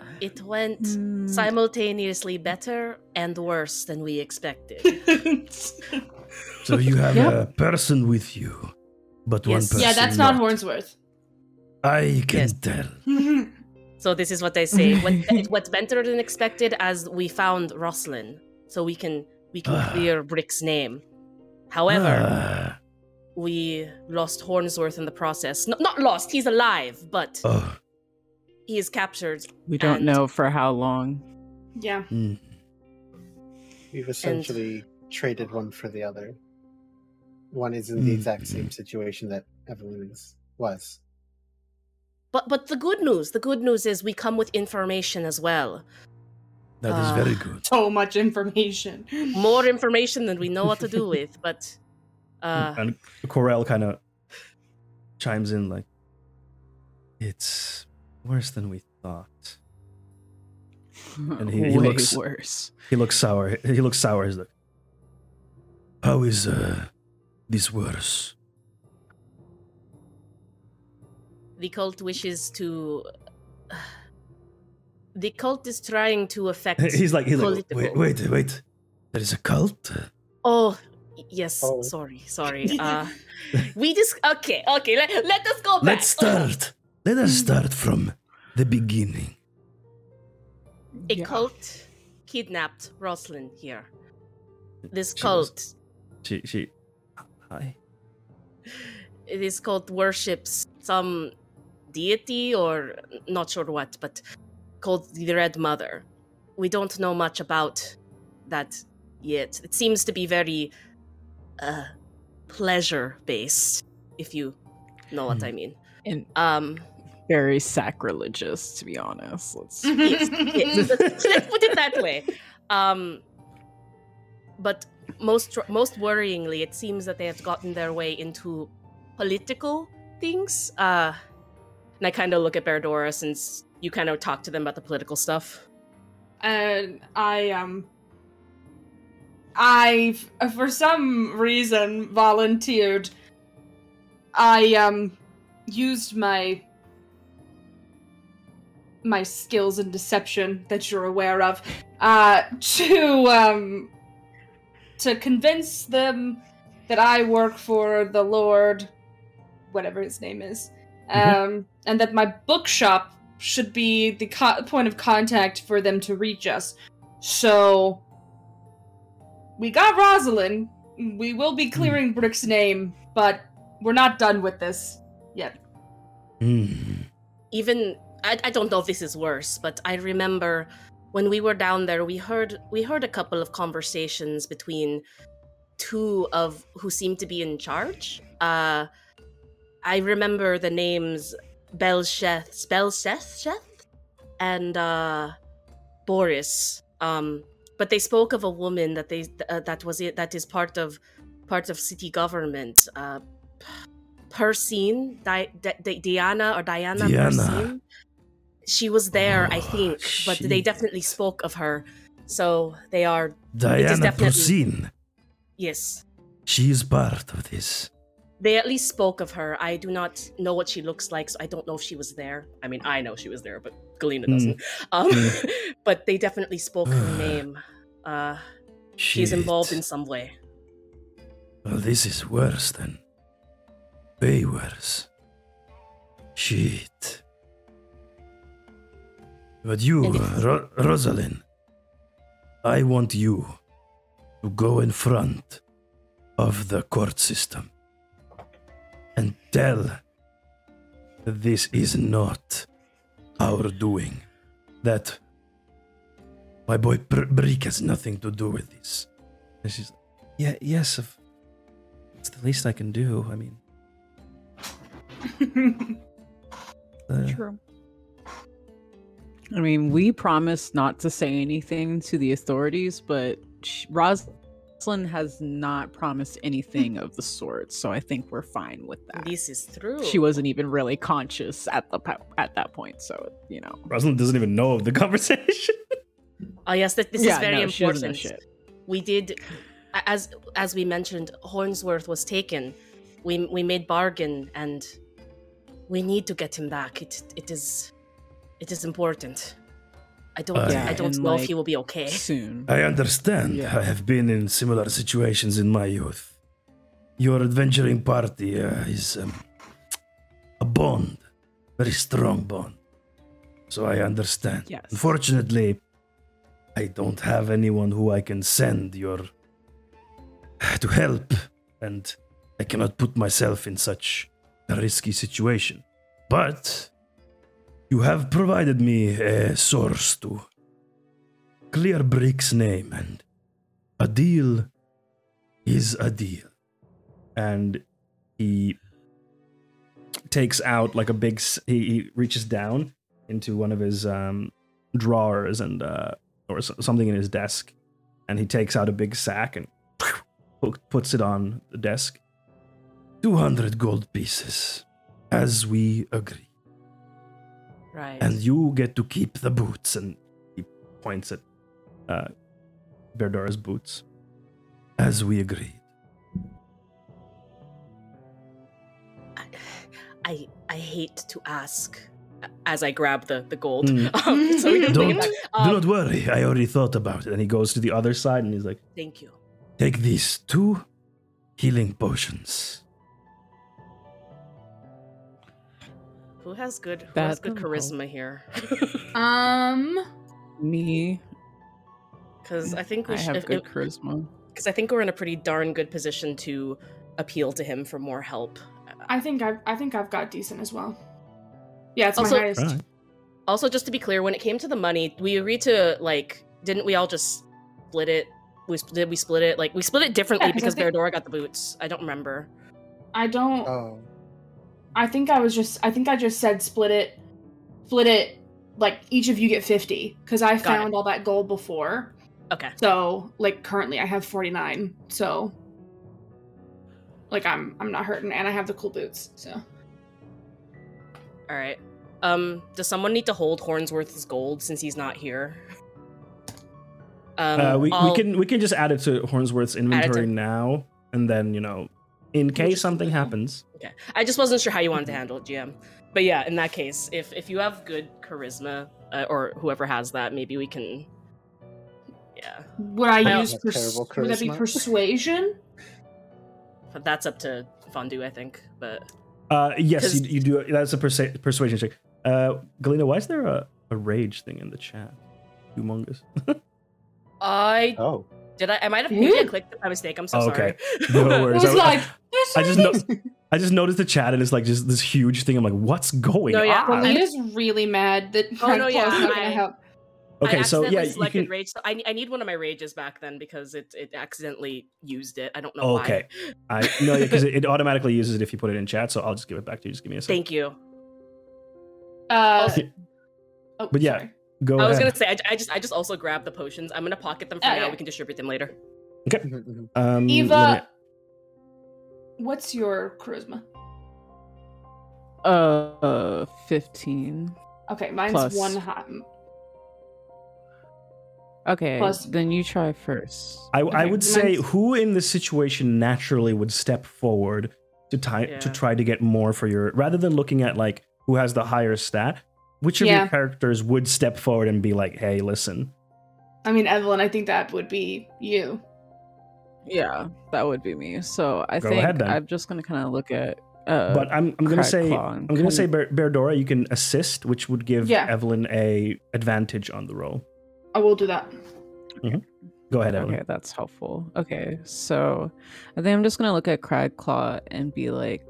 S6: I It went
S5: Hmm.
S10: Mm.
S6: simultaneously better and worse than we expected.
S11: So you have
S3: Yep.
S11: a person with you, but one
S6: Yes.
S11: person.
S5: yeah, that's not Hornsworth.
S11: I can
S6: Yes.
S11: tell.
S6: so this is what I say. What it went better than expected as we found Roslyn. So we can we can
S11: Ah.
S6: clear Brick's name. However,
S11: Ah,
S6: we lost Hornsworth in the process. No, not lost, he's alive, but
S11: oh,
S6: he is captured.
S10: We don't
S6: And-
S10: know for how long.
S5: yeah.
S11: mm.
S8: We've essentially traded one for the other. One is in the
S11: Mm.
S8: exact same situation that Evelyn is, was.
S6: But but the good news, the good news is we come with information as well.
S11: that is
S6: Ah.
S11: very good.
S5: So much information.
S6: More information than we know what to do with, but uh
S1: and Corel kind of chimes in like, "It's worse than we thought." And he- he
S10: Way
S1: looks-
S10: worse.
S1: He looks sour. He looks sour. He's like,
S11: How is uh, this worse?
S6: the cult wishes to the cult is trying to affect
S1: he's like, he's like,
S6: political.
S11: Wait, wait, wait. There is a cult.
S6: Oh y- yes,
S8: Oh.
S6: sorry, sorry. Uh we just okay, okay, let, let us go back.
S11: Let's start. Let us
S6: Hmm.
S11: start from the beginning.
S6: a
S10: Yeah.
S6: cult kidnapped Roslyn here. This
S1: She was-
S6: cult,
S1: she, she, hi.
S6: this cult worships some deity or not sure what, but called the Red Mother. We don't know much about that yet. It seems to be very uh, pleasure based, if you know what I mean.
S10: And
S6: Um,
S10: very sacrilegious, to be honest. Let's
S6: Mm. Yes, let's let's put it that way. Um, but most tr- most worryingly, it seems that they have gotten their way into political things. Uh, and I kind of look at Berdora since you kind of talk to them about the political stuff.
S5: and I um I f- for some reason volunteered. I um used my my skills in deception that you're aware of uh to um to convince them that I work for the Lord whatever his name is um and that my bookshop should be the co- point of contact for them to reach us. So we got Rosalind. We will be clearing Brick's name, but we're not done with this yet.
S11: Hmm.
S6: Even I, I don't know if this is worse, but I remember when we were down there, we heard we heard a couple of conversations between two of who seemed to be in charge. Uh, I remember the names Belsheth, Belsheth, Sheth, and uh, Boris. Um, but they spoke of a woman that they uh, that was it that is part of part of city government. Uh, Persine, Di- Di- Di- Diana or Diana,
S11: Diana.
S6: Persine. She was there, I
S11: Oh,
S6: think, but they
S11: shit.
S6: definitely spoke of her. So they are
S11: Diana
S6: definitely-
S11: Persin.
S6: yes,
S11: She is part of this.
S6: They at least spoke of her. I do not know what she looks like, so I don't know if she was there. I mean, I know she was there, but Galena
S1: Hmm.
S6: doesn't. Um,
S11: Hmm.
S6: but they definitely spoke her name. Uh, she's involved in
S11: Shit.
S6: some way.
S11: Well, this is worse than. Way worse. Shit. But you,
S6: And if-
S11: Ro- Rosalind, I want you to go in front of the court system and tell that this is not our doing. That my boy Br- Brick has nothing to do with this.
S1: And she's like, yeah, yes. If it's the least I can do. I mean, uh,
S10: True. I mean, we promised not to say anything to the authorities, but sh- Rosalind has not promised anything of the sort, so I think we're fine with that.
S6: This is true.
S10: She wasn't even really conscious at the po- at that point, so you know.
S1: Rosalind doesn't even know of the conversation.
S6: Oh yes, that this is
S10: Yeah,
S6: very
S10: no, she doesn't know
S6: important.
S10: shit.
S6: we did a- as as we mentioned hornsworth was taken we we made bargain and we need to get him back it it is it is important I don't.
S11: Uh,
S6: I
S11: Yeah,
S6: don't
S10: and,
S6: know if he
S10: like,
S6: will be okay.
S1: Uh,
S10: soon.
S11: I understand.
S10: Yeah.
S11: I have been in similar situations in my youth. Your adventuring party uh, is um, a bond, very strong bond. So I understand.
S10: Yes.
S11: Unfortunately, I don't have anyone who I can send your to help, and I cannot put myself in such a risky situation. But you have provided me a source to clear Brick's name, and a deal is a deal.
S1: and he takes out like a big s- he, he reaches down into one of his um drawers and uh or s- something in his desk and he takes out a big sack and pu- puts it on the desk
S11: 200 gold pieces, as we agree.
S6: Right.
S11: And you get to keep the boots.
S1: boots and he points at uh Verdora's boots
S11: as we agreed.
S6: I I hate to ask. As I grab the the gold,
S1: Mm.
S6: um, so we can bring it
S11: Don't-
S6: back.
S11: Do
S5: Uh,
S6: Um,
S11: not worry, I already thought about it.
S1: and he goes to the other side and he's like
S6: Thank you.
S11: Take these two healing potions.
S6: Who has good? Who
S10: That
S6: has good
S10: will
S6: charisma here?
S5: Um,
S10: Me,
S6: Because I think we
S10: I
S6: should.
S10: have
S6: if-
S10: good
S6: if-
S10: charisma.
S6: because I think we're in a pretty darn good position to appeal to him for more help.
S5: I think I've I think I've got decent as well. Yeah, it's
S6: Also-
S5: my highest.
S1: Right.
S6: Also, just to be clear, when it came to the money, we agreed to like, didn't we all just split it? We sp- did we split it like we split it differently
S5: Yeah, 'cause I
S6: because
S5: think-
S6: Veradora got the boots. I don't remember.
S5: I don't.
S8: Oh,
S5: I think I was just. I think I just said split it, split it. Like each of you get fifty because I
S6: it.
S5: found all that gold before.
S6: Okay,
S5: So like currently I have forty nine. So like I'm I'm not hurting and I have the cool boots. So
S6: all right. Um, does someone need to hold Hornsworth's gold since he's not here? Um,
S1: uh, we, we
S6: I'll-
S1: can we can just add it to Hornsworth's inventory now and then you know in case
S6: just-
S1: something happens
S6: Okay, I just wasn't sure how you wanted to handle it, GM. But yeah, in that case, if if you have good charisma uh, or whoever has that, maybe we can. Yeah,
S5: would I,
S6: I
S5: use
S8: have
S5: pers-
S8: terrible
S5: would that be
S8: charisma.
S5: persuasion?
S6: but that's up to Fondue, I think. But
S1: Uh, yes, you,
S6: 'Cause-
S1: you do. That's a persa- persuasion check. Uh, Galena, why is there a, a rage thing in the chat? Humongous.
S6: I
S8: oh,
S6: did I I might have
S5: Hmm?
S6: maybe I clicked by mistake. I'm so
S1: Oh, Okay.
S6: sorry.
S1: No worries.
S5: It was
S1: I- I-
S5: like
S1: I just no- I just noticed the chat and it's like just this huge thing. I'm like, what's going
S6: No, yeah,
S1: on?
S6: I-
S5: Galina's really mad that
S6: Oh,
S5: her
S6: no,
S5: claw's
S6: yeah,
S5: not gonna
S6: I-
S5: help.
S1: Okay,
S6: I
S1: so
S6: accidentally
S1: yeah, you
S6: selected
S1: can-
S6: rage. So I, ne- I need one of my rages back then because it it accidentally used it. I don't know
S1: Okay,
S6: why.
S1: I no, because it, it automatically uses it if you put it in chat. So I'll just give it back to you. Just give me a second.
S6: Thank you.
S5: Uh,
S1: Also-
S5: oh,
S1: But yeah,
S5: sorry.
S1: Go
S6: I was
S1: ahead.
S6: gonna say I, I just I just also grabbed the potions. I'm gonna pocket them for
S5: Oh,
S6: now.
S5: yeah.
S6: We can distribute them later.
S8: Mhm, mhm.
S1: um, let
S5: Eva, what's your charisma?
S10: Uh, fifteen.
S5: Okay, mine's
S10: Plus.
S5: one high.
S10: Okay,
S5: Plus-
S10: then you try first.
S1: me- I, I
S5: okay,
S1: would say
S5: mine's-
S1: who in this situation naturally would step forward to tie, to
S6: Yeah.
S1: try to get more for your rather than looking at like who has the higher stat. Which of
S5: Yeah.
S1: your characters would step forward and be like, "Hey, listen,
S5: I mean, Evelyn, I think that would be you.
S10: Yeah, that would be me. So I
S1: Go
S10: think
S1: ahead, then.
S10: I'm just gonna kind of look at. Uh,
S1: but I'm I'm gonna
S10: Crack
S1: say
S10: Claw
S1: I'm
S10: and
S1: gonna
S10: cut
S1: say
S10: it.
S1: Ber- Berdora, you can assist, which would give
S5: Yeah.
S1: Evelyn a advantage on the roll.
S5: I will do that.
S1: Go ahead, Evelyn.
S10: okay, that's helpful. Okay, so I think I'm just gonna look at Cragclaw and be like,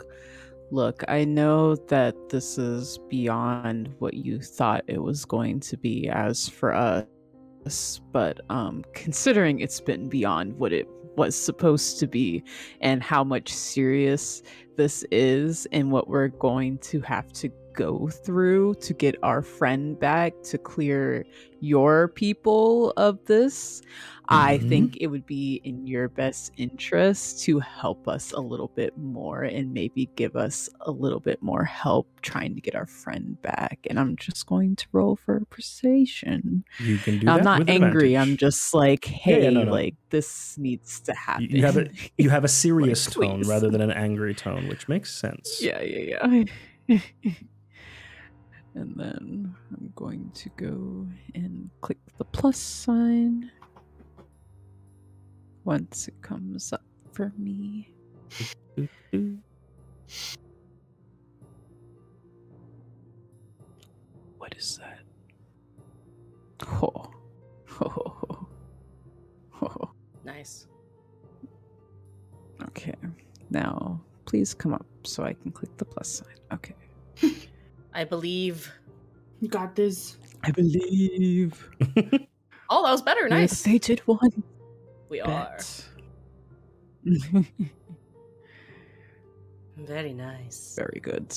S10: "Look, I know that this is beyond what you thought it was going to be as for us, but um, considering it's been beyond what it was supposed to be, and how much serious this is, and what we're going to have to." Go through to get our friend back to clear your people of this. I
S1: Mhm.
S10: think it would be in your best interest to help us a little bit more and maybe give us a little bit more help trying to get our friend back. And I'm just going to roll for persuasion.
S1: You can do that.
S10: I'm not
S1: with
S10: angry. I'm
S1: advantage.
S10: just like,
S1: Yeah,
S10: hey,
S1: yeah, no, no.
S10: like this needs to happen.
S1: you have a- You have a serious tone
S10: please.
S1: rather than an angry tone, which makes sense.
S10: yeah, yeah, yeah. And then I'm going to go and click the plus sign once it comes up for me. What is that? Ho. Ho ho ho. Ho ho.
S6: Nice.
S10: Okay. Now, please come up so I can click the plus sign. Okay.
S6: I believe.
S5: You got this.
S10: I believe.
S6: Oh, that was better.
S10: We're
S6: Nice.
S10: fated one.
S6: We are.
S10: Bet.
S6: Very nice.
S10: Very good.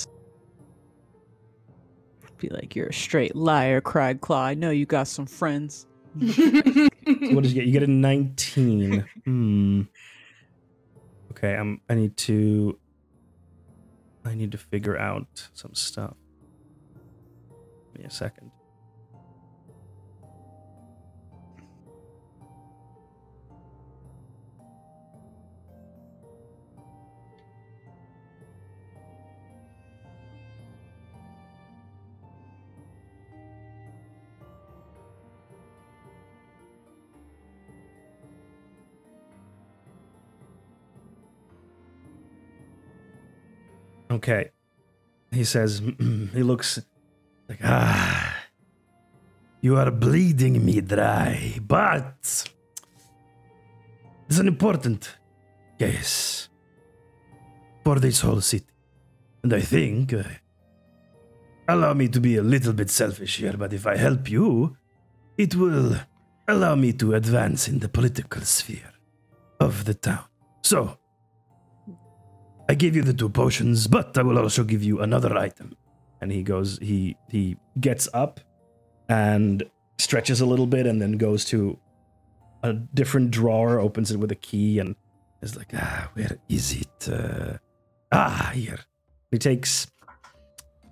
S10: Be like, you're a straight liar, cried Claw. I know you got some friends.
S12: So what did you get? You get a 19. hmm. Okay, I'm I need to I need to figure out some stuff. Give me a second. Okay. He says he looks
S1: Like, ah, you are bleeding me dry, but it's an important case for this whole city. And I think, uh, allow me to be a little bit selfish here, but if I help you, it will allow me to advance in the political sphere of the town. So, I gave you the two potions, but I will also give you another item.
S12: and he goes he he gets up and stretches a little bit and then goes to a different drawer, opens it with a key and
S1: It's like, ah, where is it? Uh, ah, here.
S12: He takes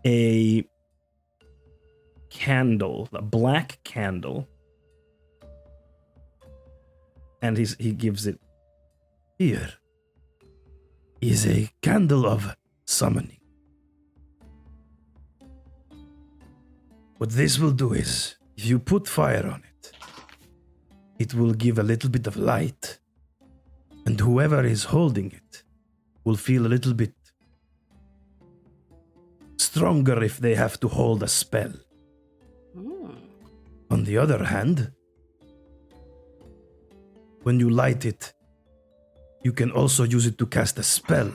S12: a candle, a black candle, and he's, he gives it.
S1: Here is a candle of summoning. What this will do is, if you put fire on it, it will give a little bit of light, and whoever is holding it will feel a little bit stronger if they have to hold a spell.
S6: Hmm.
S1: On the other hand, when you light it, you can also use it to cast a spell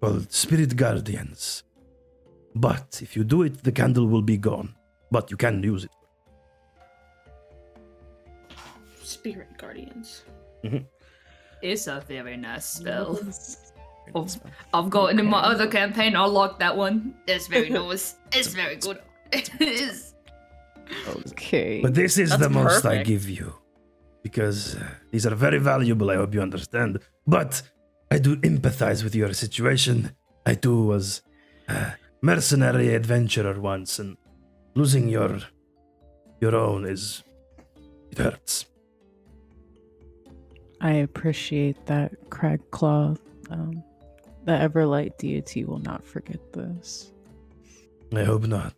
S1: called Spirit Guardians. But if you do it, the candle will be gone. But you can use it.
S5: Spirit guardians.
S2: It's a very nice spell. I've, I've got it in my other campaign. I like that one. It's very nice. It's very good. It is.
S10: Okay.
S1: But this is
S6: That's
S1: the most I
S6: perfect.
S1: give you. Because uh, these are very valuable, I hope you understand. But I do empathize with your situation. I too was a mercenary adventurer once, and losing your your own is it hurts.
S10: I appreciate that, Crag Claw. Um, the Everlight deity will not forget this.
S1: I hope not.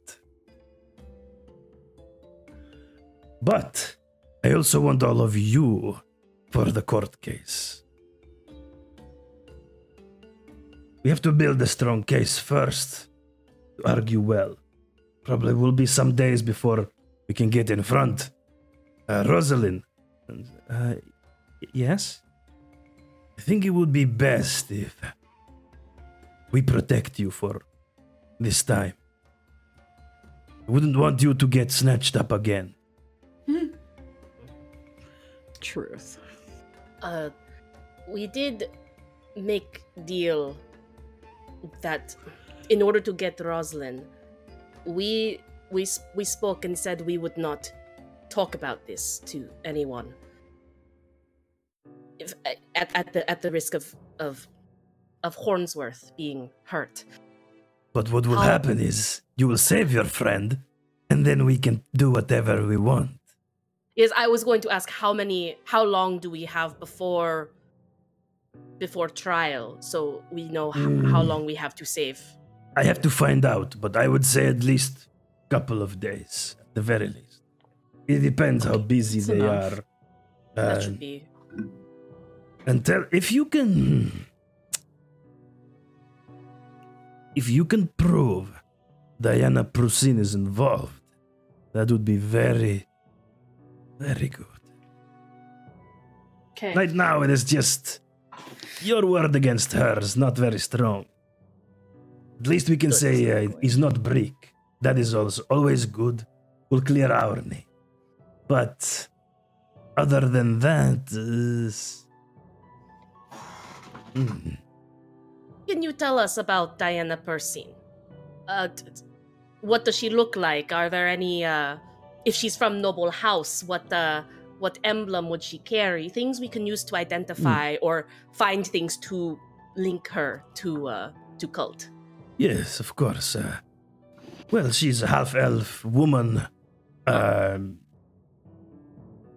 S1: But I also want all of you for the court case. We have to build a strong case first to argue well. Probably will be some days before we can get in front. Uh, Rosalind,
S12: Uh, y- yes?
S1: I think it would be best if we protect you for this time. I wouldn't want you to get snatched up again.
S10: Truth.
S6: Uh, we did make deal that in order to get Roslyn, we we s- we spoke and said we would not talk about this to anyone. If, at, at the at the risk of of of Hornsworth being hurt.
S1: But what will
S6: How-
S1: happen is you will save your friend, and then we can do whatever we want.
S6: Yes, I was going to ask how many how long do we have before before trial so we know how, how long we have to save.
S1: I have to find out, but I would say at least couple of days, at the very least. It depends how busy
S13: that's
S1: they
S13: enough.
S1: are.
S6: That
S1: Uh,
S6: should be.
S1: and tell if you can if you can prove diana prusin is involved that would be very very good
S5: Okay.
S1: right now it is just your word against hers not very strong at least we can say uh, it's not brick that is also always good will clear our name but other than that uh, Hmm.
S6: Can you tell us about Diana Persin? Uh, t- t- what does she look like? Are there any? Uh, if she's from noble house, what uh, what emblem would she carry? Things we can use to identify or find things to link her to uh, to cult.
S1: Yes, of course. Uh, well, she's a half elf woman. Um,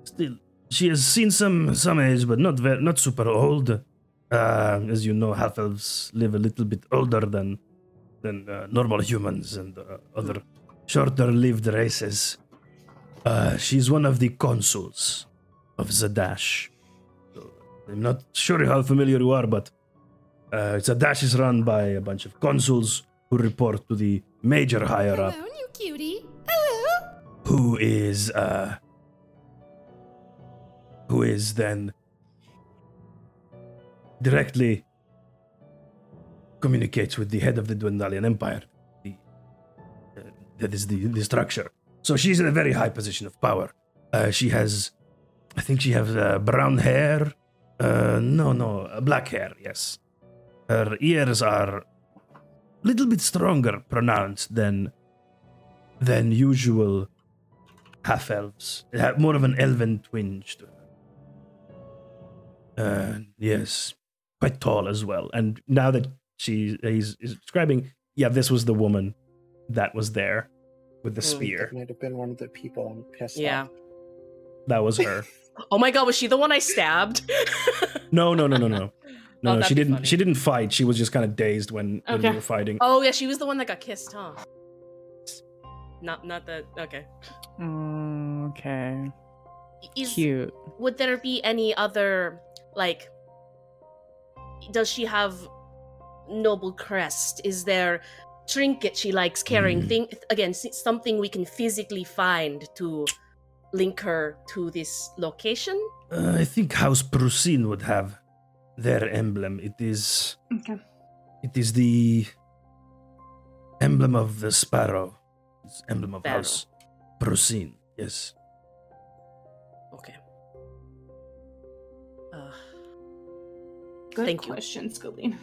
S1: still, she has seen some some age, but not very, not super old. Uh, as you know, half elves live a little bit older than than uh, normal humans and uh, other shorter lived races. Uh, she's one of the consuls of Zadash. So, I'm not sure how familiar you are, but uh, it's a dash is run by a bunch of consuls who report to the major higher up,
S14: Hello, new cutie. Hello.
S1: who is uh, who is then directly communicates with the head of the Dwendalian Empire. The, uh, that is the, the structure. So she's in a very high position of power. Uh, she has, I think she has uh, brown hair. Uh, no, no, uh, black hair. Yes, her ears are little bit stronger pronounced than than usual half elves. They have more of an elven twinge to them. Uh, yes, quite tall as well. And now that she he's, he's describing, yeah, this was the woman that was there with the spear.
S8: That might have been one of the people I'm pissed
S6: Yeah.
S8: off.
S15: That was her.
S6: Oh my god, was she the one I stabbed? Oh,
S15: No, no, no, no, no. No, no,
S6: that'd
S15: she
S6: be
S15: didn't.
S6: funny.
S15: She didn't fight. She was just kind of dazed when, when we
S5: Okay.
S15: were fighting.
S6: oh yeah, she was the one that got kissed, huh? Not not that. Okay.
S10: Mm, okay.
S6: Is
S10: Cute.
S6: would there be any other like does she have noble crest is there trinket she likes carrying
S1: Mm.
S6: thing again s- something we can physically find to link her to this location
S1: Uh, I think House Prusin would have their emblem. It is
S5: okay.
S1: It is the emblem of the sparrow. It's emblem of
S6: Sparrow.
S1: house. Prosin. Yes.
S6: okay uh,
S5: Good
S6: Thank you.
S5: question, Scalene.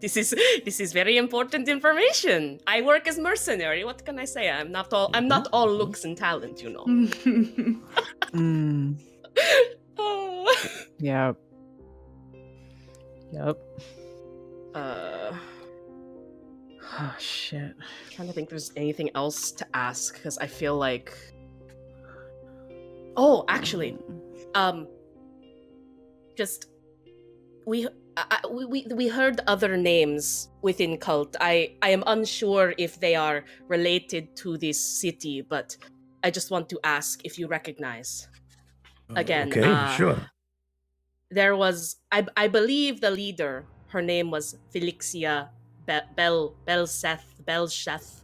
S6: this is this is very important information i work as mercenary what can i say i'm not all i'm not all looks and talent you know
S5: Mm-hmm.
S10: Mm,
S6: Oh.
S10: yep. Yep.
S6: uh
S10: Oh shit.
S6: trying to think if there's anything else to ask because I feel like oh actually um just we I, I- we, we we heard other names within cult I I am unsure if they are related to this city but I just want to ask if you recognize Again,
S1: Okay,
S6: uh,
S1: sure.
S6: there was I, I believe the leader her name was Felixia Be- Bel Belseth Belsheth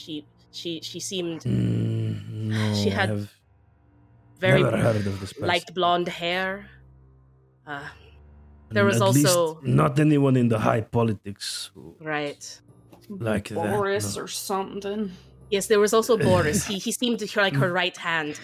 S6: she she she seemed
S1: Mm, no,
S6: she
S1: I
S6: had
S1: have
S6: very
S1: never heard of this person.
S6: light blonde hair. Uh, there
S1: Mm,
S6: was
S1: at least
S6: also-
S1: not anyone in the high politics who
S6: right.
S1: like that.
S5: Boris
S1: no.
S5: or something.
S6: Yes, there was also Boris. He he seemed to her like her right hand.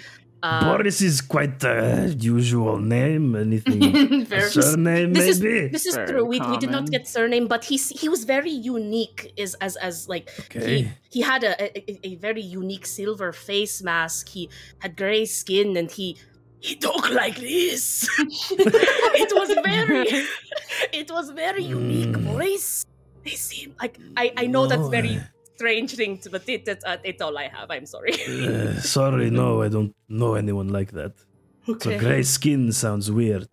S6: Uh,
S1: Boris is quite a usual name. Anything a
S5: Very
S1: surname
S6: this is-
S1: maybe?
S6: This is
S10: Very
S6: true. We, we did
S10: common.
S6: not get surname, but he s- he was very unique. Is as as like he,
S1: Okay.
S6: he had a, a a- a very unique silver face mask. He had gray skin, and he he talked like this. it was very it was very unique
S1: Mm.
S6: voice. They seem like I I know that's
S1: No,
S6: very
S1: I-
S6: strange thing, to, but it, it, uh, it's all I have. I'm sorry.
S1: Uh, sorry, no, I don't know anyone like that. So gray skin sounds weird.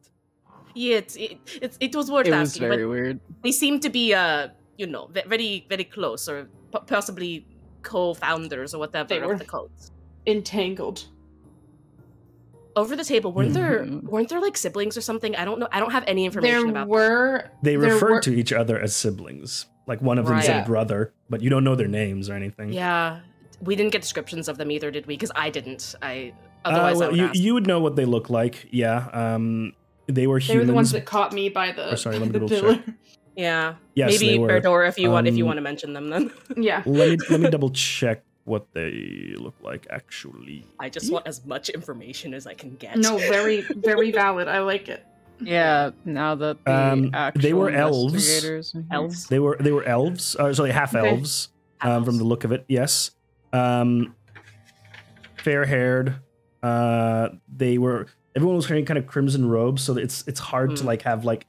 S6: Yeah, it, it, it, it was worth
S10: It was
S6: asking,
S10: very
S6: but
S10: weird.
S6: they seem to be, uh, you know, ve- very, very close or po- possibly co-founders or whatever
S5: They
S6: of
S5: were-
S6: the cults.
S5: Entangled.
S6: Over the table, weren't
S1: Mhm.
S10: Mm-hmm.
S6: there weren't there like siblings or something? I don't know. I don't have any information
S5: There
S6: about.
S5: were
S1: They
S5: there
S1: referred
S5: were-
S1: to each other as siblings. Like one of them
S6: Right.
S1: said brother, but you don't know their names or anything.
S6: Yeah, we didn't get descriptions of them either, did we? Because I didn't. I
S1: Uh,
S6: otherwise
S1: well,
S6: I would
S1: you
S6: ask.
S1: you would know what they look like. Yeah. Um, they were
S5: They were
S1: humans.
S5: the ones that caught me by the,
S1: Oh, sorry, let me
S5: the
S1: double
S5: pillar.
S1: check.
S6: yeah,
S1: yes,
S6: maybe
S1: they were.
S6: Berdor if you want if you
S1: Um,
S6: want to mention them then.
S5: Yeah.
S1: let me let me double check what they look like actually.
S6: I just want as much information as I can get.
S5: No, very very valid. I like it.
S10: Yeah, now that the
S1: Um,
S10: actual
S1: they were elves.
S10: investigators are here.
S6: Elves?
S1: They were they were elves. Uh, sorry, half
S5: Okay.
S1: elves. Um, from the look of it, yes. Um, fair haired. Uh, they were. Everyone was wearing kind of crimson robes, so it's it's hard to
S6: Mm.
S1: like have like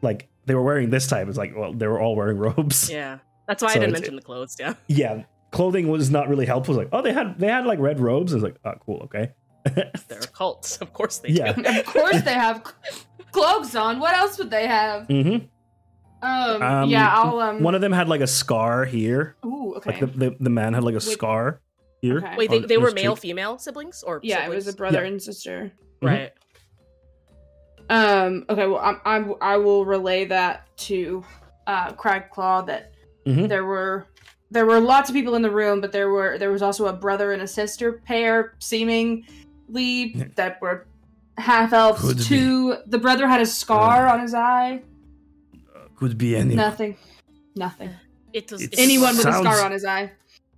S1: like they were wearing this type. It's like well, they were all wearing robes.
S6: Yeah, that's why
S1: So
S6: I didn't
S1: it's-
S6: mention the clothes. Yeah.
S1: yeah clothing was not really helpful It was like oh they had they had like red robes and it's like oh cool okay
S6: They're cults, of course they
S1: yeah
S6: do.
S5: Of course they have cl- cloaks on. What else would they have?
S1: hmm
S5: Um,
S1: Um,
S5: yeah, I'll
S6: Mm.
S5: um
S1: one of them had like a scar here
S5: Ooh, okay.
S1: like the, the, the man had like a
S5: Wait.
S1: scar here Oh,
S5: Okay.
S6: Wait, they,
S1: on
S6: they were
S1: his cheek.
S6: male female siblings or
S5: yeah, it was a mm-hmm.
S6: siblings?
S5: brother and sister.
S1: Mhm.
S6: right.
S5: Um, okay, well, I'm, I'm I will relay that to uh, Cragclaw that
S11: Mm-hmm.
S1: Mhm.
S5: there were there were lots of people in the room, but there were there was also a brother and a sister pair, seemingly
S1: Yeah.
S5: that were half elves.
S11: Could be.
S5: Two, the brother had a scar
S11: Uh,
S5: on his eye.
S11: Could be anyone.
S5: Nothing, nothing.
S6: It was
S11: It's-
S5: Anyone with a
S11: Sounds-
S5: scar on his eye.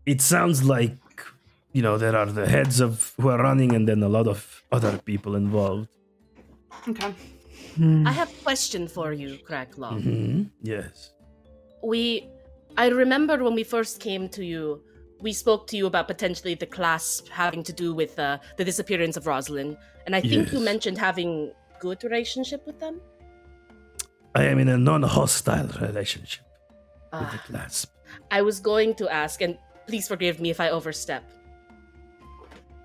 S11: It sounds like you know there are the heads of who are running, and then a lot of other people involved.
S5: Okay.
S6: I have a question for you, Craglaw.
S1: Mm-hmm.
S11: hmm Yes.
S6: We, I remember when we first came to you, we spoke to you about potentially the clasp having to do with uh, the disappearance of Rosalind, and I think you
S11: Yes.
S6: mentioned having good relationship with them.
S11: I am in a non-hostile relationship with the
S6: Ah,
S11: clasp.
S6: I was going to ask, and please forgive me if I overstep.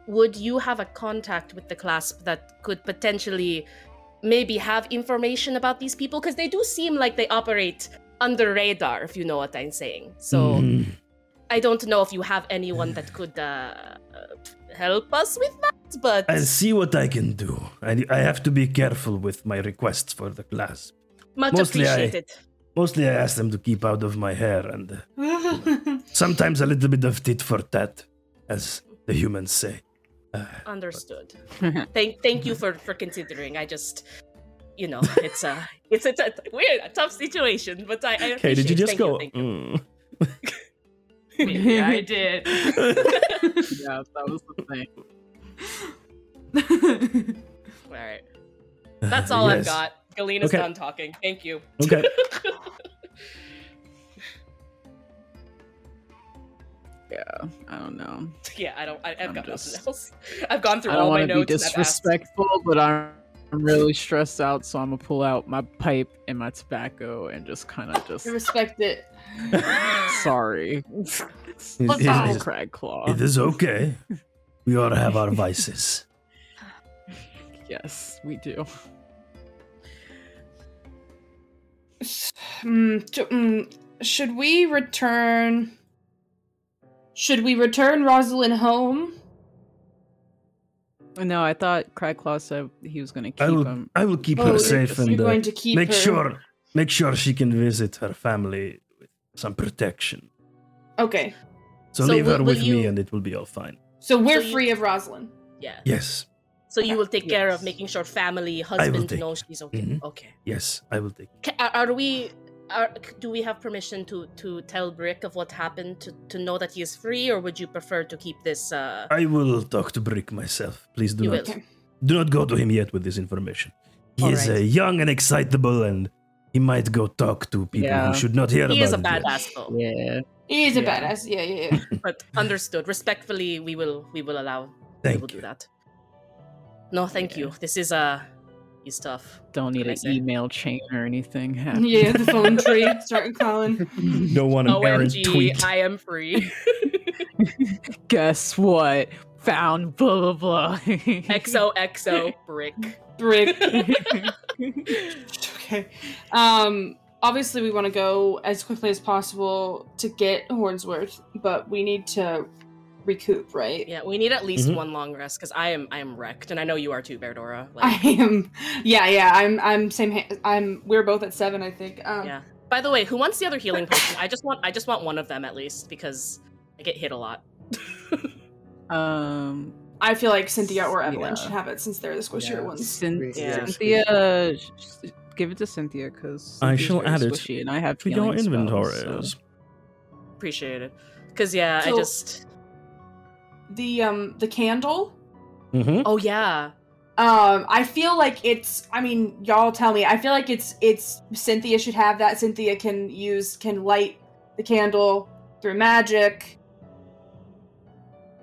S6: Would you have a contact with the clasp that could potentially maybe have information about these people? Because they do seem like they operate under radar, if you know what I'm saying. So
S11: Mhm.
S6: I don't know if you have anyone that could uh, help us with that, but
S11: I'll see what I can do. I, I have to be careful with my requests for the clasp.
S6: much
S11: mostly I-
S6: appreciated.
S11: Mostly, I ask them to keep out of my hair, and uh, sometimes a little bit of tit for tat, as the humans say. Uh,
S6: Understood. thank thank you for for considering. I just you know, it's a it's a, t- weird, a tough situation, but I, I
S1: okay did you
S6: appreciate-
S1: just go
S6: thank thank you.
S1: "Mm."
S2: Maybe I did.
S10: yeah, that was the thing.
S6: All right.
S1: mm.
S6: That's all I've
S11: yes.
S6: got. Galena's
S1: Okay.
S6: done talking. Thank you.
S1: okay
S10: I don't know.
S6: Yeah, I don't. I, I've
S10: I'm
S6: got
S10: just-
S6: nothing else. I've gone through
S10: I don't
S6: all my
S10: want to be
S6: notes. and I've asked-
S10: disrespectful, but I'm, I'm really stressed out, so I'm gonna pull out my pipe and my tobacco and just kind of just
S5: I respect it.
S10: sorry.
S11: it-
S10: Sorry,
S11: it-
S10: Crag Claw.
S11: It is okay. We all have our vices.
S10: Yes, we do.
S5: Mm, t- mm, should we return? Should we return Rosalind home?
S10: No, I thought Crag Claw said he was gonna keep
S11: I will.
S10: him.
S11: I will keep
S5: Oh,
S11: her
S5: you're-
S11: safe
S5: you're
S11: and uh,
S5: going to keep
S11: make
S5: her.
S11: sure make sure she can visit her family with some protection.
S5: Okay,
S11: So,
S6: So
S11: leave
S6: will-
S11: her
S6: will
S11: with me,
S6: you-
S11: and it will be all fine.
S5: so we're
S6: you-
S5: free of Rosalind.
S6: yeah.
S11: Yes,
S6: So you will take care of
S10: Yes.
S6: making sure family,
S11: will
S6: husband
S11: take-
S6: knows she's okay.
S11: Mhm.
S6: Okay.
S11: yes, I will take.
S6: Ca- Are, are we? Are, do we have permission to to tell Brick of what happened to to know that he is free, or would you prefer to keep this? uh
S11: I will talk to Brick myself. Please do
S6: You
S11: not
S6: will.
S11: do not go to him yet with this information. He
S6: All
S11: is
S6: right.
S11: uh, young and excitable, and he might go talk to people
S10: Yeah.
S11: who should not hear
S6: He
S11: about
S6: is a
S11: it yet.
S6: badass though,
S10: Yeah.
S5: He is a
S10: Yeah.
S5: badass. Yeah, yeah, yeah.
S6: but understood. Respectfully, we will we will allow. we will
S11: Thank
S6: do
S11: you.
S6: that. No, thank you. This is uh, is tough.
S10: Don't need
S6: Can I
S10: an
S6: say?
S10: email chain or anything. happening.
S5: yeah, the phone tree starting calling.
S1: don't want an errant tweet
S6: Omg, I am free.
S10: Guess what? Found blah blah blah.
S6: XOXO Brick.
S5: Brick. okay. Um. obviously we want to go as quickly as possible to get Hornsworth, but we need to recoup, right?
S6: Yeah, we need at least
S1: Mhm.
S6: one long rest because I am I am wrecked, and I know you are too, Berdora.
S5: I am. Yeah, yeah. I'm. I'm same. Ha- I'm. We're both at seven, I think. Um,
S6: yeah. By the way, who wants the other healing potion? I just want I just want one of them at least because I get hit a lot.
S10: Um,
S5: I feel like Cynthia or Evelyn
S10: Yeah.
S5: should have it since they're the squishier
S8: Yeah.
S5: ones.
S10: Cyn-
S6: Yeah.
S10: Cynthia, sh- sh- give it to Cynthia because
S1: I shall add it
S10: and I have
S1: to your
S10: healing spells,
S1: inventories.
S10: so-
S6: Appreciate it. Cause yeah,
S5: So-
S6: I just
S5: The um the candle.
S1: Mm-hmm.
S6: oh yeah
S5: Um, I feel like it's. I mean, y'all tell me. I feel like it's. It's Cynthia should have that. Cynthia can use can light the candle through magic.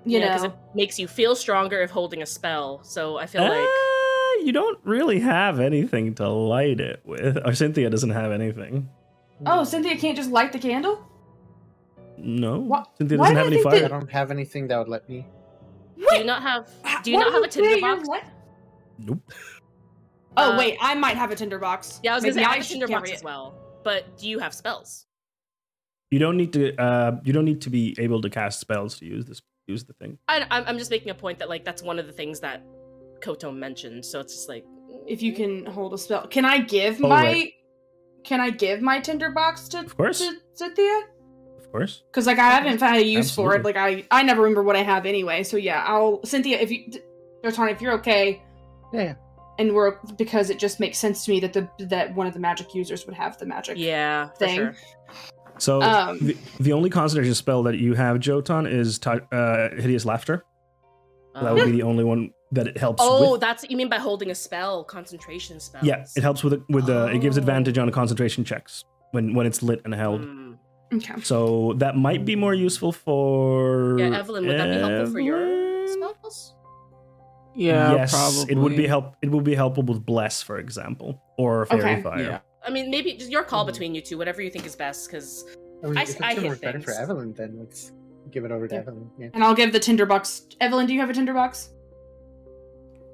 S5: You
S6: yeah,
S5: know.
S6: it makes you feel stronger if holding a spell. So I feel
S1: Uh,
S6: like
S1: Eh, you don't really have anything to light it with. Or Cynthia doesn't have anything.
S8: Hmm.
S5: Oh, Cynthia can't just light the candle.
S1: No,
S5: Wha-
S1: Cynthia
S5: why
S1: doesn't
S5: do
S1: have
S5: I
S1: any
S5: think that-
S8: I
S1: fire.
S8: don't have anything that would let me.
S6: do you not have
S1: uh,
S6: do you
S5: What
S6: not have a
S5: did you say? You're
S6: tinderbox?
S5: what?
S1: Nope.
S5: Oh
S6: Uh,
S5: wait, I might have a tinderbox.
S6: Yeah, I was gonna
S5: Maybe
S6: say I have a
S5: should
S6: tinderbox
S5: carry
S6: as
S5: it.
S6: well. But do you have spells?
S1: You don't need to. Uh, you don't need to be able to cast spells to use this. Use the thing.
S6: I, I'm I'm just making a point that like that's one of the things that Koto mentioned. So it's just like
S5: If you can hold a spell, can I give
S1: Hold
S5: my?
S1: it.
S5: Can I give my tinderbox to?
S1: Of course.
S5: to Cynthia.
S1: Of course.
S5: Because like I haven't found a use for it.
S1: Absolutely.
S5: Like I I never remember what I have anyway. So yeah, I'll Cynthia if you, Dartana, if you're okay.
S8: Yeah.
S5: And we're because it just makes sense to me that the that one of the magic users would have the magic.
S6: yeah, for
S5: Thing.
S6: sure.
S1: So
S5: Um.
S1: the, the only concentration spell that you have, Jotun, is ta- uh, hideous laughter. That
S5: Uh-huh.
S1: would be the only one that it helps.
S6: Um, Oh,
S1: with.
S6: that's what you mean by holding a spell, concentration spells.
S1: yeah, it helps with with the. It gives
S6: Oh.
S1: advantage on concentration checks when when it's lit and held.
S6: Mm.
S5: Okay.
S1: So that might be more useful for.
S6: Yeah, Evelyn, would that be helpful for your
S1: Evelyn?
S6: Spells?
S10: Yeah,
S1: yes,
S10: probably.
S1: it would be help. It would be helpful with bless, for example, or fairy
S5: Okay.
S1: fire.
S10: Yeah.
S6: I mean, maybe just your
S1: Mm-hmm.
S6: call
S8: Mhm.
S6: between you two, whatever you think is best, because
S8: I mean,
S6: I-
S8: if it's
S6: I
S8: gonna
S6: hit
S8: work better for
S6: things.
S8: Evelyn, then let's give it over to
S5: Yeah.
S8: Evelyn. Yeah.
S5: And I'll give the tinderbox. Evelyn, do you have a tinderbox?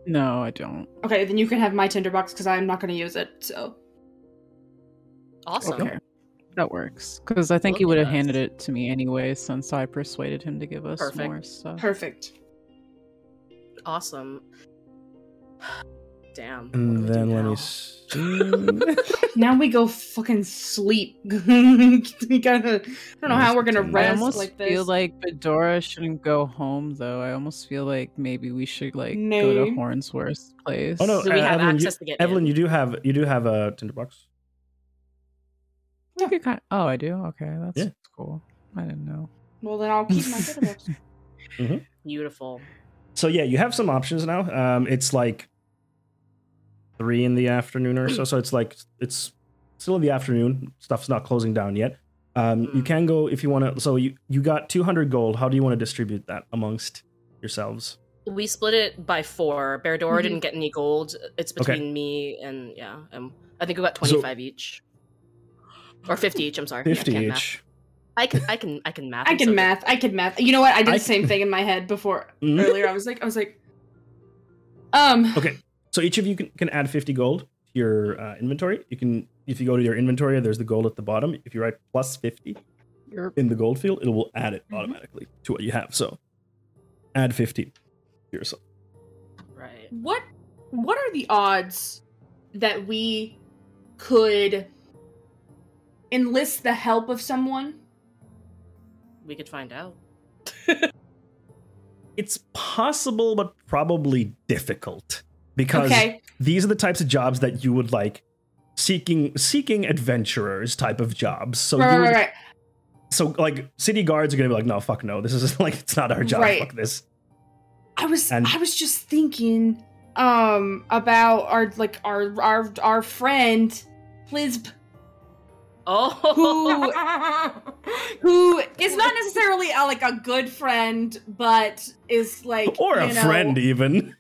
S10: No, I don't.
S5: Okay, then you can have my tinderbox because I'm not going to use it. So
S6: awesome.
S10: Okay. That works because I think he
S6: Look
S10: would
S6: at
S10: have handed
S6: us.
S10: it to me anyway, since I persuaded him to give us
S6: Perfect.
S10: more stuff.
S5: perfect.
S6: Awesome. Damn.
S1: And
S6: what do we
S1: then
S6: do
S1: let
S6: now?
S1: me see.
S5: Now we go fucking sleep. we gotta. I don't know how we're gonna
S1: I
S10: I
S5: rest
S10: almost
S5: like this.
S10: feel like Bedora shouldn't go home though. I almost feel like maybe we should like go to
S5: No.
S10: Hornsworth's place.
S1: Oh no,
S6: Do we
S1: uh,
S6: have
S1: Evelyn, you,
S6: access to get
S1: Evelyn,
S6: in?
S1: you do have you do have a tinderbox.
S10: I think I kind oh, I do. Okay, that's
S1: Yeah.
S10: cool. I didn't know.
S5: well, then I'll keep my tinderbox.
S6: Beautiful.
S1: So yeah, you have some options now. Um, it's like three in the afternoon or so. So it's like it's still in the afternoon. Stuff's not closing down yet. Um, you
S6: Mm.
S1: can go if you want to. So you you got two hundred gold. How do you want to distribute that amongst yourselves?
S6: We split it by four. Berdora
S5: Mhm.
S6: didn't get any gold. It's
S1: Mm-hmm. Okay.
S6: between me and yeah. Um, I think we got twenty-five each, or fifty each. I'm sorry. Yeah, I uh,
S1: Fifty
S6: can't math.
S1: each.
S6: I can. I can. I can math.
S5: I
S6: I'm so
S5: can
S6: good.
S5: math. I can math. You know what? I did
S1: I
S5: the same thing in my head before
S1: Mhm.
S5: earlier. I was like, I was like, um,
S1: Okay. So each of you can, can add 50 gold to your uh, inventory. You can, if you go to your inventory, there's the gold at the bottom. If you write plus 50 in the gold field, it will add it
S6: Mm-hmm.
S5: Mhm.
S1: automatically to what you have. So add 50 to yourself.
S6: Right.
S5: what what are the odds that we could enlist the help of someone?
S6: We could find out.
S1: It's possible, but probably difficult because
S5: Okay.
S1: these are the types of jobs that you would like seeking seeking adventurers type of jobs. So
S5: Right,
S1: you
S5: right,
S1: would,
S5: right, right.
S1: so like city guards are gonna be like, no, fuck no, this is like it's not our job.
S5: Right.
S1: Fuck this.
S5: I was
S1: And-
S5: I was just thinking um about our like our our our friend Plizb
S6: Oh.
S5: who who is not necessarily uh, like a good friend but is like
S1: Or a
S5: you know,
S1: friend even.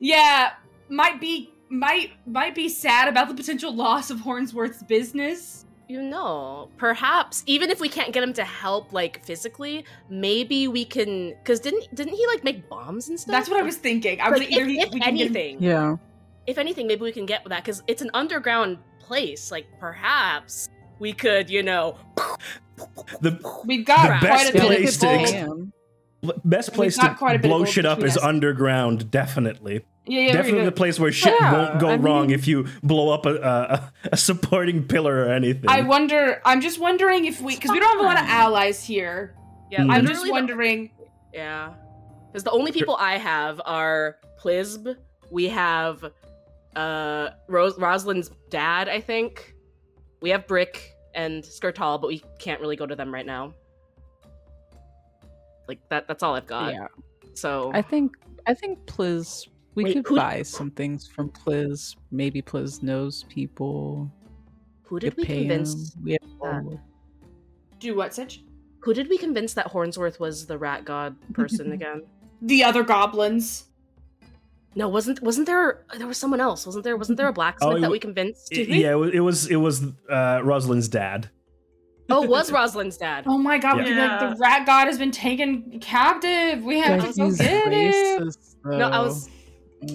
S5: Yeah, might be might might be sad about the potential loss of Hornsworth's business.
S6: You know, perhaps even if we can't get him to help like physically, maybe we can. Cause didn't didn't he like make bombs and stuff?
S5: That's what I was thinking. I was
S6: Like,
S5: like, either
S6: if,
S5: he,
S6: if
S5: we can get him-
S6: anything,
S10: Yeah.
S6: if anything, maybe we can get that because it's an underground place. Like perhaps we could, you know,
S1: The
S5: We've got
S1: The
S5: quite
S1: best
S5: a bit
S1: place
S5: of
S1: to
S5: gold.
S1: ex- bl- best place
S5: got quite
S1: to
S5: a bit of
S1: blow
S5: gold
S1: shit up
S5: between
S1: is
S5: us.
S1: underground, definitely.
S5: Yeah, yeah, we're
S1: definitely
S5: good.
S1: the place where shit
S5: Yeah,
S1: won't go
S5: I
S1: wrong
S5: mean-
S1: if you blow up a, a, a supporting pillar or anything.
S5: I wonder. I'm just wondering if we, because we don't have a lot of allies here.
S6: yeah,
S1: Mm.
S5: I'm
S6: literally
S5: just
S6: the-
S5: wondering.
S6: Yeah. Because the only people I have are Plisb. We have uh Ros- Rosalind's dad, I think. We have Brick and Skirtal, but we can't really go to them right now. Like that that's all I've got.
S3: yeah,
S6: So
S3: I think I think Pliz. We
S6: Wait,
S3: could
S6: who-
S3: buy some things from Pliz. Maybe Pliz knows people.
S6: who did
S3: could
S6: we
S3: pay
S6: convince
S3: him. We have
S6: that?
S3: all-
S5: Do what, Sitch?
S6: who did we convince that Hornsworth was the rat god person again?
S5: The other goblins.
S6: No, wasn't wasn't there there was someone else, wasn't there? Wasn't there a blacksmith
S1: it
S6: that
S1: w-
S6: we convinced?
S1: It-
S5: we?
S1: yeah, it wa- it was it was uh, Rosalind's dad.
S6: oh, it was Rosalind's dad.
S5: Oh my god,
S1: Yeah.
S5: we- like, the rat god has been taken captive. We have
S3: Guys,
S5: to go
S3: he's
S5: get him.
S3: racist,
S6: No, I was-
S3: though.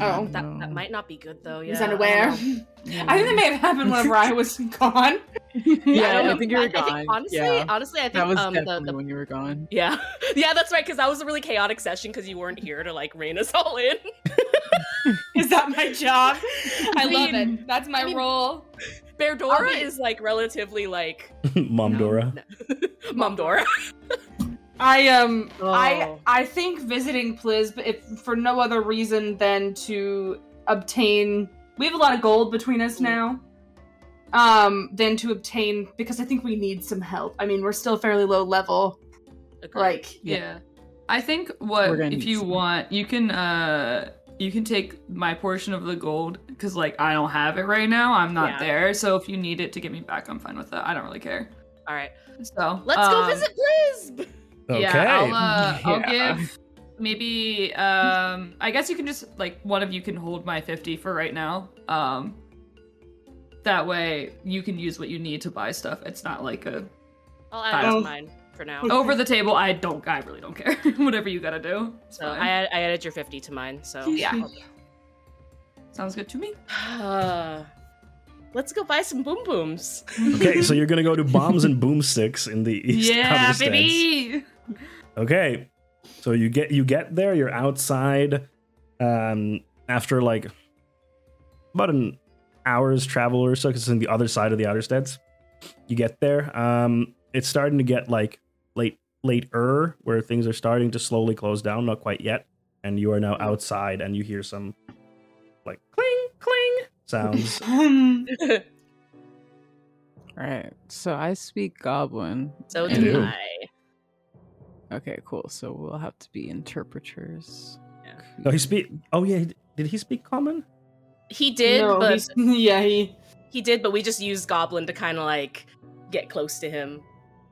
S5: Oh.
S6: That,
S3: no.
S6: that might not be good though. Yeah,
S5: He's
S6: I don't
S5: unaware.
S6: know.
S5: I think that may have happened whenever I was gone.
S6: I don't
S3: Yeah, I,
S6: know.
S3: think you were
S6: I
S3: gone.
S6: think, honestly,
S3: yeah.
S6: honestly, I think
S3: that was
S6: um, the,
S3: definitely
S6: the
S3: when you were gone.
S6: yeah, yeah, that's right. Because that was a really chaotic session because you weren't here to like rein us all in.
S5: Is that my job? I love
S2: mean-
S5: it. That's my
S6: I mean-
S5: role.
S6: Berdora
S5: be-
S6: is like relatively like
S1: Mom Dora.
S6: Mom Dora.
S5: I um I
S6: Oh.
S5: I think visiting Plizb if for no other reason than to obtain we have a lot of gold between us now. Um than to obtain because I think we need some help. I mean, we're still fairly low level. Like
S3: Yeah.
S2: Yeah. I think what
S3: We're gonna
S2: if
S3: need
S2: you
S3: some.
S2: want, you can uh you can take my portion of the gold cuz like I don't have it right now. I'm not
S6: Yeah.
S2: there. So if you need it to get me back, I'm fine with that. I don't really care.
S6: All right,
S2: So,
S6: let's
S2: um,
S6: go visit Lisb.
S1: Okay.
S2: Yeah, I'll,
S3: Yeah.
S2: uh, I'll give maybe um I guess you can just like one of you can hold my 50 for right now. Um that way you can use what you need to buy stuff. It's not like a
S6: I'll add it
S5: Oh.
S6: to mine for now.
S2: over the table. I don't I really don't care. Whatever you got to do.
S6: So
S2: So
S6: I, add, I added your fifty to mine. So
S2: yeah. Sounds good to me.
S6: Uh, let's go buy some boom booms.
S1: okay, so you're gonna go to bombs and boomsticks in the east.
S2: yeah,
S1: Kazakhstan.
S2: baby.
S1: Okay, so you get you get there. You're outside. Um, after like about an hour's travel or so, because it's in the other side of the Outersteads. You get there. Um, it's starting to get like late later, where things are starting to slowly close down. Not quite yet, and you are now outside, and you hear some like cling cling sounds.
S3: All right. So I speak Goblin.
S6: so
S3: and-
S6: do
S1: Ew.
S6: I.
S3: Okay, cool. So we'll have to be interpreters.
S6: Yeah.
S1: No, he speak. Oh yeah, he- did he speak common?
S6: He did,
S5: No,
S6: but
S5: he's- yeah, he
S6: he did, but we just used Goblin to kind of like get close to him.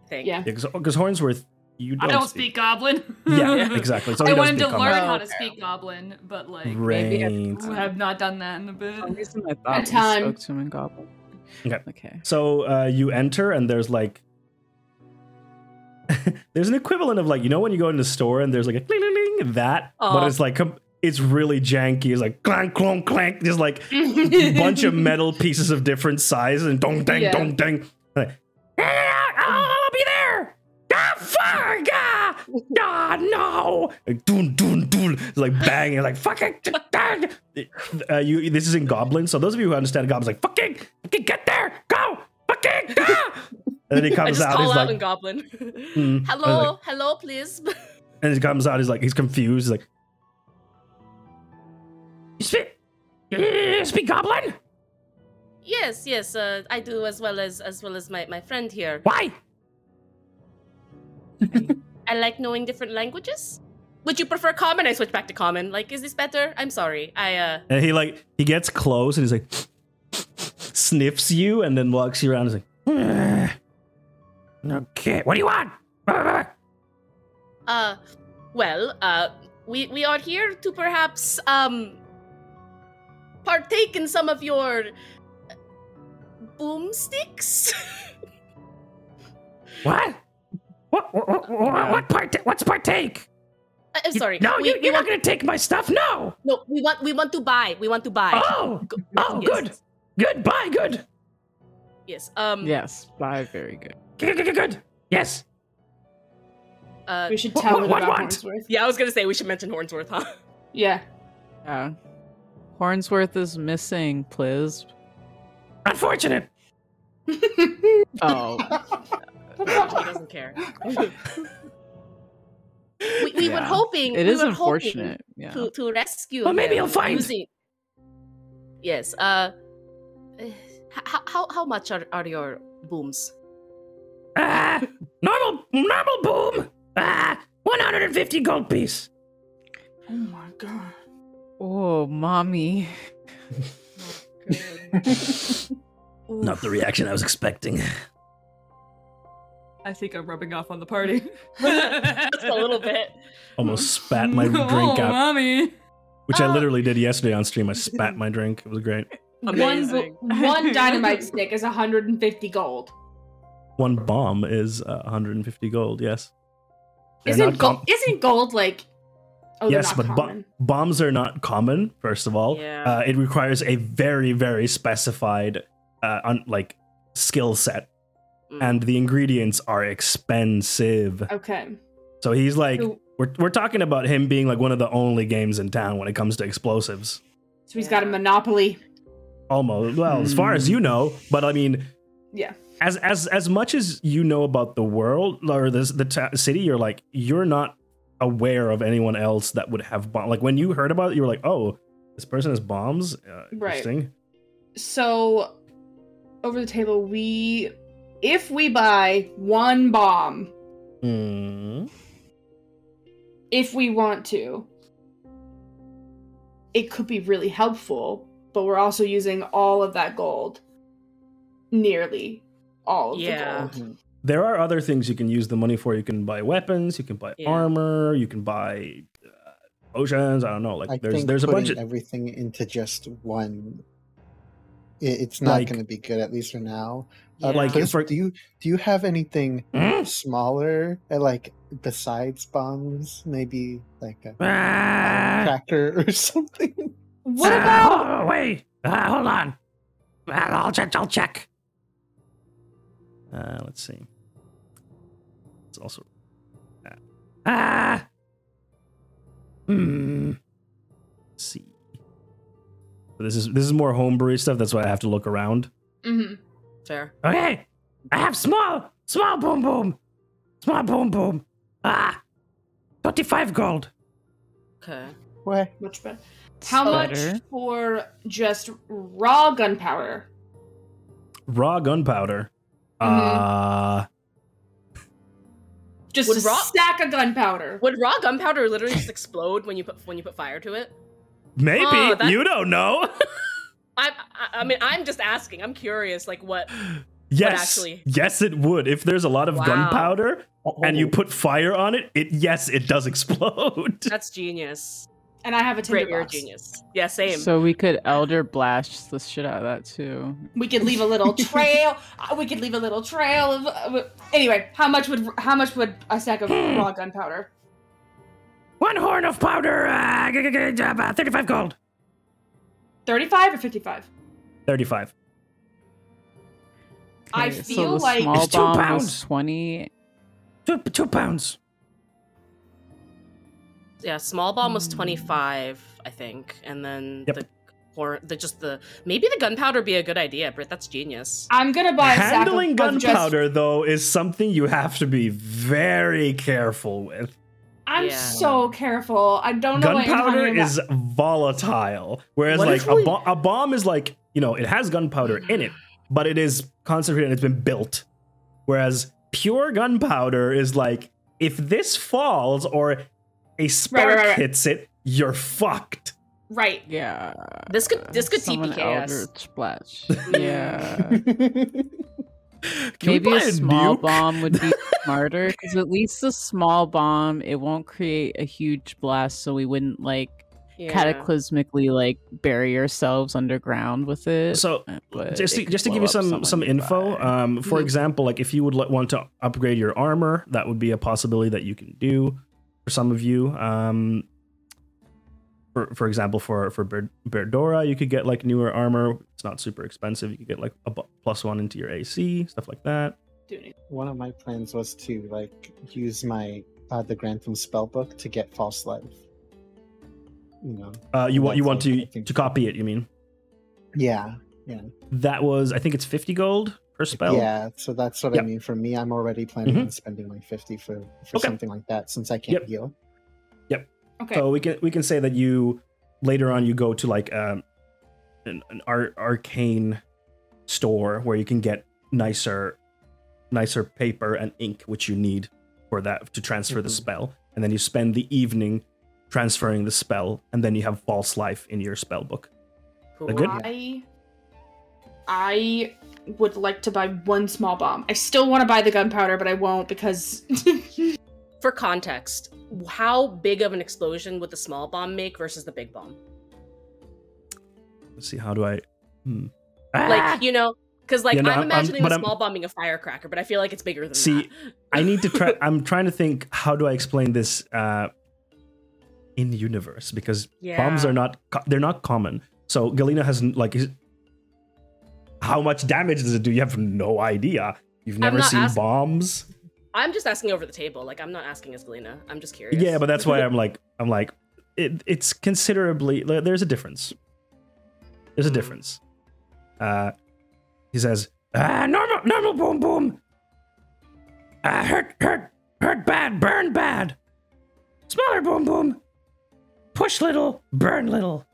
S6: I think.
S5: yeah.
S1: Because Hornsworth, you
S2: I
S1: don't,
S2: don't speak goblin.
S1: Yeah, exactly. So he
S2: I
S1: does
S2: wanted to
S1: speak
S2: learn
S1: common.
S2: how to
S3: Okay.
S2: speak goblin, but like
S3: maybe at
S1: Right.
S2: I have not done that in a bit.
S3: For some reason I thought we
S5: time.
S3: spoke to him in Goblin.
S1: Okay.
S3: Okay.
S1: So uh, you enter, and there's like, there's an equivalent of like you know when you go in the store and there's like a cling, cling, cling, that, but
S6: Aw.
S1: it's like com- it's really janky. It's like clank, clonk, clank. There's like a bunch of metal pieces of different size and dong dang
S5: Yeah.
S1: dong dang. Like, I'll be there. Ah, fuck! Ah, ah, no! Like doon doon doon, It's like banging, like fucking. dang. Uh, you, this is in Goblin, so those of you who understand Goblin's like fucking, fucking get there, go, fucking, ah! and then he
S6: I
S1: comes
S6: just
S1: out,
S6: call
S1: he's
S6: out
S1: like,
S6: in Goblin.
S1: Mm.
S6: hello, hello, please.
S1: and he comes out, he's like, he's confused, he's like, you speak, you speak Goblin?
S6: yes, yes, uh, I do as well as as well as my my friend here.
S1: Why?
S6: I like knowing different languages. Would you prefer common? I switch back to common. Like, is this better? I'm sorry. I uh.
S1: And he like he gets close and he's like sniffs you and then walks you around "Eh, and is like Okay, what do you want?
S6: Uh, well, uh, we we are here to perhaps um partake in some of your uh, boomsticks.
S1: What? What what, what, what, what part what's partake?
S6: I-
S1: You-
S6: I'm Uh, sorry.
S1: No,
S6: we,
S1: you,
S6: we
S1: you're not
S6: want,
S1: gonna take my stuff, no!
S6: no, we want we want to buy. We want to buy.
S1: Oh!
S6: Go-
S1: Oh
S6: yes.
S1: good! Good, bye, good!
S4: Yes. Um.
S10: Yes, five. Very good.
S1: Good, good, good, good. Yes.
S4: Uh,
S5: We should
S1: What-
S5: tell
S1: what-
S5: them
S1: what
S5: about
S1: want?
S5: Hornsworth.
S4: yeah, I was gonna say we should mention Hornsworth, huh?
S5: Yeah.
S10: Yeah. Hornsworth is missing, please.
S1: Unfortunate.
S10: Oh,
S4: he doesn't care. we we were
S10: Yeah.
S4: hoping.
S10: it
S4: we
S10: is
S4: were
S10: unfortunate.
S4: hoping
S10: Yeah.
S4: to to rescue.
S1: Well, maybe
S4: him
S1: he'll find.
S4: using- Yes. Uh. eh, How how how much are, are your booms?
S1: Ah, normal, normal boom. Ah, 150 gold piece.
S5: Oh my god.
S10: Oh, mommy.
S11: Not the reaction I was expecting.
S2: I think I'm rubbing off on the party.
S4: Just a little bit.
S1: Almost spat my
S2: oh,
S1: drink out,
S2: mommy.
S1: which I literally did yesterday on stream. I spat my drink. It was great.
S5: One,
S4: Amazing.
S5: bo- one dynamite stick is 150 gold.
S1: One bomb is uh, 150 gold. Yes. They're
S5: Isn't
S1: not com-
S5: gold? Isn't gold like? Oh, they're
S1: yes,
S5: not
S1: but bo-
S5: common.
S1: bombs are not common. First of all,
S6: Yeah.
S1: uh, it requires a very, very specified, uh, un- like skill set,
S5: Hmm.
S6: Mm.
S1: and the ingredients are expensive.
S5: okay.
S1: So he's like,
S5: So,
S1: we're we're talking about him being like one of the only games in town when it comes to explosives.
S5: so he's got a monopoly.
S1: Almost, well, as far as you know, but I mean,
S5: Yeah.
S1: as as as much as you know about the world or this the ta city, you're like you're not aware of anyone else that would have bomb. Like when you heard about it, you were like, oh, this person has bombs. Uh,
S5: Right.
S1: interesting.
S5: So, over the table, we, if we buy one bomb,
S8: Mm-hmm.
S1: Mm.
S5: if we want to, it could be really helpful. But we're also using all of that gold, nearly all of
S6: Yeah.
S5: the gold.
S1: There are other things you can use the money for. You can buy weapons. You can buy
S6: Yeah.
S1: armor. You can buy uh, potions. I don't know. Like
S8: I
S1: there's
S8: think
S1: there's a bunch
S8: putting
S1: of
S8: everything into just one. i- It's not
S1: Like-
S8: going to be good, at least for now.
S6: Yeah.
S8: Uh,
S1: Like,
S8: Chris,
S1: for-
S8: do you do you have anything
S1: Hmm?
S8: smaller, uh, like besides bombs? Maybe like a
S1: Ah,
S8: cracker or something.
S5: What
S1: ah,
S5: about?
S1: oh, wait? Ah, hold on. Ah, I'll check. I'll check. Uh, let's see. It's also ah. ah. Hmm. Let's see. This is this is more homebrew stuff. That's why I have to look around.
S10: Mm-hmm.
S5: Mhm.
S6: Fair.
S1: Okay, I have small, small boom boom, small boom boom. Ah, twenty-five gold.
S6: Okay.
S8: What?
S5: Much better. How
S10: Better.
S5: much for just raw gunpowder?
S1: Raw gunpowder.
S4: Mm-hmm.
S1: Uh,
S5: Just
S4: Would
S5: a
S4: raw-
S5: stack of gunpowder.
S4: Would raw gunpowder literally just explode when you put when you put fire to it?
S1: maybe
S4: Oh, that-
S1: you don't know.
S4: I, I I mean I'm just asking. I'm curious, like what?
S1: yes,
S4: actually-
S1: yes, it would. If there's a lot of
S4: Wow.
S1: gunpowder and you
S8: Oh,
S1: put fire on it, it yes, it does explode.
S4: That's genius.
S5: And I have a
S4: Great, you're a
S5: tinderbox.
S4: genius. Yeah, same.
S10: So we could elder blast the shit out of that too.
S5: We could leave a little trail. uh, we could leave a little trail of. Uh, anyway, how much would how much would a stack of raw gunpowder?
S1: One horn of powder. Uh, g- g- g- uh, thirty-five gold.
S5: Thirty five or fifty five?
S1: Thirty-five.
S5: I
S10: Okay,
S5: feel
S10: so the
S5: like-
S10: small
S1: It's two
S10: bomb was
S1: pounds.
S10: twenty.
S1: Two two pounds.
S6: Yeah, small bomb was 25, I think. And then
S1: Yep.
S6: the or the just the maybe the gunpowder be a good idea, Britt. That's genius.
S5: I'm gonna buy a stack of,
S1: Handling
S5: of just-
S1: gunpowder, though, is something you have to be very careful with.
S5: I'm
S6: Yeah.
S5: so careful. I don't know. what you're
S1: gunpowder
S5: talking about.
S1: is volatile, whereas
S6: What
S1: like
S6: if
S1: a,
S6: we-
S1: bo- a bomb is like you know it has gunpowder in it, but it is concentrated and it's been built. Whereas pure gunpowder is like if this falls or a spark
S5: right, right.
S1: hits it, you're fucked.
S5: right.
S10: Yeah.
S6: This could this could
S10: Someone
S6: TPK us.
S10: elder splash. Yeah.
S1: Can we
S10: Maybe
S1: buy
S10: a small
S1: nuke?
S10: bomb would be smarter because at least the small bomb it won't create a huge blast, so we wouldn't like
S6: Yeah.
S10: cataclysmically like bury ourselves underground with it.
S1: So,
S10: uh, but
S1: just
S10: it
S1: to,
S10: could
S1: just to
S10: blow
S1: give you
S10: up
S1: some
S10: someone
S1: some info
S10: nearby. Mm-hmm.
S1: um, for example like if you would li- want to upgrade your armor that would be a possibility that you can do for some of you um, for for example for for Ber- Berdora, you could get like newer armor. It's not super expensive. You could get like a bu- plus one into your AC, stuff like that.
S8: One of my plans was to like use my uh, the Grantham spellbook to get false life. You know.
S1: Uh, you want you
S8: That's
S1: want
S8: all
S1: to
S8: I think
S1: to
S8: so.
S1: copy it? You mean
S8: Yeah.
S1: that was I think it's fifty gold per spell.
S8: Yeah. So that's what
S1: Yeah. Mm-hmm.
S8: I mean. For me, I'm already planning on spending like fifty for for
S1: Okay.
S8: something like that since I can't
S1: Yep.
S8: heal.
S5: Okay.
S1: So we can we can say that you later on you go to like um, an, an ar- arcane store where you can get nicer nicer paper and ink which you need for that to transfer
S6: Mm-hmm.
S1: the
S8: Mhm.
S1: spell and then you spend the evening transferring the spell and then you have false life in your spell book.
S6: Cool.
S1: They're good.
S5: I I would like to buy one small bomb. I still want to buy the gunpowder, but I won't because
S6: For context, how big of an explosion would the small bomb make versus the big bomb?
S1: Let's see how do I hmm.
S6: Like, you know, because like
S1: Yeah, no,
S6: I'm
S1: I'm- I'm-
S6: imagining
S1: but
S6: the
S1: I'm-
S6: small bomb being a firecracker, but I feel like it's bigger than
S1: See,
S6: that.
S1: I need to try I'm trying to think how do I explain this uh in universe because
S6: yeah.
S1: bombs are not co- they're not common so galena has n- like is- how much damage does it do you have no idea you've never
S6: not
S1: seen
S6: ask-
S1: bombs
S6: I'm just asking over the table. Like I'm not asking as Galena. I'm just curious.
S1: yeah but that's why i'm like i'm like it, it's considerably there- there's a difference
S6: Mm-hmm.
S1: there's a difference uh he says ah normal normal boom boom ah hurt hurt hurt bad burn bad smaller boom boom push little burn little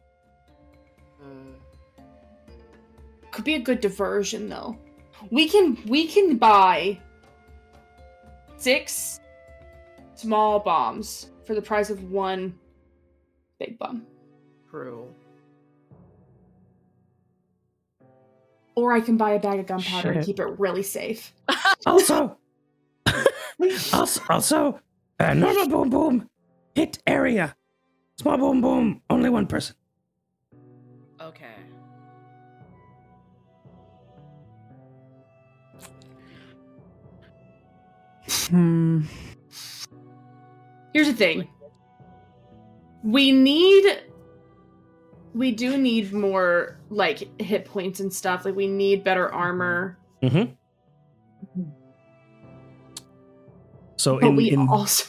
S6: Mm.
S5: could be a good diversion though. We can we can buy six small bombs for the price of one big bomb.
S6: True.
S5: Or I can buy a bag of gunpowder and
S10: Shit.
S5: keep it really safe.
S11: Also, also, also, uh, normal boom boom, hit area, small boom
S1: um,
S11: boom, only one person.
S6: Okay.
S10: Hmm.
S5: Here's the thing. We need we do need more like hit points and stuff. Like we need better armor.
S1: so
S5: But
S1: in,
S5: we
S1: in
S5: also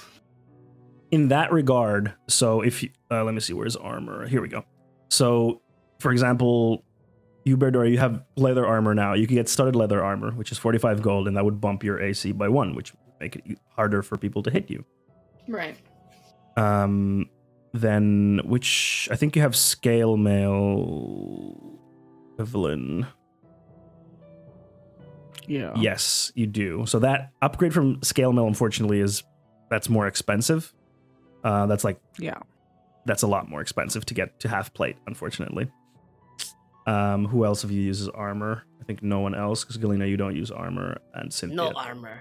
S1: in that regard, so if you, uh, let me see, where's armor? Here we go. So, for example, you Berdora, you have leather armor now. You can get studded leather armor, which is 45 gold, and that would bump your AC by one, which would make it harder for people to hit you.
S5: Right.
S1: Um, then which I think you have scale mail, Evelyn.
S5: Oh.
S10: Yeah.
S1: Yes, you do. So that upgrade from scale mill, unfortunately, is that's more expensive. Uh, that's like
S10: Yeah.
S1: that's a lot more expensive to get to half plate, unfortunately. Um, who else of you uses armor? I think no one else because Galena, you don't use armor, and Cynthia.
S6: No armor.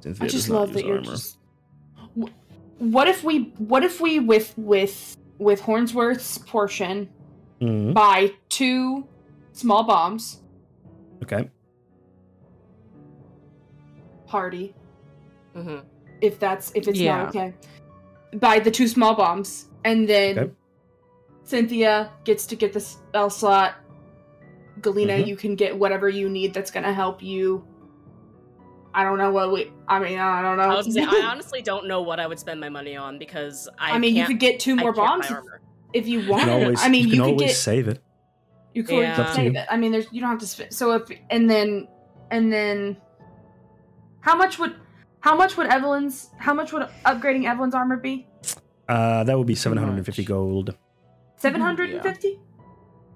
S1: Cynthia
S5: I just
S1: does not
S5: love
S1: use
S5: that you're
S1: armor.
S5: just. Wh- What if we? What if we with with with Hornsworth's portion
S1: Mhm,
S5: buy two small bombs
S1: Okay,
S5: party?
S1: Um,
S6: hmm
S5: If that's if it's
S10: Yeah.
S5: not okay, buy the two small bombs and then
S1: Okay.
S5: Cynthia gets to get the spell slot. Galena,
S1: Mhm.
S5: you can get whatever you need that's gonna help you. I don't know what we. I mean, I don't know.
S6: I was gonna say, I honestly don't know what I would spend my money on because I.
S5: I mean, you
S6: can't-
S5: could get two
S6: I
S5: more
S6: can't buy
S5: bombs if-
S6: armor.
S5: if you
S1: you
S5: want.
S1: can always,
S5: I mean,
S1: you can
S5: could
S1: always
S5: get
S1: save it.
S5: You could
S6: Yeah. It's up
S1: to
S5: say
S1: you.
S5: that. I mean, there's you don't have to spend. So if and then and then, how much would how much would Evelyn's how much would upgrading Evelyn's armor be?
S1: Uh, that would be seven hundred and fifty
S10: much.
S1: gold.
S5: Seven hundred and fifty.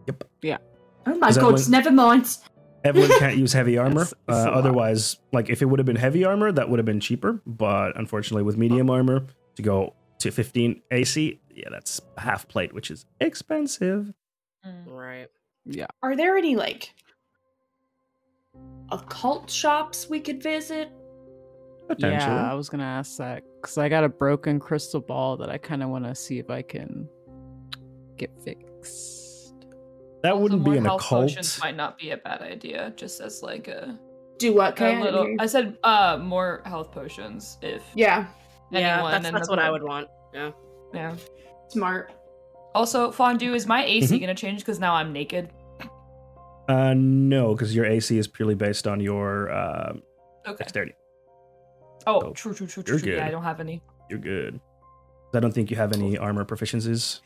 S1: Yep.
S10: Yeah.
S5: Oh my
S1: Is that
S5: god!
S1: what-
S5: Never mind.
S1: Evelyn can't use heavy armor.
S10: That's-
S1: Uh,
S10: that's a lot.
S1: otherwise, like if it would have been heavy armor, that would have been cheaper. But unfortunately, with medium armor to go to fifteen AC, yeah, that's half plate, which is expensive.
S2: Mm,
S6: Right.
S10: Yeah.
S5: Are there any like occult shops we could visit?
S1: Potentially.
S10: Yeah, I was gonna ask that because I got a broken crystal ball that I kind of want to see if I can get fixed.
S1: That
S2: Also,
S1: wouldn't
S2: more
S1: be an
S2: health
S1: occult.
S2: Potions might not be a bad idea, just as like a,
S5: Do what?
S2: a
S5: Kay? I
S2: little.
S5: didn't
S2: I
S5: hear you.
S2: said uh more health potions if
S5: yeah,
S2: anyone.
S6: yeah, that's,
S2: in
S6: that's
S2: the
S6: what I
S2: club-
S6: would want. Yeah.
S2: Yeah.
S5: smart.
S2: Also, Fondue, is my
S1: Mm-hmm.
S2: AC gonna change because now I'm naked?
S1: Uh, no, because your AC is purely based on your uh,
S2: Okay.
S1: dexterity.
S2: Oh,
S1: Oh,
S2: true, true, true, true.
S1: you're
S2: true. Yeah, I
S1: good.
S2: don't have any.
S1: You're good. I don't think you have any armor proficiencies.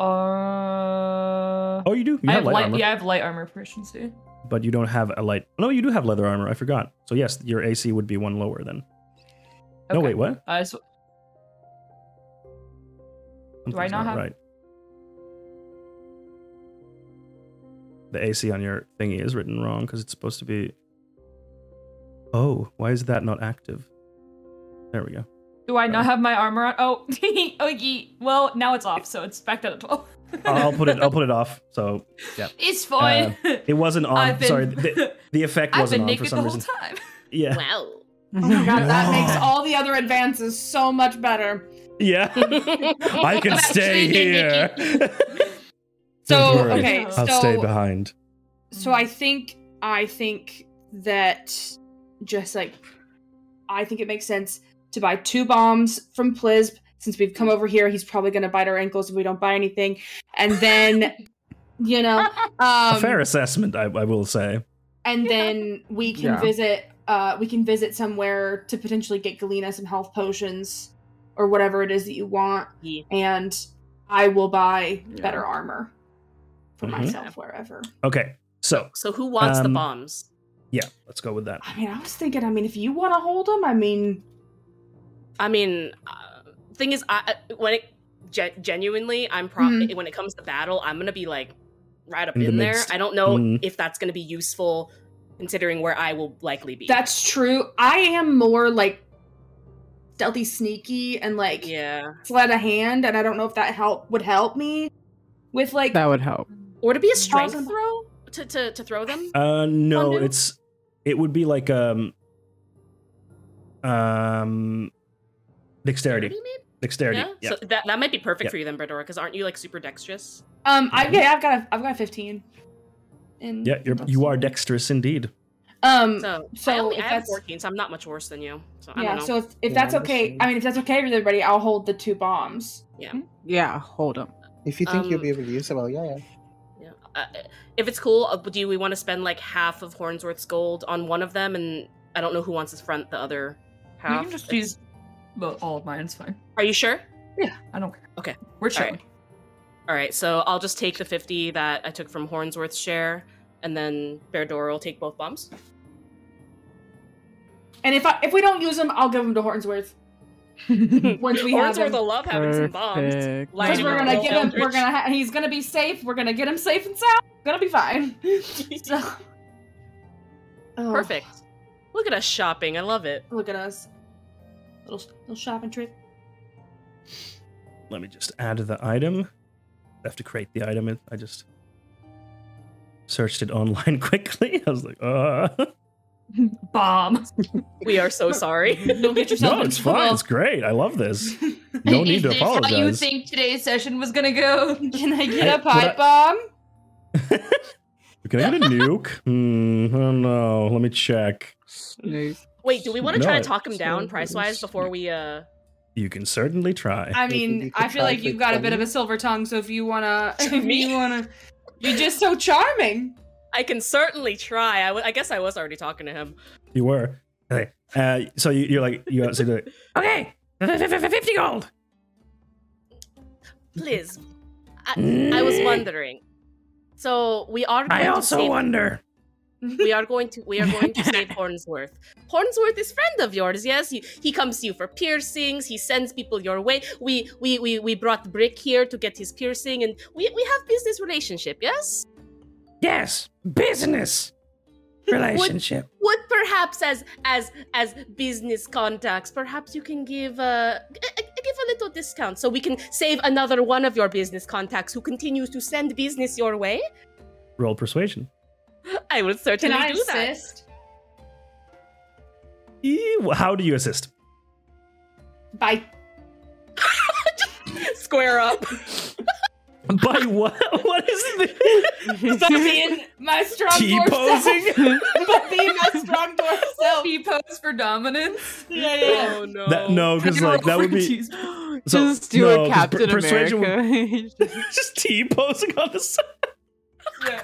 S2: Uh.
S1: Oh, you do. You
S2: I
S1: have
S2: have
S1: light,
S2: light.
S1: armor,
S2: Yeah, I have light armor proficiency.
S1: but you don't have a light. No, you do have leather armor. I forgot. So yes, your AC would be one lower then. No,
S2: Okay.
S1: wait, what?
S2: I s- I
S1: Something's
S2: not have-
S1: right? The AC on your thingy is written wrong because it's supposed to be. Oh, why is that not active? There we go.
S2: do I
S1: Sorry.
S2: not have my armor on? Oh, okay. Well, now it's off, so it's back down to twelve.
S1: I'll I'll put it. Uh, I'll put it off. So
S2: It's fine.
S1: it wasn't on.
S2: I've been-
S1: Sorry, the, the effect
S2: I've
S1: wasn't
S2: been
S1: on for
S2: naked the
S1: some
S2: whole
S1: reason.
S2: time.
S1: Yeah,
S6: Wow.
S5: Oh my god, that makes all the other advances so much better.
S1: yeah. I can stay here.
S5: So
S1: worry,
S5: okay, so
S1: I'll stay behind.
S5: so I think I think that just like I think it makes sense to buy two bombs from Plisb since we've come over here. He's probably gonna bite our ankles if we don't buy anything, and then you know,
S1: a fair
S5: um,
S1: assessment, I, I will say.
S5: and then we can
S3: Yeah.
S5: visit. Uh, we can visit somewhere to potentially get Galena some health potions or whatever it is that you want,
S6: Yeah.
S5: and I will buy better armor for
S1: Mhm.
S5: myself wherever.
S1: Okay, so
S6: So who wants the
S1: Um,
S6: bombs?
S1: yeah, let's go with that.
S5: I mean, I was thinking. I mean, if you want to hold them, I mean,
S6: I mean, uh, thing is, I I- when it gen- genuinely, I'm probably when it comes to battle, I'm gonna be like right up
S1: In
S6: in,
S1: the
S6: there.
S1: midst.
S6: I don't know
S1: Mhm.
S6: if that's gonna be useful, considering where I will likely be.
S5: that's true. I am more like stealthy, sneaky, and like
S6: yeah,
S5: sleight of hand, and I don't know if that help would help me with like.
S3: That would help.
S6: or to be a strength
S5: Awesome.
S6: throw to, to to throw them.
S1: Uh, no,
S6: Fondue?
S1: it's it would be like um um dexterity,
S6: maybe?
S1: dexterity.
S6: Yeah?
S1: Yeah,
S6: So that that might be perfect
S1: Yeah.
S6: for you then, Bredora, because aren't you like super dexterous?
S5: um, I yeah, I've got a, I've got a fifteen. And
S1: yeah, you're you are dexterous indeed.
S5: Um,
S6: So,
S5: so
S6: I, only,
S5: if
S6: I have
S5: that's-
S6: 14, so I'm not much worse than you. So I
S5: yeah.
S6: don't know.
S5: So if, if
S8: Yeah,
S5: that's
S8: I'm
S5: okay,
S8: listening.
S5: I mean, if that's okay with everybody, I'll hold the two bombs.
S3: Yeah, hold them.
S8: If you think you'll
S6: Um,
S8: be able to use it, well, yeah, yeah.
S6: Yeah. Uh, if it's cool, uh, do we want to spend like half of Hornsworth's gold on one of them? And I don't know who wants to front the other
S2: We
S6: half.
S2: can just use well, all of mine. It's fine.
S6: Are you sure?
S2: I don't care.
S6: Okay. All
S2: We're
S6: right.
S2: chilling.
S6: All right, so I'll just take the 50 that I took from Hornsworth's share, and then Beardora will take both bombs.
S5: And if I if we don't use them, I'll give them to Hornsworth. Once we have
S6: Hornsworth
S5: them.
S6: will love having some bombs.
S3: Perfect.
S6: Light
S5: Because
S6: him
S5: we're
S6: up
S5: gonna
S6: like
S5: get him, we're
S6: Eldritch.
S5: gonna, ha- he's gonna be safe. We're gonna get him safe and sound. Gonna be fine. So, Oh,
S6: Perfect. Look at us shopping. I love it.
S5: Look at us, little little shopping trip.
S1: Let me just add the item. I have to create the item. It- I just searched it online quickly. I was like, uh.
S2: Bomb.
S6: We are so sorry.
S5: Don't get yourself.
S1: No,
S5: in
S1: it's fine. It's
S5: trouble.
S1: great. I love this. No need to
S2: Is this How you
S1: apologize.
S2: think today's session was gonna go?
S5: Can I get a
S1: Hey, but
S5: pipe bomb?
S1: Can I get a nuke? Hmm, I don't know. Let me check.
S3: Snoop.
S6: Wait, do we want to
S1: No,
S6: try to
S1: it's
S6: talk him down price wise before we uh
S1: You can certainly try.
S5: I
S8: Maybe
S5: mean,
S8: you
S5: I
S8: could
S5: feel
S8: try
S5: like
S8: for
S5: you've got a bit
S8: 20.
S5: of a silver tongue. So if you wanna,
S6: To
S5: if you
S6: me?
S5: wanna, you're just so charming.
S6: I can certainly try. I, w- I guess I was already talking to him.
S1: You were. Okay. Uh, so you, you're like you say like, okay, fifty gold.
S6: Please. I, I was wondering. So we are going
S16: Mm. I
S6: to
S16: also
S6: save,
S16: wonder.
S6: we are going to we are going to save Hornsworth. Hornsworth is friend of yours, yes? He, he comes to you for piercings, he sends people your way. We we we, we brought Brick here to get his piercing and we, we have business relationship, yes?
S16: Yes, business relationship.
S6: would perhaps as as as business contacts perhaps you can give uh, g- g- give a little discount so we can save another one of your business contacts who continues to send business your way
S1: Roll persuasion.
S6: i would certainly do that
S1: Ew, How do you assist?
S5: By
S6: square up
S1: By what? What is this?
S5: But being my strong dwarf self.
S1: T-posing?
S5: But being my strong dwarf self.
S2: He posed for dominance.
S5: Yeah, yeah, yeah.
S6: Oh no.
S1: That, no, because like that would be so,
S10: just do
S1: no,
S10: a
S1: 'cause
S10: Captain
S1: per- persuasion would-
S10: America.
S1: just T posing on the side.
S5: yeah.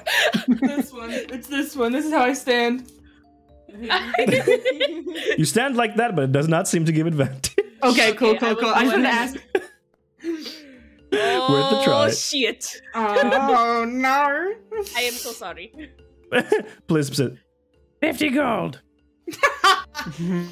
S5: This one. It's this one. This is how I stand.
S4: Oh,
S1: You stand like that, but it does not seem to give advantage.
S5: Okay, cool,
S4: Okay, I was
S5: cool, cool. I just wanted to ask.
S4: wondering-
S1: Worth a try.
S4: Oh shit!
S5: Oh no.
S4: I am so sorry.
S1: Plisp said, 50 gold.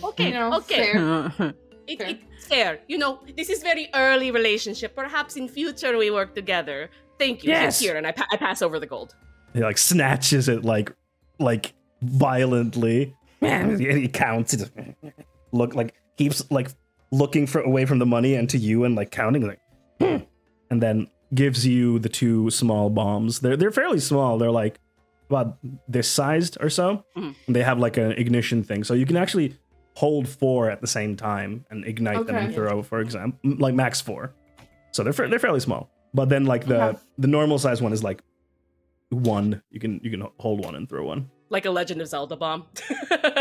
S4: Okay,
S5: You know,
S4: okay.
S5: fair.
S4: It,
S5: Fair.
S4: It's fair. You know, this is very early relationship. Perhaps in future we work together. Thank you.
S1: Yes.
S4: Here, and I, pa- I pass over the gold.
S1: He like snatches it like like violently. And he counts. He just look like keeps like looking for away from the money and to you and like counting like "Hmm," and then gives you the two small bombs. They're they're fairly small. They're like about this sized or so.
S5: Hmm.
S4: Mhm.
S1: And they have like an ignition thing. So you can actually hold four at the same time and ignite them and
S5: Okay.
S1: throw, for example, like max four. So they're fa- they're fairly small. But then like the
S5: Okay.
S1: the normal size one is like one. You can you can hold one and throw one.
S4: Like a Legend of Zelda bomb.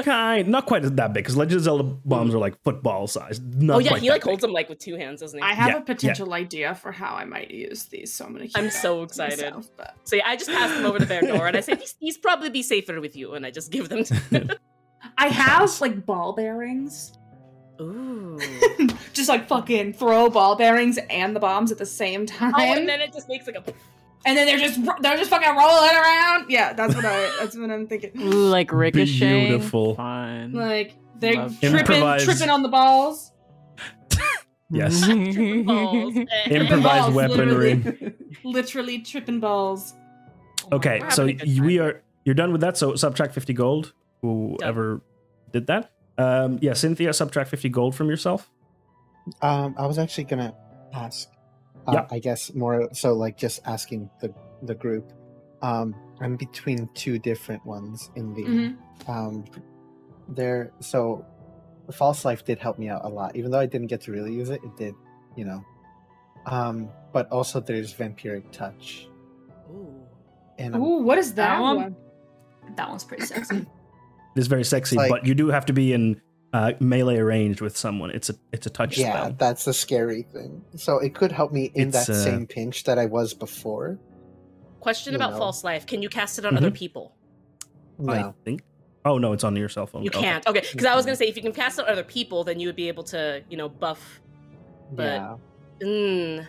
S1: Kind, not quite that big because Legend of Zelda bombs are like football size. Not
S4: oh yeah,
S1: quite
S4: he
S1: that
S4: like
S1: big.
S4: holds them like with two hands, doesn't he?
S5: I have
S1: Yeah,
S5: a potential idea for how I might use these, so I'm gonna. Keep
S4: I'm
S5: that
S4: so
S5: to
S4: excited.
S5: myself, but-
S4: so yeah, I just pass them over to Berndor and I say he's, he's probably be safer with you, and I just give them. to
S5: I have like ball bearings.
S4: Ooh.
S5: Just like fucking throw ball bearings and the bombs at the same time,
S4: Oh, and then it just makes like a.
S5: and then they're just they're just fucking rolling around. Yeah, that's what I that's what I'm thinking.
S8: Mm.
S10: Ooh, like ricochet.
S1: Beautiful.
S10: Fun.
S5: Like they're
S10: Love
S5: tripping
S1: Improvise.
S5: tripping on the balls.
S1: Yes.
S4: Balls. Eh.
S5: Tripping
S1: Improvised
S5: balls,
S1: weaponry.
S5: Literally, literally tripping balls.
S1: Okay,
S4: We're
S1: so
S4: having a good
S1: y- we
S4: time.
S1: are you're done with that. So subtract fifty gold. Whoever did that. Um, yeah, Cynthia, subtract fifty gold from yourself.
S8: Um, I was actually gonna ask. Uh,
S1: Yeah.
S8: I guess more so, like just asking the the group. Um, I'm between two different ones in the
S5: Mhm.
S8: um, there. So, false life did help me out a lot, even though I didn't get to really use it. It did, you know. Um, but also there's vampiric touch,
S4: Ooh.
S8: and I'm,
S5: Ooh, what is that,
S2: That
S5: one?
S2: one? That one's pretty sexy.
S1: It is very sexy,
S8: Like-
S1: but you do have to be in uh, melee arranged with someone. It's a it's a touch
S8: yeah,
S1: spell.
S8: that's the scary thing. So it could help me in
S1: It's,
S8: that
S1: uh,
S8: same pinch that I was before.
S4: Question
S8: You
S4: about
S8: know. Mm-hmm.
S4: false life: Can you cast it on other people?
S8: No.
S1: I think. Oh no, it's on your cell phone.
S4: You
S1: Okay.
S4: can't. Okay, because I was gonna
S8: Mm-hmm.
S4: say if you can cast it on other people, then you would be able to, you know, buff. but-
S8: yeah,
S4: Mm,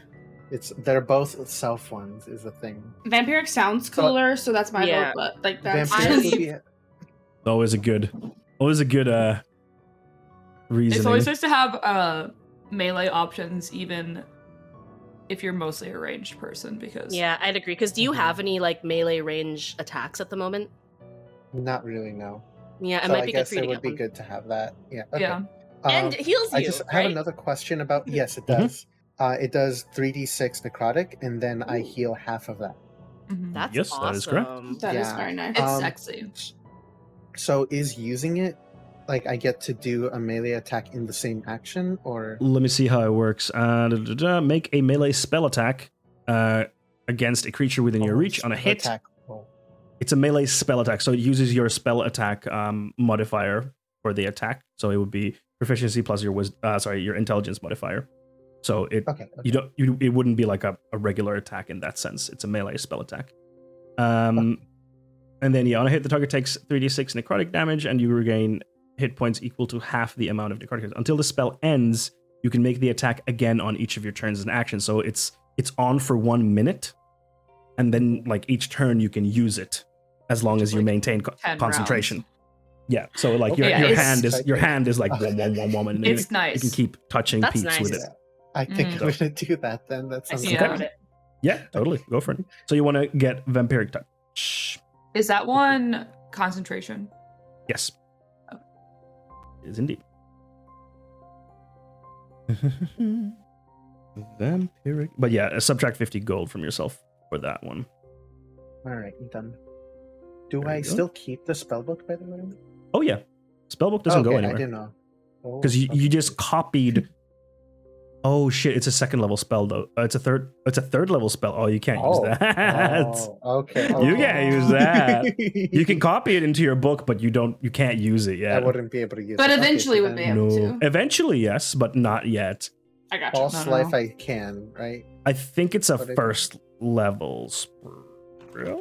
S8: it's they're both self ones is the thing.
S5: Vampiric sounds
S8: So-
S5: cooler, so that's my
S4: Yeah.
S5: vote. But like that's
S8: Vampiric
S2: I-
S8: would be-
S1: Always a good, always a good uh reason.
S2: It's always nice to have uh, melee options, even if you're mostly a ranged person, because
S4: yeah, I'd agree. Because
S8: Mm-hmm.
S4: do you have any like melee range attacks at the moment?
S8: Not really, no.
S4: Yeah, it
S8: so
S4: might
S8: I
S4: be good
S8: guess
S4: for you
S8: it
S4: to
S8: would
S4: get
S8: be
S4: one.
S8: good to have that. Yeah. Okay.
S2: yeah.
S8: Um,
S4: and it heals you.
S8: I just
S4: right? Mm-hmm.
S8: have another question about. Yes, it
S1: Mhm.
S8: does. Uh, it does 3d6 necrotic, and then I heal half of that.
S2: Mhm.
S4: That's
S1: Yes,
S4: awesome.
S1: that is correct.
S5: That is
S8: Yeah.
S5: very nice.
S2: it's
S8: um,
S2: sexy.
S8: So is using it like I get to do a melee attack in the same action, or
S1: Let me see how it works. Uh, da, da, da, make a melee spell attack uh, against a creature within your
S8: Oh,
S1: reach on a
S8: spell
S1: hit.
S8: Attack. roll.
S1: It's a melee spell attack, so it uses your spell attack um, modifier for the attack. So it would be proficiency plus your wis- uh, sorry, your intelligence modifier. So it
S8: Okay. okay.
S1: you don't you, it wouldn't be like a, a regular attack in that sense. It's a melee spell attack. Um, and then yeah, on a hit, the target takes three d six necrotic damage, and you regain hit points equal to half the amount of necrotic damage. until the spell ends. You can make the attack again on each of your turns as an action. So it's it's on for one minute, and then like each turn you can use it as long as you
S2: Like
S1: maintain co-
S2: 10
S1: concentration. Yeah. So like your,
S2: Okay.
S1: your
S2: It's-
S1: hand is your hand is like one one one one, and you,
S2: It's nice.
S1: you can keep touching
S4: That's
S1: peaks with
S4: nice.
S1: it.
S8: Yeah. I think
S2: Mm.
S8: I'm gonna do that then. That
S4: I
S8: sounds
S4: see
S1: Okay.
S4: about it.
S1: Yeah, totally. Go for it. So you want to get vampiric touch?
S2: Is that one concentration?
S1: Yes. It is indeed. vampiric. But yeah, subtract fifty gold from yourself for that one.
S8: All right, I'm done. Do
S1: There
S8: I
S1: you go.
S8: still keep the spellbook by the way?
S1: Oh yeah, spellbook doesn't
S8: okay,
S1: go
S8: I
S1: anywhere
S8: didn't know. Oh,
S1: because you,
S8: okay.
S1: you just copied Oh shit! It's a second level spell though. Uh, it's a third. It's a third level spell. Oh, you can't use that.
S8: Oh, okay.
S1: You
S8: okay.
S1: can't use that. you can copy it into your book, but you don't. You can't use it
S8: I
S1: yet.
S8: wouldn't be able to use
S5: But
S8: it.
S5: eventually
S8: okay,
S5: would
S8: so
S5: be
S8: then
S5: able to.
S1: Eventually, yes, but not yet.
S5: I got you.
S8: False
S5: No, no,
S8: life
S5: no.
S8: I can, right?
S1: I think it's a
S8: But I-
S1: first level spell.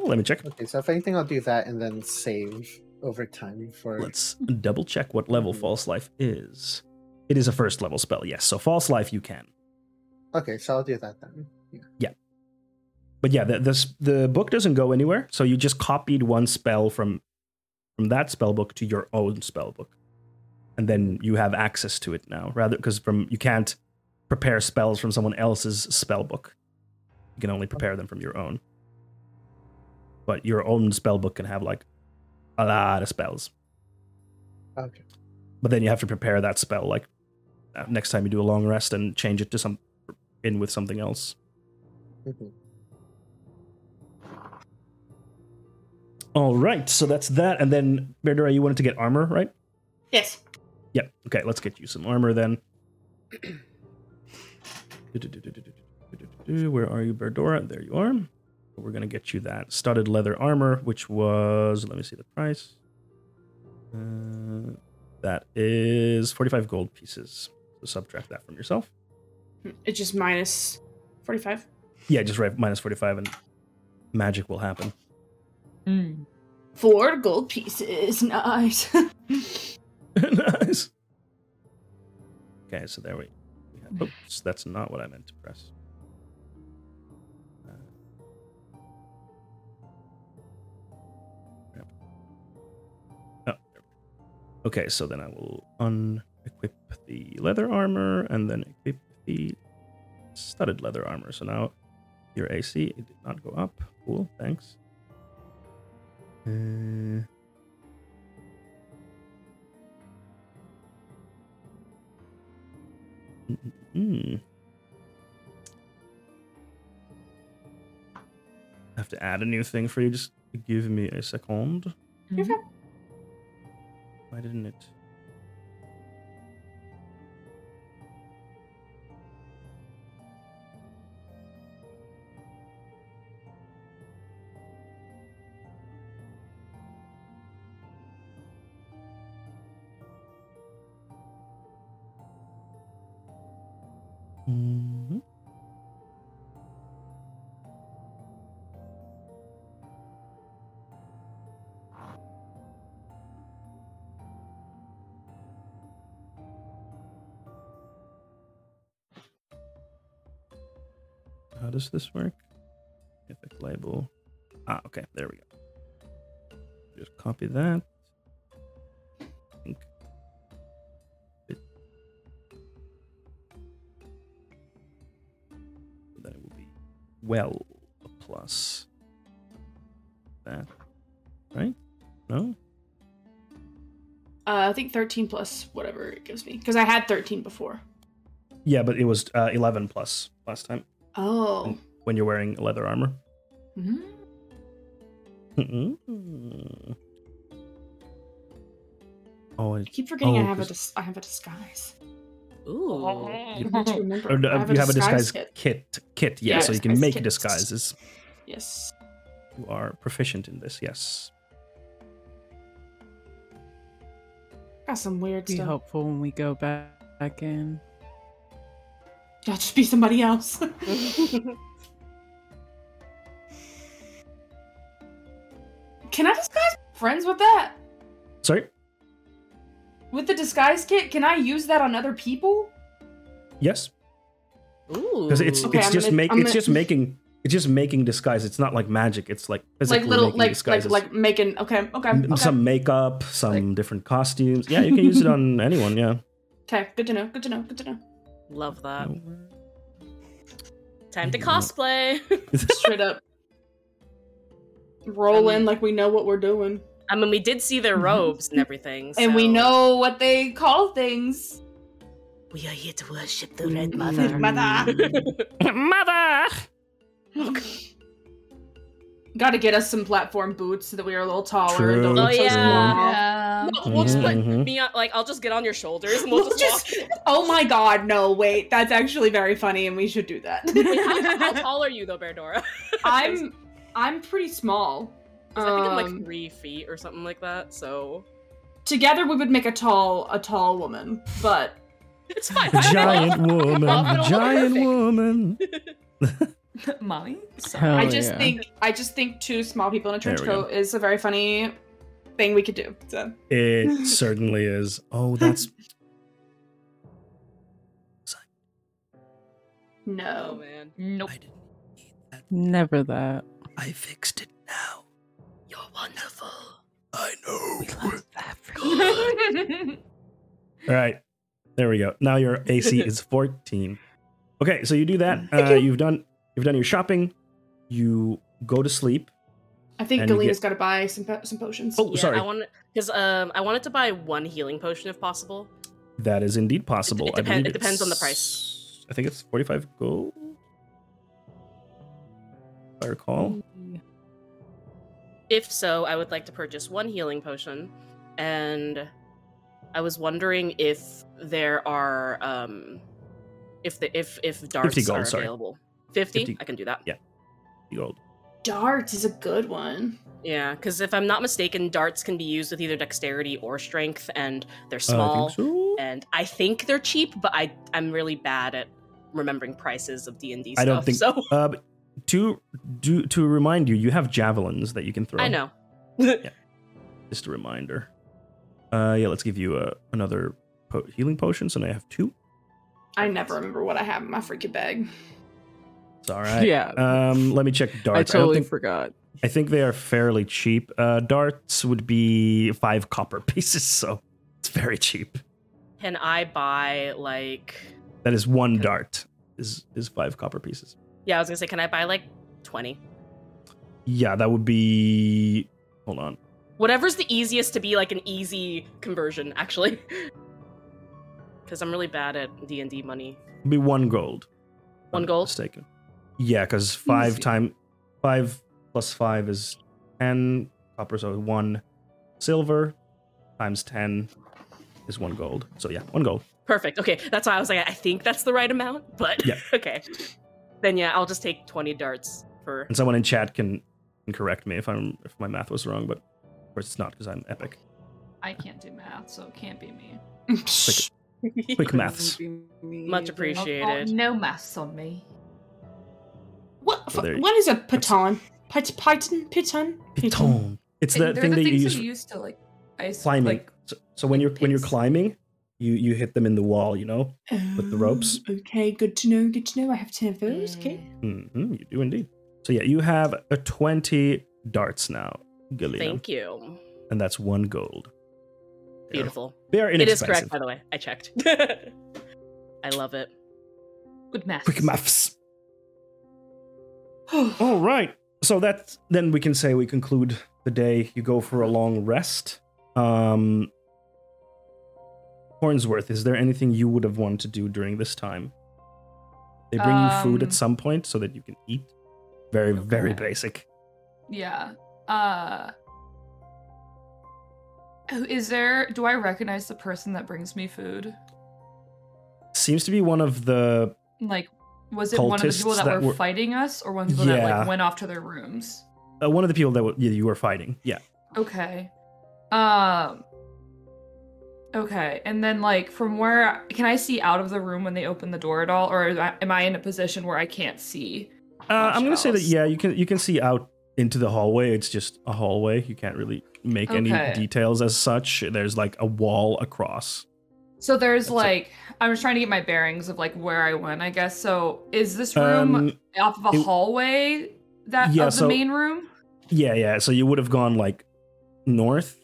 S1: Let me check.
S8: Okay, so if anything I'll do that and then save over time for
S1: Let's double check what level false life is. It is a first level spell, yes. So false life you can.
S8: Okay, so I'll do that then. Yeah.
S1: But yeah, the this, the book doesn't go anywhere. So you just copied one spell from from that spell book to your own spell book, and then you have access to it now. Rather, because from you can't prepare spells from someone else's spell book. You can only prepare them from your own. But your own spell book can have like a lot of spells.
S8: Okay.
S1: but then you have to prepare that spell like uh, next time you do a long rest and change it to some in with something else
S8: Mhm.
S1: all right so that's that and then Verdura, you wanted to get armor right
S5: Yes.
S1: yep okay let's get you some armor then where are you Verdura? there you are we're gonna get you that studded leather armor which was let me see the price uh, that is 45 gold pieces. So subtract that from yourself.
S5: It's just minus 45.
S1: Yeah, just write minus 45 and magic will happen.
S5: Four gold pieces. Nice. Uh,
S1: nice. Okay, so there we, we have. Oops, that's not what I meant to press. Uh, crap. Oh, there we go. Okay, so then I will unequip the leather armor and then equip the studded leather armor. So now your AC it did not go up. Cool, thanks. Uh, Mm. I have to add a new thing for you. Just give me a second.
S5: You're fine.
S1: Why didn't it? Mhm. How does this work? Mythic label. Ah, okay, there we go. Just copy that. I think then it will be well plus that, right? No,
S5: Uh, I think 13 plus whatever it gives me. Because I had 13 before.
S1: yeah, but it was uh, eleven plus last time
S5: Oh.
S1: when you're wearing leather armor.
S5: Mhm.
S1: Mm-mm. Mm-hmm. oh,
S5: I keep forgetting
S1: Oh,
S5: I, have a
S1: 'cause-
S5: dis- I have a disguise.
S6: Ooh.
S5: I need to remember.
S1: or do-
S5: I
S1: Oh, you have a disguise kit.
S5: kit.
S1: Kit, yeah,
S5: Yeah,
S1: so you can
S5: disguise
S1: make
S5: kit.
S1: disguises.
S5: Yes.
S1: You are proficient in this, yes.
S5: Got some weird
S10: Be
S5: stuff.
S10: helpful when we go back, back in.
S5: I'll just be somebody else. Can I disguise friends with that?
S1: Sorry.
S5: With the disguise kit, can I use that on other people?
S1: Yes.
S6: Ooh.
S1: because it's
S5: Okay,
S1: it's
S5: I'm
S1: just
S5: gonna-
S1: make
S5: I'm
S1: it's
S5: gonna-
S1: just making it's just making disguise. It's not like magic. It's like physically
S5: like little,
S1: making
S5: like
S1: disguises.
S5: like like making. Okay, okay,
S1: M-
S5: okay.
S1: Some makeup, some different costumes. Yeah, you can use it on anyone. Yeah.
S5: okay, good to know. Good to know. Good to know.
S6: Love that.
S8: Mm-hmm.
S1: Time
S6: Time
S1: to
S6: to
S1: Mhm.
S6: cosplay.
S5: Straight up. Roll in like we know what we're doing,
S6: I mean, we did see their robes and everything.
S5: Mm-hmm. and we
S6: so-
S5: know what they call things.
S6: we are here to worship the Red Mother.
S5: Mother. Mother. Got to get us some platform boots so that we are a little taller. and
S1: True.
S5: don't
S1: Oh,
S5: look so
S6: yeah.
S5: small.
S2: Yeah. Yeah.
S6: No, we'll just put
S1: Mhm.
S6: me on, like I'll just get on your shoulders and we'll,
S5: Um, We'll
S6: just,
S5: just- Oh my god, no, wait. That's actually very funny and we should do that.
S6: walk. Wait, how, how tall are you though, Berdora?
S5: I'm I'm pretty small.
S6: 'Cause I think I'm like
S5: Um,
S6: three feet or something like that. So
S5: together we would make a tall a tall woman, but
S6: it's fine. I don't know.
S1: Giant woman,
S6: Phenomenal.
S1: giant
S6: Perfect.
S1: woman.
S2: Mommy? Sorry.
S3: Hell
S5: I just
S3: yeah.
S5: think I just think two small people in a trench
S1: Oh, There we go.
S5: coat is a very funny thing we could do. So
S1: It certainly is. Oh, that's
S6: Oh
S5: no.
S6: man,
S2: Nope.
S17: I didn't need that.
S3: Never that.
S17: I fixed it now.
S6: you're wonderful.
S17: I know.
S1: all right. There we go. Now your AC is 14. Okay, so you do that. Uh, you've done you've done your shopping. You go to sleep.
S5: I think
S1: And you
S5: Galena's
S1: get-
S5: gotta buy some po- some potions.
S1: Oh,
S6: Yeah,
S1: sorry.
S6: I want because um I wanted to buy one healing potion if possible.
S1: That is indeed possible.
S6: it
S1: I
S6: depend-
S1: believe
S6: it depends on the
S1: it's-
S6: price.
S1: I think it's 45 gold. If I recall.
S6: If so, I would like to purchase one healing potion, and I was wondering if there are um if the if if darts
S1: gold,
S6: are
S1: sorry.
S6: available. 50?
S1: 50.
S6: I can do that.
S1: Yeah. Gold. Uh,
S5: Darts is a good one.
S6: Yeah, because if I'm not mistaken, darts can be used with either dexterity or strength, and they're
S1: Uh, I
S6: small.
S1: think so.
S6: And I think they're cheap, but I I'm really bad at remembering prices of D and D stuff.
S1: I don't think
S6: so.
S1: Uh, but to do to remind you, you have javelins that you can throw.
S6: I know.
S1: Just a reminder. Uh, yeah, let's give you uh another po- healing potion. So now I have two.
S5: I never remember what I have in my freaking bag.
S1: It's all right.
S3: Yeah.
S1: Um, let me check
S3: I
S1: darts. I,
S3: totally
S1: don't think,
S3: forgot.
S1: I think they are fairly cheap. Uh, darts would be five copper pieces, so it's very cheap.
S6: Can I buy like?
S1: That is one dart. Is is five copper pieces?
S6: Yeah, I was gonna say, can I buy like twenty?
S1: Yeah, that would be. Hold on.
S6: Whatever's the easiest to be like an easy conversion, actually. Because I'm really bad at D and D money.
S1: It'd be one gold. if
S6: One
S1: I'm not
S6: gold?
S1: Mistaken. Yeah, because five
S3: Easy.
S1: time five plus five is ten copper, so one silver times ten is one gold. So yeah, one gold.
S6: Perfect. Okay, that's why I was like, I think that's the right amount, but
S1: Yeah.
S6: okay. Then yeah, I'll just take twenty darts for.
S1: And someone in chat can, can correct me if I'm if my math was wrong, but of course it's not because I'm epic.
S2: I can't do math, so it can't be me.
S1: Quick maths.
S6: Much
S2: Oh, oh,
S6: appreciated.
S2: no maths on me.
S5: What
S1: So there you-
S5: what is a python? Pyt- Python? Python?
S1: Piton. It's
S2: They're
S1: that thing
S2: the
S1: that you use
S2: things that
S1: for
S2: you use to like ice
S1: climbing.
S2: like
S1: so, so when you're when you're
S2: pits.
S1: climbing, you you hit them in the wall, you know. With the ropes.
S5: Oh, Okay, good to know. Good to know. I have ten of those. Okay.
S2: eh,
S1: hmm you do indeed. So yeah, you have a twenty darts now, Galena,
S6: Thank you.
S1: and that's one gold. They are-
S6: Beautiful.
S1: They are
S6: It is
S1: inexpensive.
S6: correct, by the way. I checked. I love it.
S2: good maths.
S1: Quick maths. All right. So that's then we can say we conclude the day. You go for a long rest. Um Hornsworth, is there anything you would have wanted to do during this time? They bring you food
S2: Um,
S1: at some point so that you can eat. Very, very
S2: Okay.
S1: basic.
S2: Yeah. Uh oh, is there do I recognize the person that brings me food?
S1: Seems to be one of the
S2: Like was it one of the people
S1: Cultists
S2: that,
S1: that
S2: were,
S1: were-
S2: fighting us or one of the people that
S1: Yeah.
S2: like went off to their rooms?
S1: uh, one of the people that w- yeah, you were fighting. Yeah.
S2: Okay. Um Okay, and then like from where can I see out of the room when they open the door at all or am I- am I in a position where I can't see?
S1: Uh, I'm gonna say that
S2: Gosh,
S1: yeah, you can you can see out into the hallway. It's just a hallway. You can't really make
S2: Okay.
S1: any details as such. There's like a wall across.
S2: So there's
S1: That's it.
S2: like I'm just trying to get my bearings of like where I went, I guess. So is this room
S1: Um,
S2: off of a
S1: it-
S2: hallway that
S1: Yeah,
S2: of the
S1: so-
S2: main room?
S1: Yeah, yeah. So you would have gone like north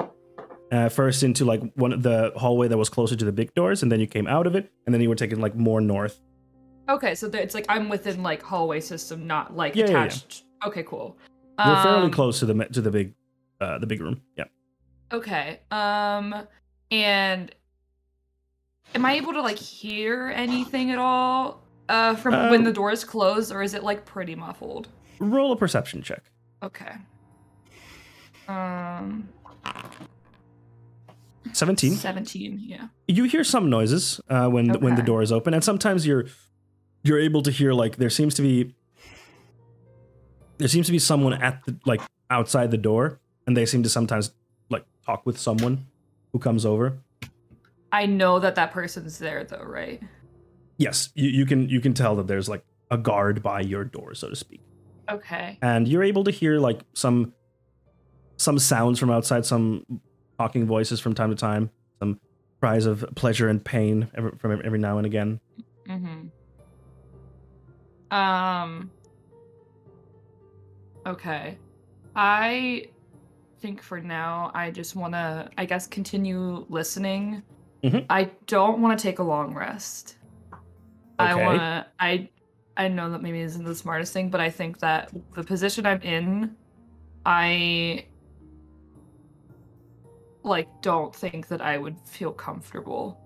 S1: uh, first into like one of the hallway that was closer to the big doors, and then you came out of it, and then you were taken like more north.
S2: Okay, so th- it's like I'm within like hallway system, not like
S1: Yeah, yeah, yeah.
S2: attached. Okay, cool.
S1: You're fairly
S2: Um,
S1: close to the ma- to the big uh, the big room. Yeah.
S2: Okay. Um, and am I able to like hear anything at all uh from when
S1: Um,
S2: the doors close, or is it like pretty muffled?
S1: Roll a perception check.
S2: Okay. Um.
S1: 17.
S2: 17, yeah.
S1: you hear some noises uh, when the, when the
S2: Okay.
S1: door is open, and sometimes you're you're able to hear like there seems to be there seems to be someone at the like outside the door, and they seem to sometimes like talk with someone who comes over.
S2: I know that that person's there though, right?
S1: Yes, you, you can you can tell that there's like a guard by your door, so to speak,
S2: Okay.
S1: and you're able to hear like some some sounds from outside, some talking voices from time to time, some cries of pleasure and pain every, from every now and again.
S2: Mm-hmm. Um. Okay. I think for now, I just want to, I guess, continue listening.
S1: Mhm.
S2: I don't want to take a long rest. I
S1: Okay.
S2: want to. I. I know that maybe isn't the smartest thing, but I think that the position I'm in, I like don't think that I would feel comfortable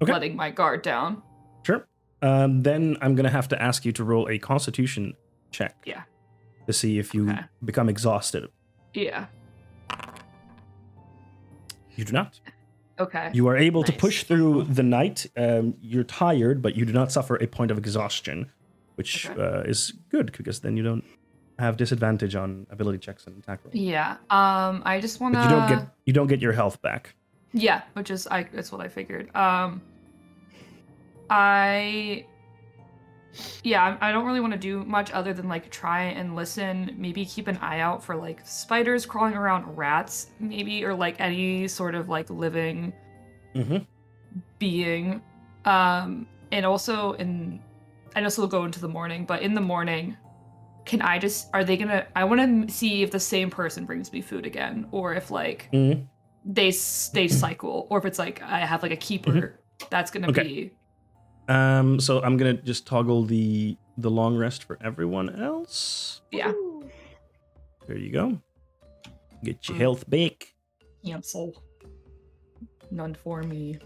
S1: Okay.
S2: letting my guard down.
S1: Sure. Um, then I'm gonna have to ask you to roll a Constitution check.
S2: Yeah.
S1: To see if you
S2: Okay.
S1: become exhausted.
S2: Yeah.
S1: You do not.
S2: Okay.
S1: You are able to
S2: Nice.
S1: push through the night. Um, you're tired, but you do not suffer a point of exhaustion, which
S2: Okay.
S1: uh, is good because then you don't have disadvantage on ability checks and attack rolls.
S2: yeah. Um, I just want
S1: But
S2: to.
S1: you don't get you don't get your health back.
S2: Yeah, which is I. That's what I figured. Um, I. Yeah, I I don't really want to do much other than like try and listen. Maybe keep an eye out for like spiders crawling around, rats, maybe, or like any sort of like living
S1: Mm-hmm.
S2: being. Um, and also in, I know this will go into the morning, but in the morning, can I just? Are they gonna? I want to see if the same person brings me food again, or if like
S1: Mhm.
S2: they s- they cycle, or if it's like I have like a keeper. That's gonna
S1: Mm-hmm. Okay.
S2: be
S1: Um, so I'm gonna just toggle the the long rest for everyone else.
S2: yeah.
S1: There you go. Get
S2: Mm.
S1: your health back.
S2: Cancel. None for me.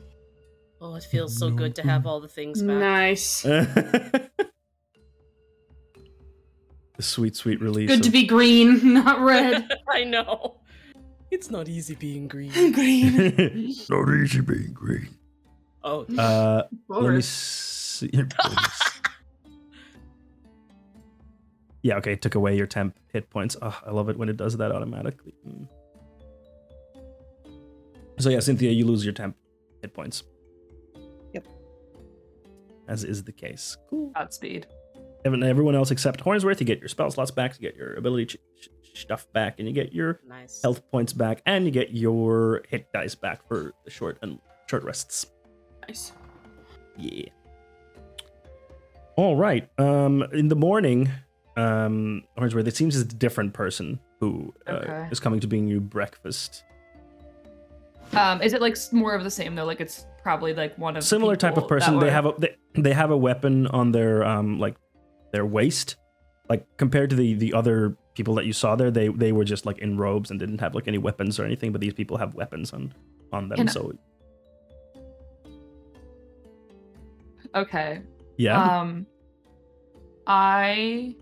S6: Oh, it feels so good to have all the things back.
S5: Nice.
S1: the sweet, sweet release.
S5: Good to
S1: of-
S5: be green, not red.
S6: I know. It's not easy being green.
S5: green.
S11: Not easy being green.
S6: Oh,
S1: uh, let me
S2: Bored.
S1: see. yeah, okay. It took away your temp hit points. Ugh, I love it when it does that automatically. Mm. So yeah, Cynthia, you lose your temp hit points.
S8: Yep.
S1: As is the case. Cool.
S2: Godspeed.
S1: Ev- Everyone else except Hornsworth, you get your spell slots back, you get your ability ch- ch- stuff back, and you get your
S6: nice.
S1: health points back, and you get your hit dice back for the short and short rests.
S5: Nice.
S1: Yeah. All right. Um, in the morning, um, Hornsworth, it seems it's a different person who uh,
S2: Okay.
S1: is coming to bring you breakfast.
S2: Um, is it like s- more of the same though? Like it's probably like one of the
S1: Similar type
S2: people
S1: of
S2: that
S1: person. They
S2: were-
S1: have a they, they have a weapon on their um like their waist. Like compared to the the other people that you saw there, they they were just like in robes and didn't have like any weapons or anything. But these people have weapons on on them.
S2: Can I-
S1: so
S2: okay.
S1: yeah.
S2: Um, I,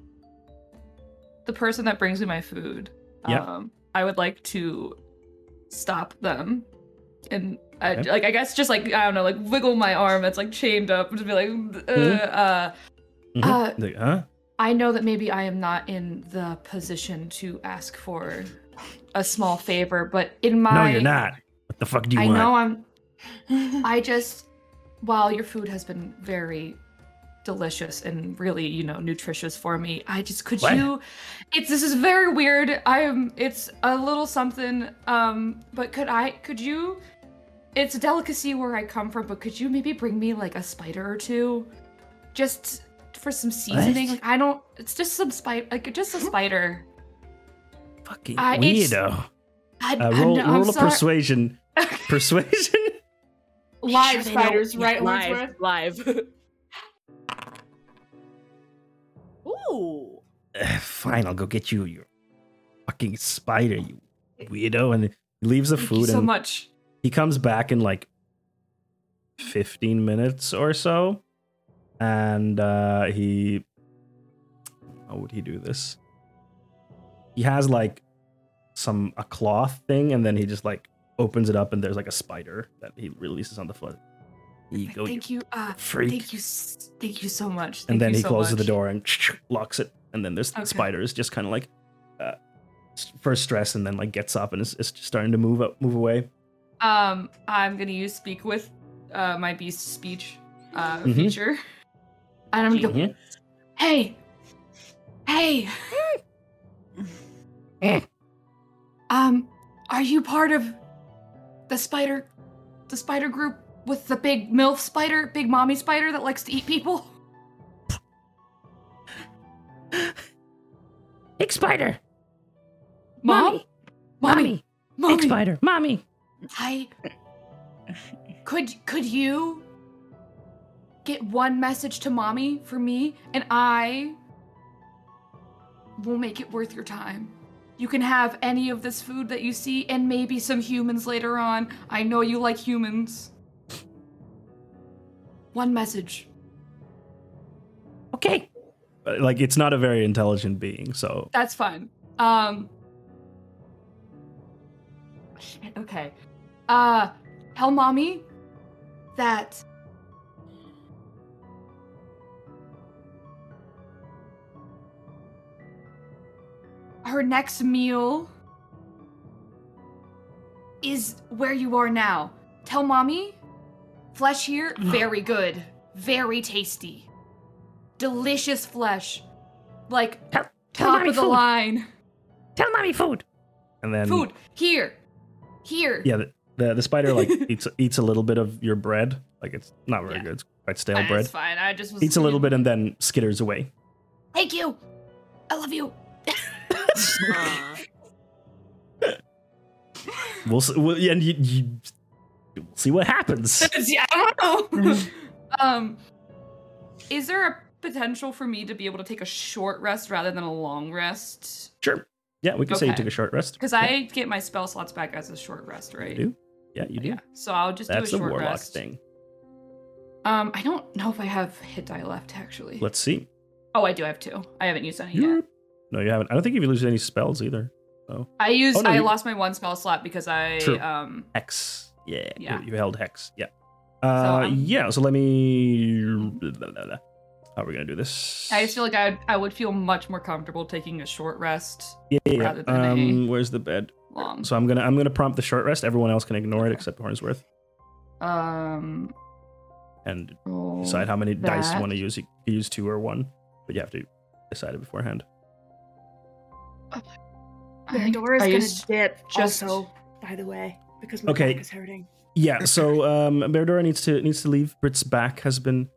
S2: the person that brings me my food,
S1: Yeah.
S2: um, I would like to stop them, and I,
S1: Okay.
S2: like I guess just like I don't know, like wiggle my arm that's like chained up, just be like, uh,
S1: Mhm.
S2: uh,
S1: Mhm.
S2: uh,
S1: Like, huh?
S2: I know that maybe I am not in the position to ask for a small favor, but in my
S11: No, you're not. What the fuck do you
S2: I
S11: want?
S2: know I'm I just, while your food has been very delicious and really, you know, nutritious for me, I just could
S11: What?
S2: you. It's this is very weird. I am. It's a little something. Um, but could I? Could you? It's a delicacy where I come from, but could you maybe bring me like a spider or two, just for some seasoning? Like I don't. It's just some spider. Like just a spider.
S11: Fucking
S2: I- it's-
S11: weirdo.
S2: I,
S1: Uh, roll
S2: I'm, I'm
S1: roll a
S2: sorry.
S1: persuasion. persuasion.
S5: Live
S6: They don't-
S5: spiders,
S6: yeah,
S5: right,
S6: Live,
S5: Hornsworth?
S6: live. Ooh.
S11: Eh, fine, I'll go get you your fucking spider, you weirdo. And
S1: He leaves the
S2: Thank you
S1: food
S2: so
S1: and
S2: much.
S1: he comes back in like 15 minutes or so and uh he how would he do this he has like some a cloth thing and then he just like opens it up, and there's like a spider that he releases on the foot. Here you go, you
S2: Thank you. Uh,
S1: freak.
S2: Thank you. s- Thank you so much. Thank
S1: and then
S2: you
S1: he
S2: so
S1: closes
S2: much.
S1: the door and locks it and then there's
S2: Okay.
S1: spiders just kind of like uh, s- first stress and then like gets up and is, is starting to move up move away
S2: Um, I'm gonna use speak with uh, my beast speech uh,
S1: Mhm.
S2: feature, and I'm gonna go,
S1: Mhm.
S2: hey, hey, um, are you part of the spider, the spider group with the big milf spider, big mommy spider that likes to eat people?
S18: Big spider.
S2: Mom,
S18: Mommy.
S2: mommy, mommy,
S18: Big spider. Mommy.
S2: I could could you get one message to mommy for me and I will make it worth your time. You can have any of this food that you see and maybe some humans later on. I know you like humans. One message.
S18: Okay.
S1: Uh, like it's not a very intelligent being so
S2: That's fine. Um shit, okay. Uh tell mommy that her next meal is where you are now. Tell mommy flesh here very good, very tasty. Delicious flesh. Like
S18: Tell, tell
S2: top
S18: mommy
S2: of the
S18: food.
S2: line.
S18: Tell mommy food.
S1: and then
S2: Food here, here.
S1: yeah the, the, the spider like eats eats a little bit of your bread like it's not very
S2: Yeah.
S1: good it's quite stale
S2: Ah, it's
S1: bread
S2: fine. I just was
S1: eats a little bit and then skitters away
S2: Thank you. I love you.
S1: we'll, s- we'll and you, you we'll see what happens
S5: yeah, I don't know.
S2: Um, is there a potential for me to be able to take a short rest rather than a long rest?
S1: sure yeah we can say you
S2: Okay.
S1: took a short rest
S2: Because
S1: yeah,
S2: I get my spell slots back as a short rest,
S1: you
S2: right?
S1: do yeah you do
S2: Yeah. So I'll just
S1: that's
S2: do
S1: the
S2: a short
S1: warlock
S2: rest.
S1: thing
S2: Um, I don't know if I have hit die left actually.
S1: let's see
S2: oh, I do have two. I haven't used any yet.
S1: Yep. No, you haven't. I don't think you've used any spells either.
S2: I used.
S1: Oh, no,
S2: I
S1: you-
S2: lost my one spell slot because I
S1: True.
S2: um.
S1: Hex. Yeah.
S2: Yeah.
S1: You, you held hex. Yeah. Uh,
S2: um,
S1: yeah. So let me. blah, blah, blah, blah. How are we gonna do this?
S2: I just feel like I would, I would feel much more comfortable taking a short rest
S1: Yeah. yeah, yeah.
S2: rather than a-
S1: Um, where's the bed?
S2: long.
S1: So I'm gonna I'm gonna prompt the short rest. Everyone else can ignore it
S2: Okay.
S1: except Hornsworth
S2: Um,
S1: and
S2: roll
S1: decide how many dice you
S2: that.
S1: want to use. You can use two or one, but you have to decide it beforehand.
S2: I-
S5: Their door is
S2: I
S5: gonna
S2: used-
S5: dip.
S2: just-
S5: also, by the way, because my
S1: Okay.
S5: back is hurting.
S1: Yeah. So um, Berdora needs to needs to leave. Brit's back has been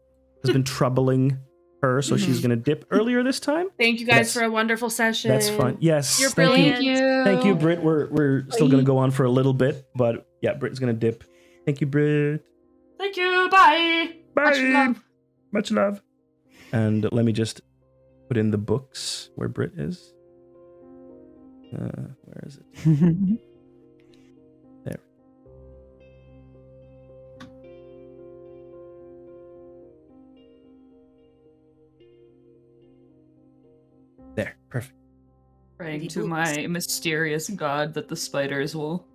S1: has been troubling her, so
S2: Mm-hmm.
S1: she's gonna dip earlier this time.
S5: Thank you guys
S1: That's-
S5: for a wonderful session.
S1: That's fine. Yes.
S5: You're
S1: thank you.
S5: brilliant.
S2: Thank you.
S1: Thank you, Britt. We're we're still gonna go on for a little bit, but yeah, Britt's gonna dip. Thank you, Britt.
S5: Thank you. Bye.
S1: Bye.
S2: Much love.
S1: Much love. And let me just put in the books where Britt is. Uh, where is it? There. Perfect.
S2: Praying to my mysterious god that the spiders will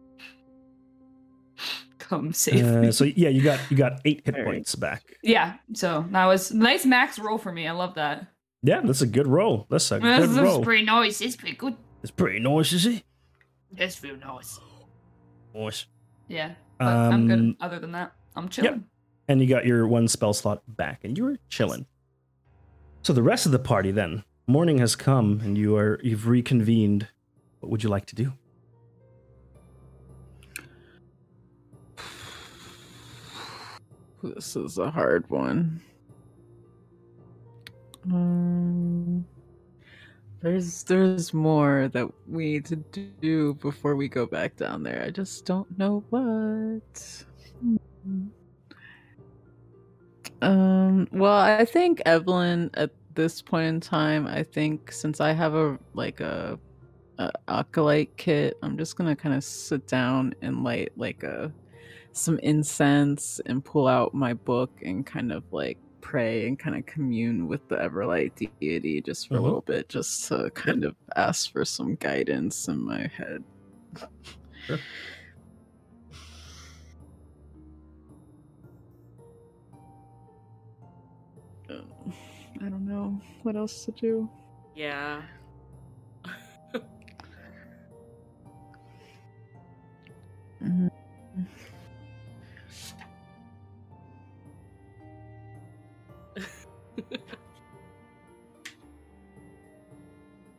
S2: come save
S1: Uh,
S2: me.
S1: so yeah, you got you got eight hit
S3: All right.
S1: points back.
S2: yeah, so that was nice max roll for me. I love that.
S1: Yeah, that's a good roll. That's a
S2: This
S1: good
S2: is
S1: roll.
S2: pretty nice. It's pretty good.
S1: it's pretty nice, is it?
S2: That's real nice.
S1: Nice.
S2: Yeah, but I'm
S1: Um,
S2: good. Other than that, I'm chilling.
S1: and you got your one spell slot back and you were chilling so the rest of the party then morning has come and you are you've reconvened what would you like to do
S10: This is a hard one. Um, there's there's more that we need to do before we go back down there. I just don't know what. Hmm. Um. Well, I think Evelyn at this point in time, I think since I have a like a, a acolyte kit, I'm just gonna kind of sit down and light like a some incense and pull out my book and kind of like pray and kind of commune with the everlight deity just for
S1: Mhm.
S10: a little bit just to kind of ask for some guidance in my head
S1: Sure.
S10: I don't know what else to do.
S6: Yeah.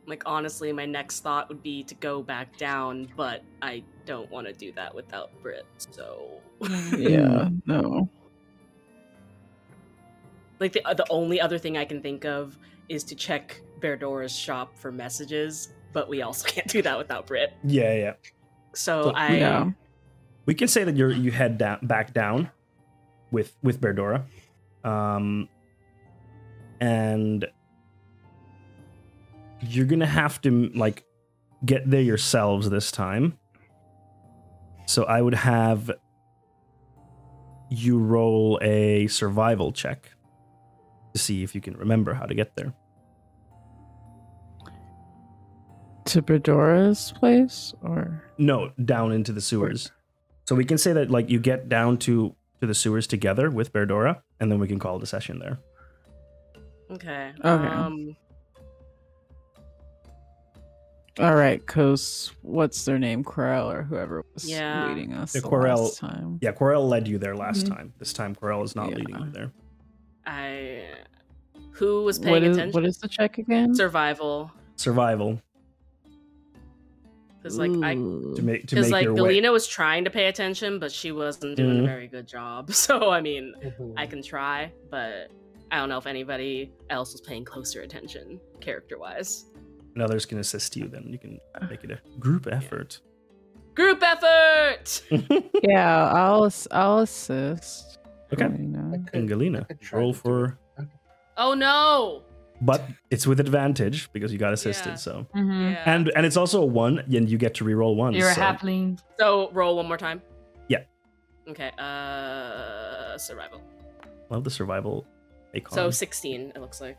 S6: Like honestly, my next thought would be to go back down, but I don't want to do that without Brit. So,
S10: Yeah, no.
S6: like the the only other thing I can think of is to check Verdora's shop for messages, but we also can't do that without Brit.
S1: Yeah, yeah.
S6: So,
S1: So-
S6: I
S10: Yeah.
S1: We can say that you you head down, back down with with Berdora, um, and you're gonna have to like get there yourselves this time. So I would have you roll a survival check to see if you can remember how to get there.
S10: To Bedora's place or
S1: No, down into the sewers. So we can say that like you get down to to the sewers together with Berdora, and then we can call it a session there.
S6: okay.
S10: Okay.
S6: Um,
S10: all right, cause what's their name, Corel or whoever was
S6: Yeah.
S10: leading us
S1: Yeah,
S10: the
S1: Corel-
S10: last time?
S1: Yeah, Quirrell led you there last
S6: Mm-hmm.
S5: Mhm.
S1: time. This time Quirrell is not leading you there.
S6: I who was paying
S10: What is
S6: attention?
S10: what is the check again?
S6: Survival,
S1: Survival
S6: because like I
S1: to make to
S6: Because
S1: make
S6: like
S1: your way.
S6: Galena was trying to pay attention, but she wasn't doing
S1: Mhm.
S6: a very good job. So I mean, I can try, but I don't know if anybody else was paying closer attention character wise.
S1: And others can assist you. Then you can make it a group effort.
S6: Group effort.
S10: yeah, I'll ass- I'll assist.
S1: Okay.
S10: Galena.
S1: And Galena, roll for,
S6: Oh no.
S1: but it's with advantage because you got assisted.
S6: Yeah. Mm.
S1: So
S6: Yeah.
S1: and and it's also a one, and you get to reroll one.
S2: You're
S1: so-
S2: a hapling.
S6: so roll one more time.
S1: Yeah.
S6: Okay. Uh, survival.
S1: Love the survival. Icon.
S6: So sixteen. It looks like.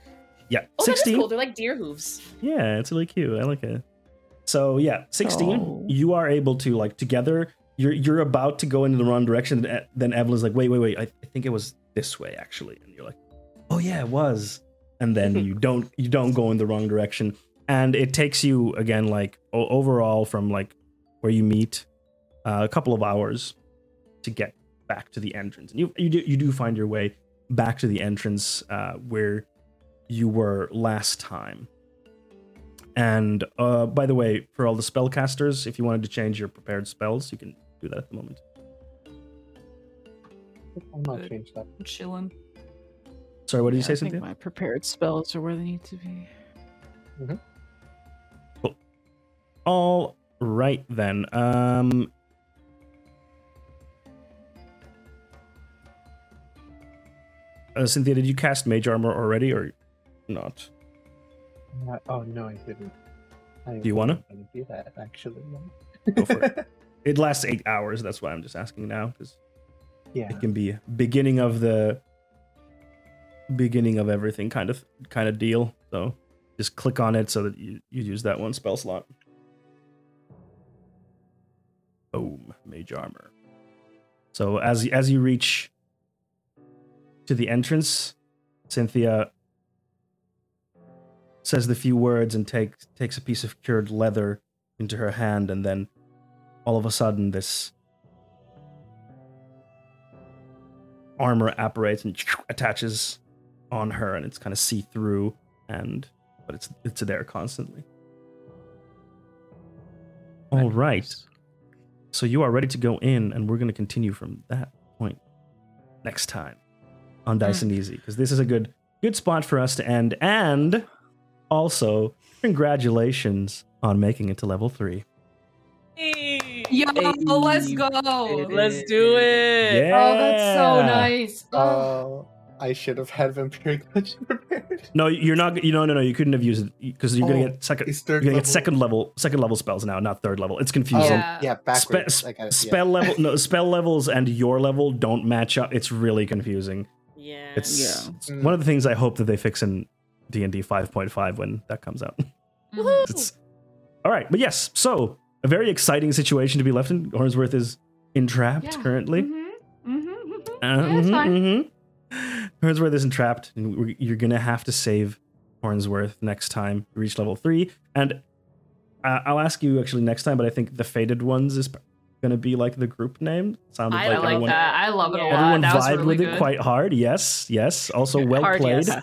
S1: yeah,
S6: Oh, that is
S1: sixteen.
S6: cool. They're like deer hooves.
S1: Yeah, it's really cute. I like it. So yeah, sixteen.
S10: Oh.
S1: You are able to like together. You're you're about to go into the wrong direction. and E- Then Evelyn's like, wait, wait, wait. I, I think it was this way actually. And you're like, oh yeah, it was. And then you don't you don't go in the wrong direction. And it takes you again like o- overall from like where you meet uh, a couple of hours to get back to the entrance. And you you do you do find your way back to the entrance uh, where you were last time. And uh, by the way, for all the spellcasters, if you wanted to change your prepared spells, you can do that at the moment.
S8: I'm not changed that.
S2: I'm chilling.
S1: Sorry, what did you
S10: Yeah,
S1: say,
S10: I think
S1: Cynthia?
S10: my prepared spells are where they need to be.
S1: All right then. Um. uh, Cynthia, did you cast mage armor already or not?
S8: Uh, oh no, I didn't. I
S1: Do you wanna?
S8: wasn't gonna do that? Actually,
S1: Go for it. It lasts eight hours. That's why I'm just asking now because
S8: yeah.
S1: it can be beginning of the beginning of everything kind of kind of deal. So just click on it so that you, you use that one spell slot. Boom, mage armor. So as as you reach to the entrance, Cynthia says the few words and takes takes a piece of cured leather into her hand, and then all of a sudden this armor apparates and attaches on her, and it's kind of see through, and but it's it's there constantly. All right, so you are ready to go in, and we're going to continue from that point next time on Dice
S2: Mm.
S1: and Easy because this is a good good spot for us to end, and also congratulations on making it to level three.
S2: Yo,
S10: Hey,
S2: Oh, let's
S10: you
S2: go.
S10: did
S6: Let's do it.
S2: Oh, that's so
S1: Yeah.
S2: nice. Oh,
S8: Oh, I should have had vampiric legend prepared.
S1: No, you're not. You no, no, no. You couldn't have used it because you're
S8: Oh,
S1: gonna get second.
S8: It's
S1: You're
S8: third
S1: gonna
S8: level.
S1: get second level, second level spells now, not third level. It's
S8: Oh,
S1: confusing.
S8: yeah, backwards.
S1: Spe-
S8: I got it, yeah.
S1: Spell level, no, spell levels and your level don't match up. It's really confusing.
S6: Yeah.
S1: It's,
S10: Yeah.
S1: it's one of the things I hope that they fix in D and D 5.5 when that comes out. It's- all right, but yes. So a very exciting situation to be left in. Hornsworth is entrapped
S2: Yeah.
S1: currently.
S2: Mhm, mhm, mhm.
S1: Uh,
S2: Yeah, it's
S1: mhm,
S2: fine.
S1: mhm. Hornsworth isn't trapped, and we- you're gonna have to save Hornsworth next time. you Reach level three, and uh, I'll ask you actually next time. But I think the faded ones is gonna be like the group name. Sounded
S2: I
S1: like
S2: like
S1: everyone,
S2: that. Uh, I love it a lot.
S1: everyone
S2: that was
S1: vibed
S2: really
S1: with
S2: good.
S1: it quite hard. Yes, yes. Also well
S2: Hard,
S1: played.
S2: yes.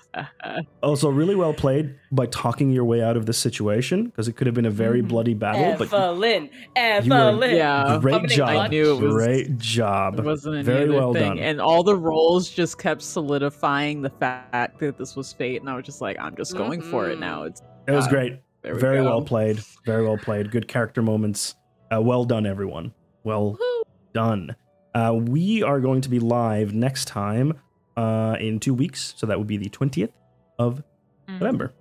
S1: Also really well played by talking your way out of this situation because it could have been a very
S2: Mm-hmm.
S1: bloody battle, but
S19: Evelyn,
S1: you were-
S19: Evelyn.
S10: Yeah.
S1: great
S10: Fumbling
S1: job.
S10: I knew it was-
S1: great job.
S10: It wasn't any
S1: Very
S10: other
S1: well
S10: thing.
S1: done.
S10: And all the roles just kept solidifying the fact that this was fate. And I was just like, I'm just going for
S6: Mm-hmm.
S10: it now. It's
S1: It was
S10: uh,
S1: great.
S10: there we
S1: Very
S10: go.
S1: well played. Very well played. Good character moments. Uh, well done, everyone. Well done. Uh, we are going to be live next time uh, in two weeks. So that would be the 20th of November.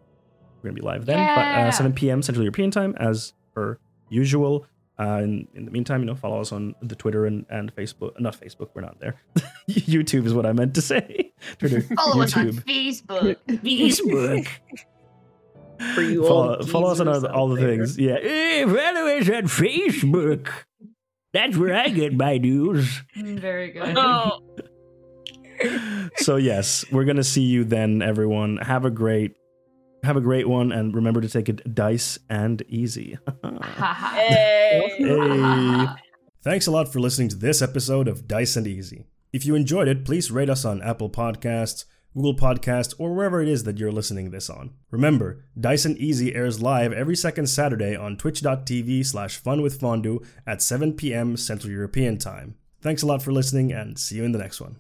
S1: We're going to be live then, but
S19: Mm. Yeah.
S1: uh, 7 p.m. Central European time, as per usual. Uh, in, in the meantime, you know, follow us on the Twitter and, and Facebook. Not Facebook, we're not there. YouTube is what I meant to say. Twitter,
S19: Follow us on
S1: YouTube.
S19: Facebook.
S1: Facebook.
S10: For you
S1: Follow,
S10: old
S1: follow us on
S10: geezers
S1: all,
S10: out
S1: all the
S10: there.
S1: things. Yeah. Eh, follow us on Facebook. That's where I get my news.
S2: Very good.
S19: Oh.
S1: So yes, we're gonna see you then, everyone. Have a great, have a great one, and remember to take it dice and easy.
S6: Eh,
S1: Hey.
S20: Thanks a lot for listening to this episode of Dice and Easy. If you enjoyed it, please rate us on Apple Podcasts, Google Podcasts, or wherever it is that you're listening this on. Remember, Dice and Easy airs live every second Saturday on twitch.tv slash funwithfondue at 7 p.m. Central European Time. Thanks a lot for listening, and see you in the next one.